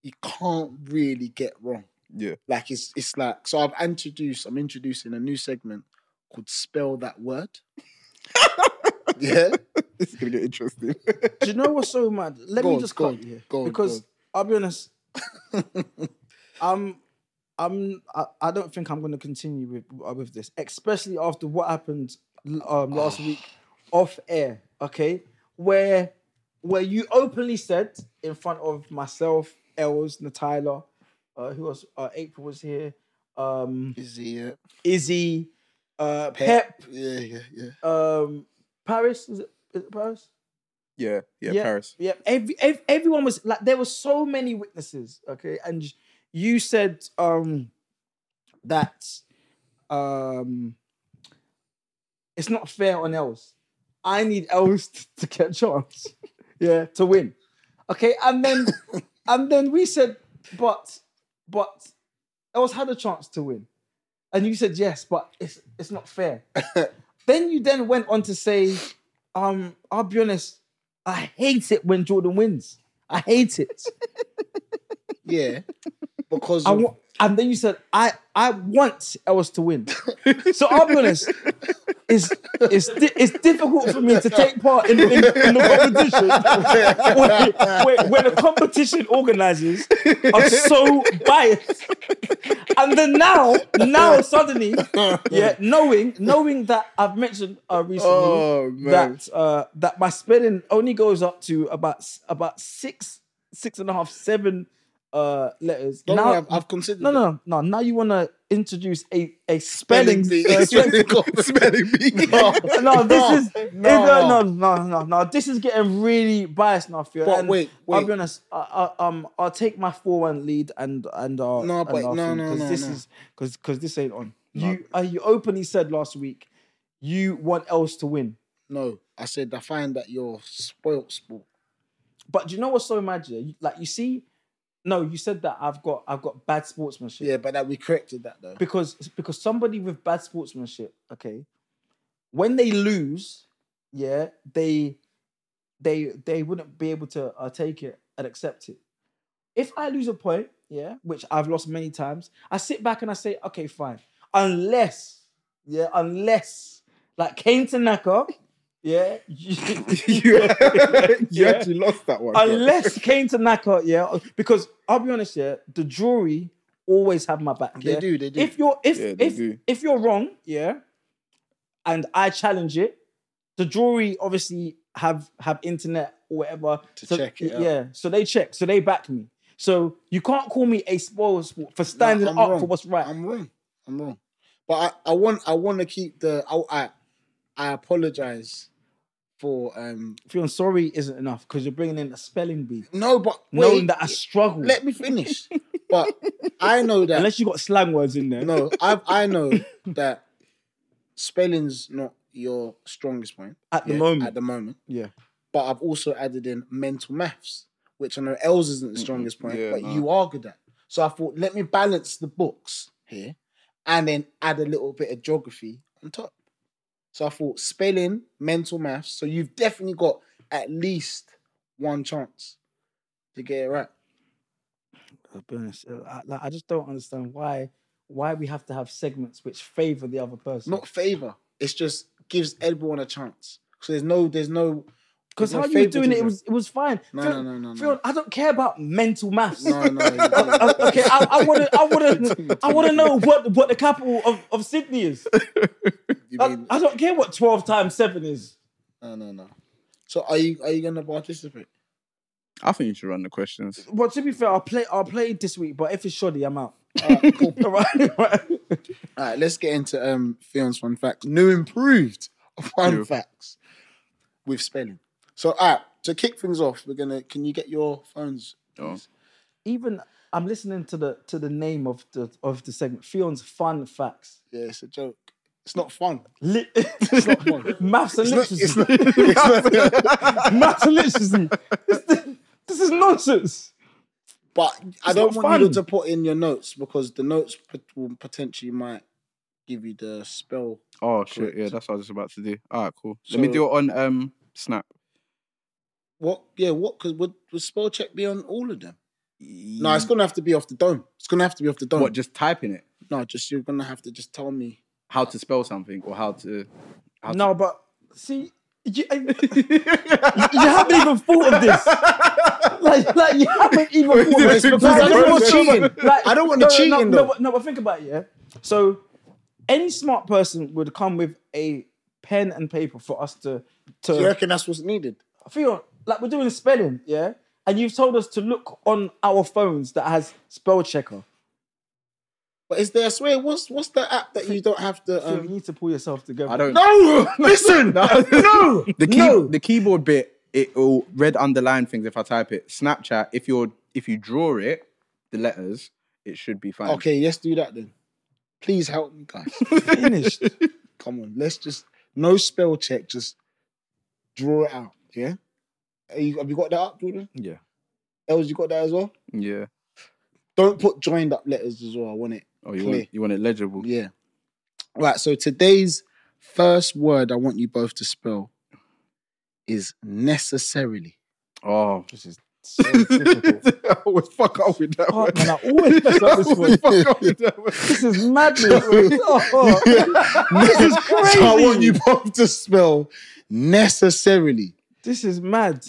Speaker 2: you can't really get wrong.
Speaker 3: Yeah.
Speaker 2: Like it's it's like so I've introduced I'm introducing a new segment called spell that word. yeah.
Speaker 3: This is gonna get interesting.
Speaker 1: Do you know what's so mad? Let
Speaker 2: Go
Speaker 1: me
Speaker 2: on,
Speaker 1: just
Speaker 2: go
Speaker 1: cut
Speaker 2: on,
Speaker 1: you here
Speaker 2: go on,
Speaker 1: because
Speaker 2: go
Speaker 1: I'll be honest. I'm, I'm, I, I don't think I'm going to continue with uh, with this, especially after what happened l- um, last week off air. Okay, where where you openly said in front of myself, Els, Natyla, uh, who was uh, April was here, um,
Speaker 2: Is he uh,
Speaker 1: Izzy, uh,
Speaker 2: Pep.
Speaker 1: Pep,
Speaker 2: Yeah, yeah, yeah.
Speaker 1: um, Paris. Is it, is it Paris?
Speaker 3: Yeah, yeah,
Speaker 1: Yeah.
Speaker 3: Paris.
Speaker 1: Yeah, every, ev everyone was like, there were so many witnesses. Okay, and you said um that um it's not fair on Els. I need Els t- to get a chance, yeah, to win. Okay, and then and then we said, but but Els had a chance to win, and you said yes, but it's it's not fair. then you then went on to say, um, I'll be honest, I hate it when Jordan wins. I hate it.
Speaker 2: Yeah. Because
Speaker 1: I
Speaker 2: of-
Speaker 1: want, and then you said, I, I want Els to win. so I'll be honest, it's it's di- it's difficult for me to take part in, in, in the competition where, where, where the competition organizers are so biased, and then now now suddenly, yeah, knowing knowing that I've mentioned uh, recently
Speaker 3: Oh, man.
Speaker 1: that uh, that my spending only goes up to about s- about six six and a half seven uh letters.
Speaker 2: Don't
Speaker 1: now
Speaker 2: worry, I've, I've considered
Speaker 1: no
Speaker 2: it.
Speaker 1: no no now you want to introduce a a spelling.
Speaker 2: bee.
Speaker 1: uh,
Speaker 2: Spelling bee.
Speaker 3: Spelling bee.
Speaker 1: no, this
Speaker 2: No,
Speaker 1: is it-
Speaker 2: no.
Speaker 1: no, no, no, no, no. This is getting really biased now, Fio.
Speaker 2: But
Speaker 1: and
Speaker 2: wait,
Speaker 1: I'll
Speaker 2: wait.
Speaker 1: be honest. I, I, um, I'll take my four-one lead and and uh,
Speaker 2: No,
Speaker 1: and
Speaker 2: but
Speaker 1: our
Speaker 2: no,
Speaker 1: thing,
Speaker 2: no,
Speaker 1: 'cause
Speaker 2: no,
Speaker 1: This
Speaker 2: no.
Speaker 1: is because because this ain't on. You uh, you openly said last week you want else to win,
Speaker 2: No, I said I find that you're spoilt sport.
Speaker 1: but do you know what's so mad? yeah? You- Like you see, no, you said that I've got I've got bad sportsmanship.
Speaker 2: Yeah, but that we corrected that though.
Speaker 1: because because somebody with bad sportsmanship, okay, when they lose, yeah, they they they wouldn't be able to uh, take it and accept it. If I lose a point, yeah, which I've lost many times, I sit back and I say, okay, fine, unless, yeah, unless like Kane Tanaka, yeah,
Speaker 3: you, you
Speaker 1: Yeah.
Speaker 3: actually lost that
Speaker 2: Oh
Speaker 3: one. bro.
Speaker 1: unless Kane Tanaka, yeah, because I'll be honest, yeah, the jury always have my back.
Speaker 2: They
Speaker 1: yeah?
Speaker 2: do, they do.
Speaker 1: if you're if
Speaker 3: Yeah, they
Speaker 1: if
Speaker 3: do.
Speaker 1: if you're wrong, yeah, and I challenge it, the jury obviously have have internet or whatever
Speaker 2: To
Speaker 1: so-
Speaker 2: check it out.
Speaker 1: Yeah, so they check, so they back me. So you can't call me a spoil sport for standing
Speaker 2: No, I'm
Speaker 1: up
Speaker 2: wrong.
Speaker 1: for what's right.
Speaker 2: I'm wrong. I'm wrong. But I, I want I want to keep the I I, I apologize for um
Speaker 1: Feeling sorry isn't enough because you're bringing in a spelling bee,
Speaker 2: no but
Speaker 1: knowing
Speaker 2: wait,
Speaker 1: that I struggle.
Speaker 2: let me finish. but I know that
Speaker 1: Unless you got slang words in there.
Speaker 2: no I I know that spelling's not your strongest point
Speaker 1: At the
Speaker 2: yeah,
Speaker 1: moment.
Speaker 2: At the moment,
Speaker 1: Yeah.
Speaker 2: But I've also added in mental maths, which I know Els isn't the strongest point,
Speaker 3: Yeah,
Speaker 2: but
Speaker 3: no.
Speaker 2: you are good at. So I thought, let me balance the books here, and then add a little bit of geography on top. So I thought spelling, mental maths. So you've definitely got at least one chance to get it right.
Speaker 1: I'll be honest, uh, I, like, I just don't understand why why we have to have segments which favor the other person.
Speaker 2: Not favor. It's just gives everyone a chance. So there's no, there's no.
Speaker 1: Because
Speaker 2: there's no
Speaker 1: how you were doing it, it
Speaker 2: favoritism.
Speaker 1: was it was fine.
Speaker 2: No,
Speaker 1: Feel-
Speaker 2: no, no, no,
Speaker 1: feel-
Speaker 2: no.
Speaker 1: I don't care about mental maths.
Speaker 2: No, no, you didn't.
Speaker 1: Uh, okay, I, I wanna, I wanna, I wanna know what what the capital of, of Sydney is.
Speaker 2: You
Speaker 1: I,
Speaker 2: mean-
Speaker 1: I don't care what twelve times seven is.
Speaker 2: No, no, no. So are you are you gonna participate?
Speaker 3: I think you should run the questions.
Speaker 1: Well, to be fair, I'll play, I'll play this week. But if it's shoddy, I'm out.
Speaker 2: Alright, cool.
Speaker 1: All right,
Speaker 2: All right, let's get into um Fion's fun facts. New improved fun
Speaker 3: Yeah.
Speaker 2: facts with spelling. So all right, to kick things off, we're gonna can you get your phones?
Speaker 3: Oh.
Speaker 1: Even I'm listening to the to the name of the of the segment. Fion's fun facts.
Speaker 2: Yeah, it's a joke. It's not fun.
Speaker 1: Lit-
Speaker 2: Not fun.
Speaker 1: maths and
Speaker 2: It's not,
Speaker 1: literacy.
Speaker 2: it's not, it's not-
Speaker 1: maths and literacy. This, this is nonsense.
Speaker 2: but I don't
Speaker 1: not
Speaker 2: want you
Speaker 1: fun.
Speaker 2: lot to put in your notes because the notes pot- will potentially might give you the spell.
Speaker 3: Oh shit! Yeah,
Speaker 2: Correct.
Speaker 3: that's what I was about to do. All right, cool. Let me
Speaker 2: So-
Speaker 3: do it on um Snap.
Speaker 2: What? Yeah, what? Because would, would spell check be on all of them? No, it's gonna have to be off the dome. It's gonna have to be off the dome.
Speaker 3: What? Just typing it.
Speaker 2: No, just you're gonna have to just tell me.
Speaker 3: How to spell something or how to? How
Speaker 1: No, but see, you, you haven't even thought of this. Like, like you haven't even thought of this.
Speaker 2: It's because
Speaker 1: Like,
Speaker 2: I don't want
Speaker 1: no,
Speaker 2: cheating.
Speaker 1: but, like,
Speaker 2: I don't want
Speaker 1: no,
Speaker 2: the
Speaker 1: no,
Speaker 2: cheating
Speaker 1: No,
Speaker 2: though.
Speaker 1: no, but, no, but think about it, yeah. So, any smart person would come with a pen and paper for us to to
Speaker 2: you reckon that's what's needed?
Speaker 1: Fiona, like we're doing spelling, yeah? And you've told us to look on our phones that has spell checker.
Speaker 2: But is there a swear? What's what's the app that you don't have to?
Speaker 1: Fiona, you
Speaker 2: Um...
Speaker 1: need to pull yourself together.
Speaker 3: I don't.
Speaker 2: No, listen.
Speaker 3: no. The key,
Speaker 1: No.
Speaker 3: the keyboard bit, it will red underline things if I type it. Snapchat, if you're if you draw it, the letters, it should be fine.
Speaker 2: Okay, let's do that then. Please help me, guys.
Speaker 1: Finished.
Speaker 2: Come on, let's just no spell check. Just draw it out. Yeah. Are you, have you got that up, Jordan?
Speaker 4: Yeah.
Speaker 2: Els, you got that as well.
Speaker 3: Yeah.
Speaker 2: Don't put joined up letters as well. I want it.
Speaker 3: Oh, you
Speaker 2: Clear.
Speaker 3: want you want it legible?
Speaker 2: Yeah. Right. So today's first word I want you both to spell is necessarily.
Speaker 3: Oh,
Speaker 4: This is
Speaker 5: I always fuck up with that.
Speaker 1: Fuck, Oh,
Speaker 5: one.
Speaker 1: man, I always mess up this
Speaker 5: I
Speaker 1: one.
Speaker 5: always fuck up with that. one.
Speaker 1: This is madness. Oh, this is crazy.
Speaker 2: So I want you both to spell necessarily.
Speaker 1: This is mad.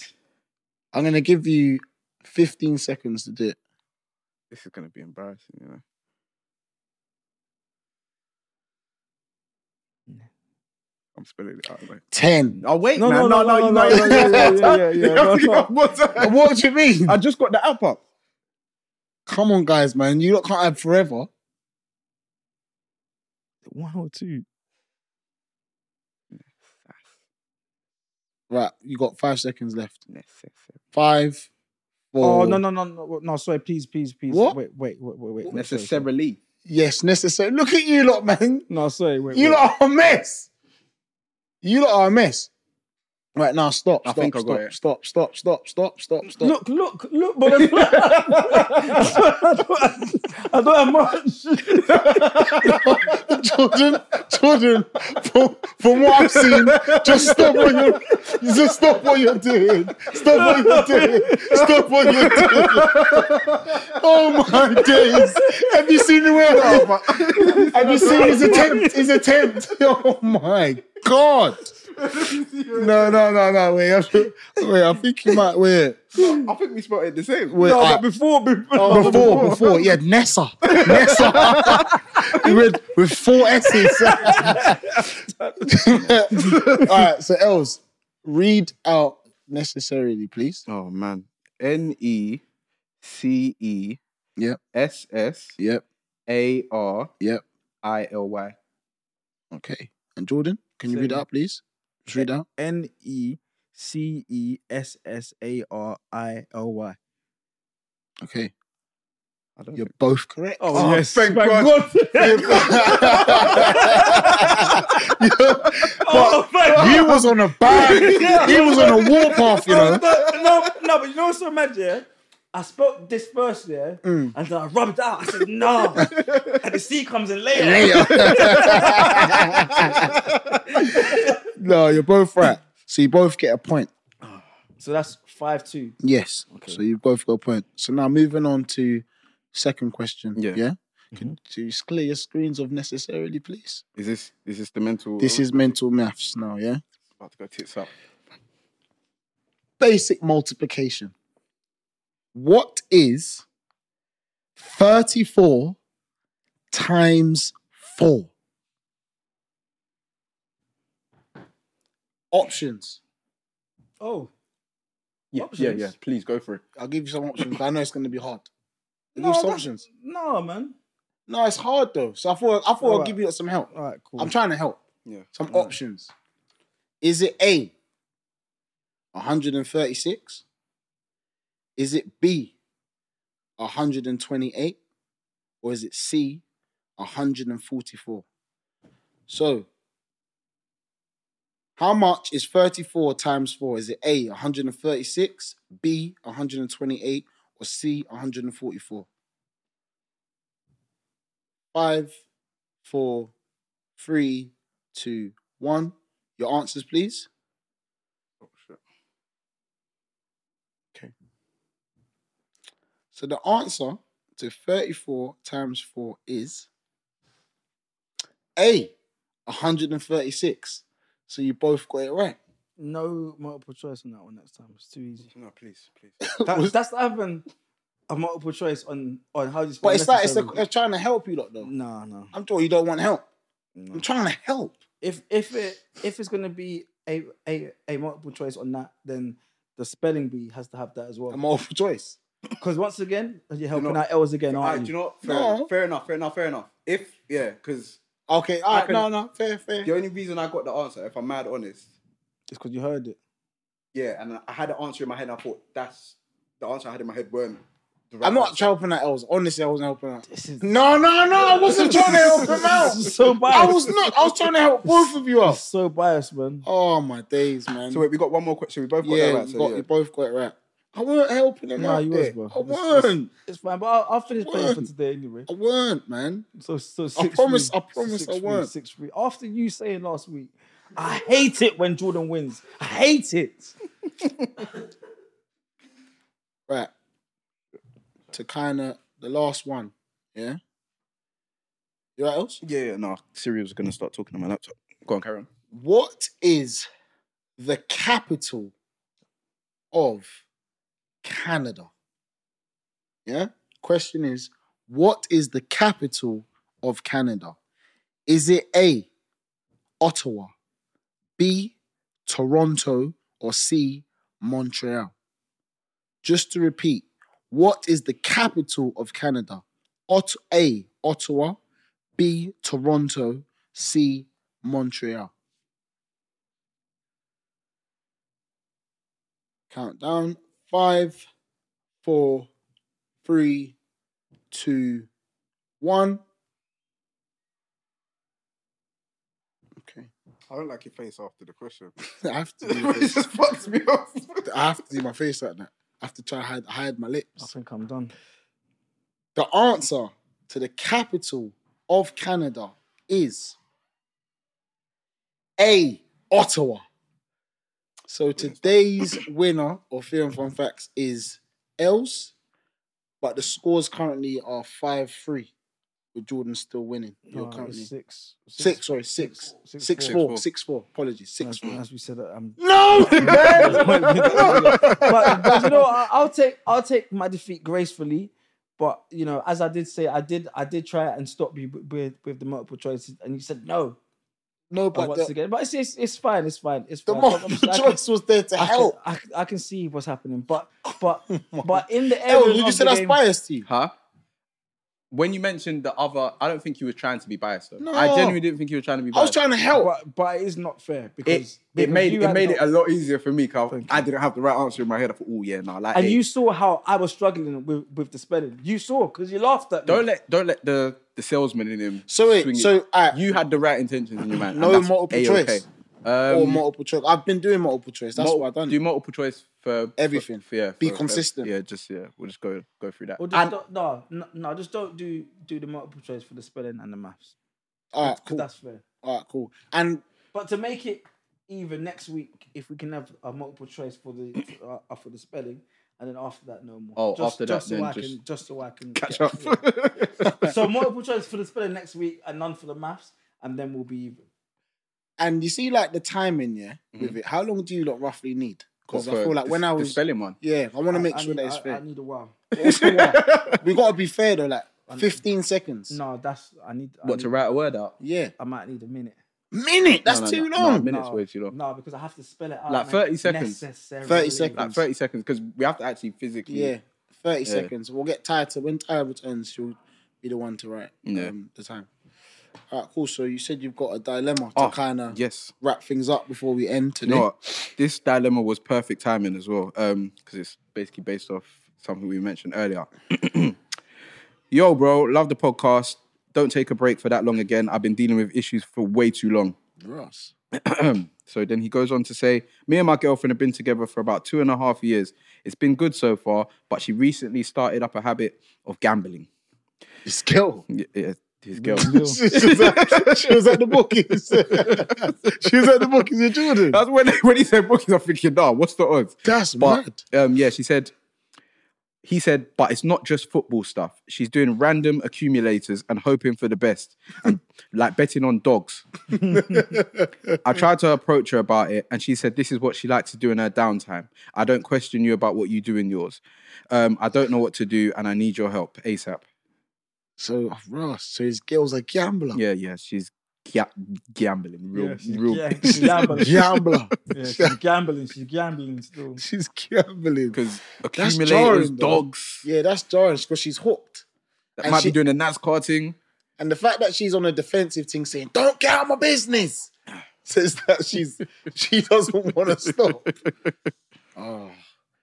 Speaker 2: I'm gonna give you 15 seconds to do it.
Speaker 5: This is gonna be embarrassing, you know. I'm spelling it out. Like,
Speaker 2: 10.
Speaker 5: oh wait,
Speaker 1: No,
Speaker 5: man,
Speaker 1: no, no, no, no,
Speaker 5: you know-
Speaker 1: no, yeah, yeah, yeah, yeah, yeah,
Speaker 5: I was
Speaker 1: no.
Speaker 5: like, what's that?
Speaker 2: What do you mean?
Speaker 5: I just got the app up.
Speaker 2: Come on, guys, man. You lot can't have forever.
Speaker 1: One or two.
Speaker 2: Right, you got five seconds left.
Speaker 5: Necessary.
Speaker 2: Five. Four.
Speaker 1: Oh no no no no no! Sorry, please please please.
Speaker 2: What?
Speaker 1: Wait wait wait wait wait. I'm sorry, sorry.
Speaker 5: Necessarily.
Speaker 2: Yes, necessary. Look at you lot, man.
Speaker 1: No sorry wait.
Speaker 2: You
Speaker 1: wait.
Speaker 2: lot are a mess. You lot are a mess. Right now, stop,
Speaker 5: I
Speaker 2: stop,
Speaker 5: think I got
Speaker 2: stop,
Speaker 5: it.
Speaker 2: stop, stop, stop, stop, stop, stop.
Speaker 1: Look, look, look, but I'm not, I, don't, I don't have much.
Speaker 2: Jordan, Jordan, from, from what I've seen, just stop what you're just stop what you're doing. Stop what you're doing. Stop what you're doing. Oh my days. Have you seen the way? Have you seen his attempt? His attempt. Oh my god. No, no, no, no. Wait, I, think- wait. I think you might wait.
Speaker 5: I think we spelled it the same.
Speaker 2: Wait,
Speaker 1: No,
Speaker 2: I-
Speaker 1: but before, before,
Speaker 5: Oh,
Speaker 1: Oh.
Speaker 2: before, before, yeah, Nessa, Nessa, with with four S's. All right, so Els, read out necessarily, please.
Speaker 5: Oh man. N E C E
Speaker 2: Yep.
Speaker 5: S S
Speaker 2: Yep,
Speaker 5: A R
Speaker 2: yep.
Speaker 5: I L Y.
Speaker 2: Okay, and Jordan, can you read
Speaker 1: Same.
Speaker 2: it out, please? Just read it out.
Speaker 3: N E C E S S A R I L Y.
Speaker 2: Okay,
Speaker 5: I don't
Speaker 2: you're both correct.
Speaker 1: Oh, yes.
Speaker 5: thank
Speaker 1: Thank
Speaker 5: God.
Speaker 1: Oh, thank
Speaker 2: he was on a bad. He was on a warpath, you know.
Speaker 1: no, no, no, but you know what's so mad, yeah? I spoke this first, yeah,
Speaker 2: Mm.
Speaker 1: and then I rubbed out. I said, nah. and the C comes in later.
Speaker 2: no, you're both right. So you both get a point.
Speaker 1: So that's 5 2.
Speaker 2: Yes. So you both got a point. So now moving on to second question.
Speaker 5: Yeah.
Speaker 1: Mm-hmm.
Speaker 2: Can so you just clear your screens of necessarily, please?
Speaker 5: Is this is this the mental
Speaker 2: This is mental maths now, yeah?
Speaker 5: about to go tits up.
Speaker 2: Basic multiplication. What is 34 times 4? Options.
Speaker 1: Oh.
Speaker 5: Yeah, yeah,
Speaker 1: Options.
Speaker 5: yeah. Please go for it.
Speaker 2: I'll give you some options. but I know it's going to be hard. I'll give
Speaker 1: No,
Speaker 2: you some
Speaker 1: that's-
Speaker 2: options.
Speaker 1: No, man.
Speaker 2: No, it's hard though. So I thought I thought I'll
Speaker 1: Alright.
Speaker 2: give you some help.
Speaker 1: All right, cool.
Speaker 2: I'm trying to help.
Speaker 5: Yeah.
Speaker 2: Some options. Is it A, 136? Is it B, 128? Or is it C, 144? So, how much is 34 times 4? Is it A, 136, B, 128, or C, 144? Five, four, three, two, one. Your answers, please.
Speaker 5: Oh, shit.
Speaker 2: So the answer to 34 times 4 is A, 136. So you both got it right.
Speaker 1: No multiple choice on that one next time. It's too easy.
Speaker 5: No, please, please.
Speaker 1: That, that's the having a multiple choice on, on how you spell
Speaker 2: But it's like it's, a,
Speaker 1: necessarily.
Speaker 2: it's trying to help you lot though.
Speaker 1: No, no.
Speaker 2: I'm sure you don't want help.
Speaker 1: no.
Speaker 2: I'm trying to help.
Speaker 1: if if it if it's gonna be a a, a multiple choice on that, then the spelling bee has to have that as
Speaker 2: A
Speaker 1: well.
Speaker 2: multiple choice.
Speaker 1: Because once again, you're helping
Speaker 5: know-
Speaker 1: out L's again,
Speaker 5: All right,
Speaker 1: aren't
Speaker 5: do
Speaker 1: you?
Speaker 5: you know what? Fair,
Speaker 2: No.
Speaker 5: enough, fair enough, fair enough, fair enough. If yeah, because
Speaker 2: Okay, all right,
Speaker 5: can-
Speaker 2: no, no, fair, fair.
Speaker 5: the only reason I got the answer, if I'm mad honest,
Speaker 1: It's because you heard it.
Speaker 5: yeah, and I had the answer in my head, and I thought that's the answer I had in my head weren't. The right
Speaker 2: I'm not
Speaker 5: answer.
Speaker 2: helping that else. Honestly, I wasn't helping that.
Speaker 1: This is
Speaker 2: No, no, no, I wasn't trying to help him out.
Speaker 1: so
Speaker 2: I
Speaker 1: biased.
Speaker 2: was not. I was trying to help both of you out.
Speaker 1: so biased, man.
Speaker 2: Oh my days, man.
Speaker 5: So wait, we got one more question. We both got
Speaker 2: yeah,
Speaker 5: that right.
Speaker 2: you,
Speaker 5: So
Speaker 2: got,
Speaker 5: yeah.
Speaker 2: you both got it right. I weren't helping him
Speaker 1: Nah,
Speaker 2: out
Speaker 1: you was,
Speaker 2: there.
Speaker 1: bro.
Speaker 2: I
Speaker 1: It's-
Speaker 2: weren't.
Speaker 1: It's fine, but I'll, I'll finish playing for
Speaker 2: Word.
Speaker 1: today anyway.
Speaker 2: I weren't, man.
Speaker 1: So so six
Speaker 2: promise-
Speaker 1: three.
Speaker 2: I promise
Speaker 1: Six
Speaker 2: I
Speaker 1: three,
Speaker 2: won't.
Speaker 1: Six three. After you saying last week, I hate it when Jordan wins. I hate it.
Speaker 2: Right. To kind of the last one. Yeah. You right, else?
Speaker 3: Yeah, yeah, no. Siri was gonna start talking on my laptop. Go on, carry on.
Speaker 2: What is the capital of Canada? Yeah. Question is, what is the capital of Canada? Is it A, Ottawa, B, Toronto, or C, Montreal? Just to repeat, what is the capital of Canada? Ot- A, Ottawa, B, Toronto, C, Montreal. Countdown five, four, three, two, one. Okay.
Speaker 3: I don't like your face after the question.
Speaker 2: I have to do my face.
Speaker 3: fucks me off.
Speaker 2: I have to do my face like that. I have to try to hide, hide my
Speaker 1: I
Speaker 2: lips.
Speaker 1: think I'm done.
Speaker 2: The answer to the capital of Canada is A. Ottawa. So today's winner of Fear and Fun Facts is Els, but the scores currently are 5 3, with Jordan still winning. You're
Speaker 1: Uh,
Speaker 2: currently
Speaker 1: it's six,
Speaker 2: six, sorry, six.
Speaker 1: six,
Speaker 2: Six
Speaker 3: four.
Speaker 2: four, six four. Apologies, six
Speaker 1: As,
Speaker 2: four.
Speaker 1: as we said, uh, I'm.
Speaker 2: No,
Speaker 1: but, but you know, I, I'll take I'll take my defeat gracefully. But you know, as I did say, I did I did try and stop you with with, with the multiple choices, and you said no.
Speaker 2: no,
Speaker 1: But
Speaker 2: but
Speaker 1: once
Speaker 2: the,
Speaker 1: again, but it's, it's it's fine, it's fine, it's
Speaker 2: the
Speaker 1: fine.
Speaker 2: multiple
Speaker 1: I can-
Speaker 2: choice was there to
Speaker 1: I can,
Speaker 2: help.
Speaker 1: I, can, I can see what's happening, but but but in the
Speaker 2: El,
Speaker 1: areas
Speaker 2: you
Speaker 1: of
Speaker 2: just said
Speaker 1: the
Speaker 2: that's
Speaker 1: game-
Speaker 2: biased to you.
Speaker 3: Huh? When you mentioned the other, I don't think you were trying to be biased though.
Speaker 2: No.
Speaker 3: I genuinely didn't think you were trying to be
Speaker 2: I was
Speaker 3: biased.
Speaker 2: trying to help.
Speaker 1: but but it is not fair
Speaker 3: it,
Speaker 1: because
Speaker 3: it
Speaker 1: because
Speaker 3: made
Speaker 1: you
Speaker 3: it
Speaker 1: had
Speaker 3: made
Speaker 1: the-
Speaker 3: it a lot easier for me because
Speaker 1: Thank
Speaker 3: I didn't have the right answer in my head. I thought, oh yeah, no, like
Speaker 1: And
Speaker 3: hey,
Speaker 1: you saw how I was struggling with, with the spelling. You saw because you laughed at me.
Speaker 3: don't let don't let the the salesman in him.
Speaker 2: So wait,
Speaker 3: swing it.
Speaker 2: so, alright.
Speaker 3: you had the right intentions in your mind.
Speaker 2: No
Speaker 3: and that's
Speaker 2: multiple
Speaker 3: A-OK.
Speaker 2: choice.
Speaker 3: Um,
Speaker 2: or multiple choice. I've been doing multiple choice. That's
Speaker 3: mul-
Speaker 2: what I've done.
Speaker 3: Do multiple choice for
Speaker 2: Everything.
Speaker 3: For, yeah,
Speaker 2: Be
Speaker 3: for- for-
Speaker 2: consistent.
Speaker 3: yeah, just yeah, we'll just go go through that.
Speaker 1: Or just
Speaker 3: And-
Speaker 1: don't, no, no, no, just don't do do the multiple choice for the spelling and the maths.
Speaker 2: All right,
Speaker 1: 'Cause
Speaker 2: cool.
Speaker 1: That's fair.
Speaker 2: All right, cool. And
Speaker 1: But to make it even next week, if we can have a multiple choice for the uh, for the spelling, and then after that, no more.
Speaker 3: Oh, after that,
Speaker 1: just so
Speaker 3: then
Speaker 1: I
Speaker 3: just
Speaker 1: can, just so I can
Speaker 3: catch
Speaker 1: get
Speaker 3: up.
Speaker 1: through it. so multiple choice for the spelling next week, and none for the maths, and then we'll be even.
Speaker 2: and you see, like the timing, yeah, with it. How long do you lot roughly need? Because I feel like
Speaker 3: the,
Speaker 2: when I
Speaker 3: Mm-hmm. the
Speaker 2: was,
Speaker 3: spelling one,
Speaker 2: yeah, I want to make
Speaker 1: I,
Speaker 2: sure
Speaker 1: need,
Speaker 2: that it's
Speaker 1: I- I
Speaker 2: fair.
Speaker 1: need a while.
Speaker 2: we gotta be fair though, like fifteen seconds.
Speaker 1: No, that's I need. I,
Speaker 3: what
Speaker 1: need,
Speaker 3: to write a word out?
Speaker 2: Yeah,
Speaker 1: I might need a minute.
Speaker 2: minute. That's
Speaker 3: No, no,
Speaker 2: too
Speaker 3: no, no,
Speaker 2: long.
Speaker 3: minute. Minute's way too long.
Speaker 1: No, because I have to spell it out.
Speaker 3: Like
Speaker 1: man.
Speaker 3: 30 seconds.
Speaker 2: 30
Speaker 1: Necessarily.
Speaker 2: seconds.
Speaker 3: Like thirty seconds because we have to actually physically.
Speaker 2: Yeah, thirty
Speaker 3: Yeah.
Speaker 2: seconds. We'll get tired. So when Tyra returns, she'll be the one to write
Speaker 3: Yeah.
Speaker 2: um, the time. All right, cool. So you said you've got a dilemma to
Speaker 3: Oh,
Speaker 2: kind of
Speaker 3: yes.
Speaker 2: wrap things up before we end
Speaker 3: You
Speaker 2: today.
Speaker 3: know what? This dilemma was perfect timing as well, because it's basically based off something we mentioned earlier. Yo, bro, love the podcast. Don't take a break for that long again. I've been dealing with issues for way too long.
Speaker 2: Ross.
Speaker 3: So then he goes on to say, Me and my girlfriend have been together for about two and a half years. It's been good so far, but she recently started up a habit of gambling.
Speaker 2: This girl.
Speaker 3: Yeah, yeah, his girl.
Speaker 2: she, was at, she was at the bookies. Uh, she was at the bookies in Jordan.
Speaker 3: That's when, when he said bookies, I'm thinking, nah, what's the odds?
Speaker 2: That's
Speaker 3: But um, yeah, she said, he said, but it's not just football stuff. She's doing random accumulators and hoping for the best, and like betting on dogs. I tried to approach her about it, and she said, this is what she likes to do in her downtime. I don't question you about what you do in yours. Um, I don't know what to do, and I need your help ASAP.
Speaker 2: So Ross, so his girl's a gambler.
Speaker 3: Yeah, yeah, she's ga- gambling, real,
Speaker 1: Yeah, she's
Speaker 3: real.
Speaker 1: ga- she's gambling.
Speaker 2: Gambler.
Speaker 1: Yeah, she's gambling. She's gambling still.
Speaker 2: She's gambling.
Speaker 3: Because
Speaker 2: That's
Speaker 3: accumulators,
Speaker 2: jarring, though.
Speaker 3: dogs,
Speaker 2: Yeah, that's jarring because she's hooked.
Speaker 3: that
Speaker 2: And
Speaker 3: might
Speaker 2: she-
Speaker 3: be doing a NASCAR thing.
Speaker 2: And the fact that she's on a defensive thing saying, Don't get out of my business says that she's she doesn't want to stop. Oh.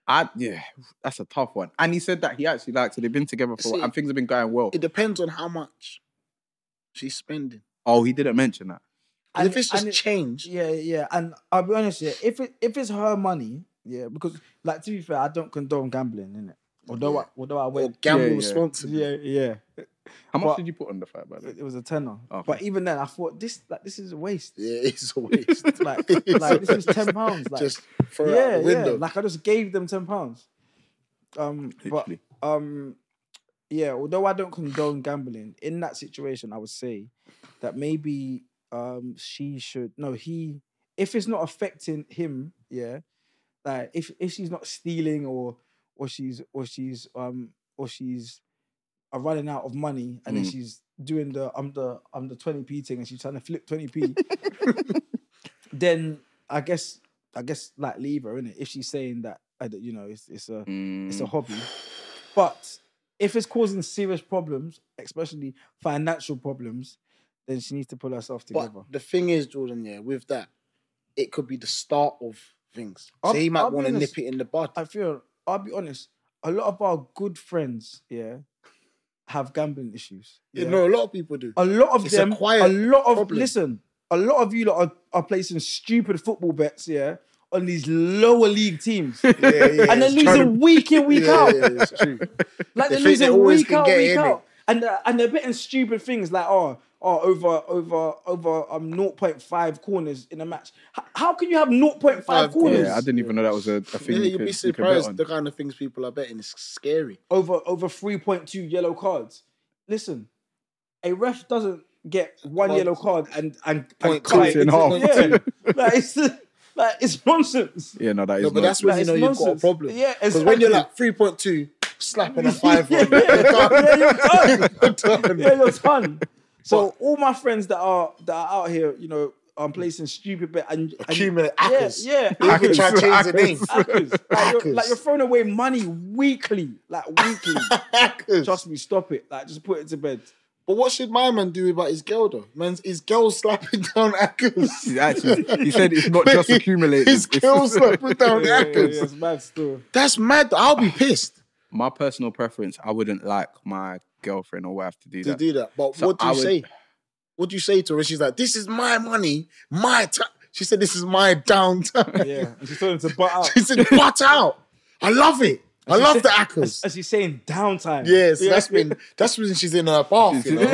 Speaker 3: I yeah, that's a tough one. And he said that he actually likes it. They've been together for
Speaker 2: See-
Speaker 3: and things have been going well.
Speaker 2: It depends on how much she's spending.
Speaker 3: oh, he didn't mention that.
Speaker 2: 'Cause if it's just
Speaker 1: it-
Speaker 2: change,
Speaker 1: yeah, yeah. And I'll be honest, yeah. If it if it's her money, yeah, because like to be fair, I don't condone gambling, innit? Although I, although I
Speaker 2: or
Speaker 1: went,
Speaker 2: gamble
Speaker 3: yeah.
Speaker 2: responsibly.
Speaker 1: yeah, yeah.
Speaker 3: How much
Speaker 1: But-
Speaker 3: did you put on the fight by the way?
Speaker 1: It, it was a tenner.
Speaker 3: Okay.
Speaker 1: But even then, I thought this like this is a waste.
Speaker 2: Yeah, it's a waste.
Speaker 1: Like like this is ten pounds. Like
Speaker 2: just throw it out
Speaker 1: yeah,
Speaker 2: the
Speaker 1: yeah.
Speaker 2: window.
Speaker 1: Like I just gave them ten pounds. Um, but
Speaker 3: Literally.
Speaker 1: um, yeah. Although I don't condone gambling, in that situation, I would say that maybe um she should no he if it's not affecting him, yeah. Like if if she's not stealing or or she's or she's um or she's uh, running out of money and then
Speaker 3: Mm.
Speaker 1: she's doing the I'm the I'm the twenty p thing and she's trying to flip twenty p, then I guess I guess like leave her in it if she's saying that uh, that, you know it's it's a
Speaker 2: Mm.
Speaker 1: it's a hobby. But if it's causing serious problems, especially financial problems, then she needs to pull herself together.
Speaker 2: But the thing is, Jordan, yeah, with that, it could be the start of things.
Speaker 1: I'll-
Speaker 2: so he might
Speaker 1: I'll be
Speaker 2: want to
Speaker 1: honest.
Speaker 2: nip it in the bud.
Speaker 1: I feel I'll be honest. A lot of our good friends, yeah, have gambling issues.
Speaker 2: You
Speaker 1: yeah?
Speaker 2: know, a lot of people do.
Speaker 1: a lot of
Speaker 2: It's a
Speaker 1: them,
Speaker 2: quiet
Speaker 1: a lot of
Speaker 2: problem.
Speaker 1: listen, a lot of you lot are, are placing stupid football bets, yeah, on these lower league teams,
Speaker 2: yeah, yeah,
Speaker 1: and they're
Speaker 2: it's true.
Speaker 1: losing week in, week
Speaker 2: Yeah,
Speaker 1: out.
Speaker 2: yeah, it's true.
Speaker 1: Like they're
Speaker 2: They think they
Speaker 1: losing
Speaker 2: always
Speaker 1: week
Speaker 2: can
Speaker 1: out,
Speaker 2: get
Speaker 1: week
Speaker 2: in
Speaker 1: out, and uh, and they're betting stupid things like oh oh over over over um 0.5 corners in a match. H- how can you have 0.5
Speaker 2: Five
Speaker 1: corners
Speaker 3: Yeah, I didn't even know that was a, a thing.
Speaker 2: yeah,
Speaker 3: you
Speaker 2: you'd be
Speaker 3: could- you could bet
Speaker 2: surprised
Speaker 3: on.
Speaker 2: the kind of things people are betting. It's scary.
Speaker 1: over over 3.2 yellow cards? Listen, a ref doesn't get one
Speaker 2: Well,
Speaker 1: yellow card and and
Speaker 2: point
Speaker 1: cut
Speaker 2: two.
Speaker 1: it.
Speaker 3: Cut it in half.
Speaker 1: Yeah, like it's like it's nonsense.
Speaker 3: Yeah, no, that is.
Speaker 2: No, but
Speaker 3: not-
Speaker 2: that's when
Speaker 1: Like,
Speaker 2: you know
Speaker 1: it's
Speaker 2: you've got a
Speaker 1: nonsense.
Speaker 2: problem.
Speaker 1: Yeah,
Speaker 2: Because when you're
Speaker 1: exactly.
Speaker 2: like 3.2, slapping a 5
Speaker 1: yeah,
Speaker 2: on
Speaker 1: yeah, yeah, you're done.
Speaker 2: you're done.
Speaker 1: yeah, you're done. So all my friends that are that are out here, you know, I'm placing stupid bet and, and
Speaker 2: Accumulate
Speaker 1: yeah,
Speaker 2: hackers.
Speaker 1: yeah,
Speaker 2: You could try to change the
Speaker 3: Hackers.
Speaker 2: name.
Speaker 1: hackers. Like, you're,
Speaker 2: Hackers.
Speaker 1: like you're throwing away money weekly, like weekly.
Speaker 2: Hackers.
Speaker 1: Trust me, stop it. Like just put it to bed.
Speaker 2: But what should my man do about his girl though? Man's his girl slapping down hackers.
Speaker 3: He actually, he said it's not just accumulating.
Speaker 2: His
Speaker 3: it's-
Speaker 2: girl slapping down
Speaker 1: Yeah, yeah, yeah,
Speaker 2: hackers.
Speaker 1: it's mad still.
Speaker 2: That's mad. I'll be pissed
Speaker 3: my personal preference, I wouldn't like my girlfriend or wife to do
Speaker 2: to
Speaker 3: that.
Speaker 2: do that. But
Speaker 3: So
Speaker 2: what do you
Speaker 3: I would-
Speaker 2: say? What do you say to her? She's like, "This is my money, my time." She said, "This is my downtime."
Speaker 1: Yeah, and she's starting to butt out.
Speaker 2: she said, "Butt out." I love it. I
Speaker 1: she
Speaker 2: love
Speaker 1: said-
Speaker 2: the hackers.
Speaker 1: As she's saying downtime.
Speaker 2: Yes,
Speaker 1: Yeah.
Speaker 2: that's been that's when she's in her bath. You know?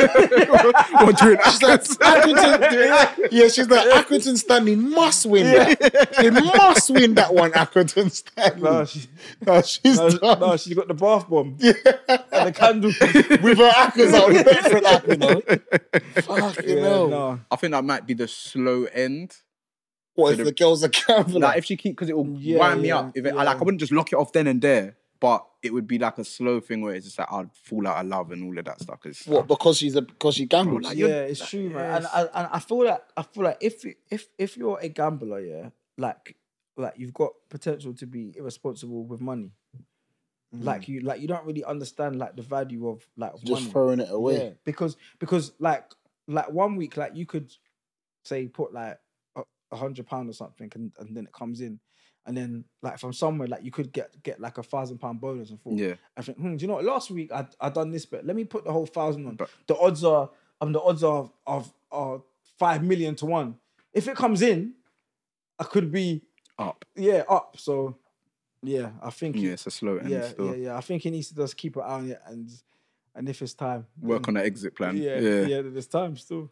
Speaker 3: Or doing
Speaker 2: She's like, Accrington, yeah, she's like, Accrington Stanley must win that. They must win that one, Accrington Stanley.
Speaker 1: No, she,
Speaker 2: No, she's
Speaker 1: no,
Speaker 2: done.
Speaker 1: no, she's got the bath bomb and the candle. yeah,
Speaker 2: With her Accrington out, the Bedford Accrington, you know. Fucking hell.
Speaker 1: no.
Speaker 3: I think that might be the slow end.
Speaker 2: What if the girls are gambling?
Speaker 3: Like if she keep because it will
Speaker 1: Yeah,
Speaker 3: wind me
Speaker 1: yeah,
Speaker 3: up. If it,
Speaker 1: yeah.
Speaker 3: I, like I wouldn't just lock it off then and there, but it would be like a slow thing where it's just like I'd fall out of love and all of that stuff. 'cause-
Speaker 2: what? Because she's a because she gambles.
Speaker 3: Bro, like,
Speaker 1: yeah, it's true, man. And,
Speaker 3: yes.
Speaker 1: and and I feel like I feel like if you- if if you're a gambler, yeah, like like you've got potential to be irresponsible with money. Like you like you don't really understand like the value of like of
Speaker 2: Mm. just
Speaker 1: money.
Speaker 2: throwing it away.
Speaker 1: Yeah, because because like like one week like you could say put like a, a hundred pound or something and, and then it comes in. And then, like from somewhere, like you could get get like a thousand pound bonus and thought,
Speaker 3: Yeah.
Speaker 1: I think, hmm, do you know what? Last week I I done this bet. Let me put the whole thousand on.
Speaker 3: But-
Speaker 1: the odds are um the odds are of are five million to one. If it comes in, I could be
Speaker 3: Up.
Speaker 1: yeah up. So yeah, I think
Speaker 3: Yeah,
Speaker 1: yeah,
Speaker 3: it's a slow end
Speaker 1: yeah,
Speaker 3: still.
Speaker 1: yeah, yeah. I think he needs to just keep an eye on it and and if it's time,
Speaker 3: Work on the exit plan.
Speaker 1: yeah, yeah, yeah. There's time still.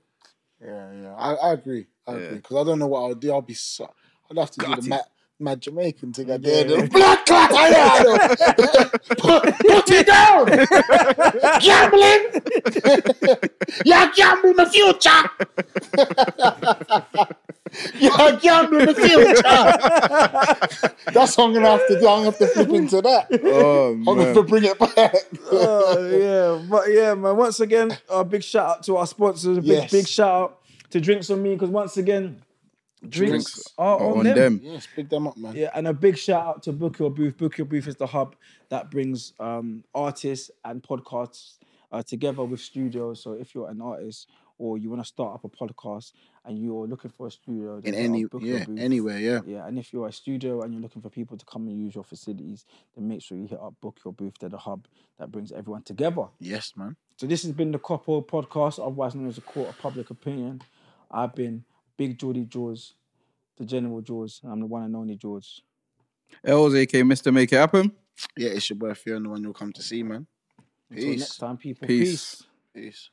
Speaker 2: Yeah, yeah. I, I agree. I
Speaker 3: Yeah.
Speaker 2: agree. Because I don't know what I'll do. I'll be so. I'd have to do
Speaker 3: Gutted.
Speaker 2: the mad, mad Jamaican thing at
Speaker 1: Yeah.
Speaker 2: the end. of- Blood clot! I know, I know. put, put it down! Gambling! You're gambling the future! You're gambling the future! That's what I'm going to have to do. I'm going to have to flip into that.
Speaker 3: Oh
Speaker 2: I'm going
Speaker 3: man.
Speaker 2: to bring it back.
Speaker 1: Oh yeah, but yeah, man. Once again, a big shout out to our sponsors. Big,
Speaker 2: Yes.
Speaker 1: big shout out to Drinks on Me because once again, drinks,
Speaker 3: Drinks
Speaker 1: are
Speaker 3: Oh,
Speaker 1: on, them.
Speaker 2: yes, pick them up, man.
Speaker 1: Yeah, and a big shout out to Book Your Booth. Book Your Booth is the hub that brings um, artists and podcasts uh, together with studios. So if you're an artist or you want to start up a podcast and you're looking for a studio, then
Speaker 2: In
Speaker 1: hit up
Speaker 2: any,
Speaker 1: Book Your
Speaker 2: yeah,
Speaker 1: Booth.
Speaker 2: anywhere, yeah.
Speaker 1: Yeah, and if you're a studio and you're looking for people to come and use your facilities, then make sure you hit up Book Your Booth. They're the hub that brings everyone together.
Speaker 2: Yes, man.
Speaker 1: So this has been the Coppo podcast, otherwise known as the Court of Public Opinion. I've been Big Geordie Jaws, the General Jaws, and I'm the one and only George.
Speaker 3: L's aka Mr. Make It Happen.
Speaker 2: Yeah, it's your boy Fiona, the one you'll come to see, man.
Speaker 1: Until
Speaker 2: Peace.
Speaker 1: next time, people.
Speaker 3: Peace.
Speaker 1: Peace.
Speaker 2: Peace.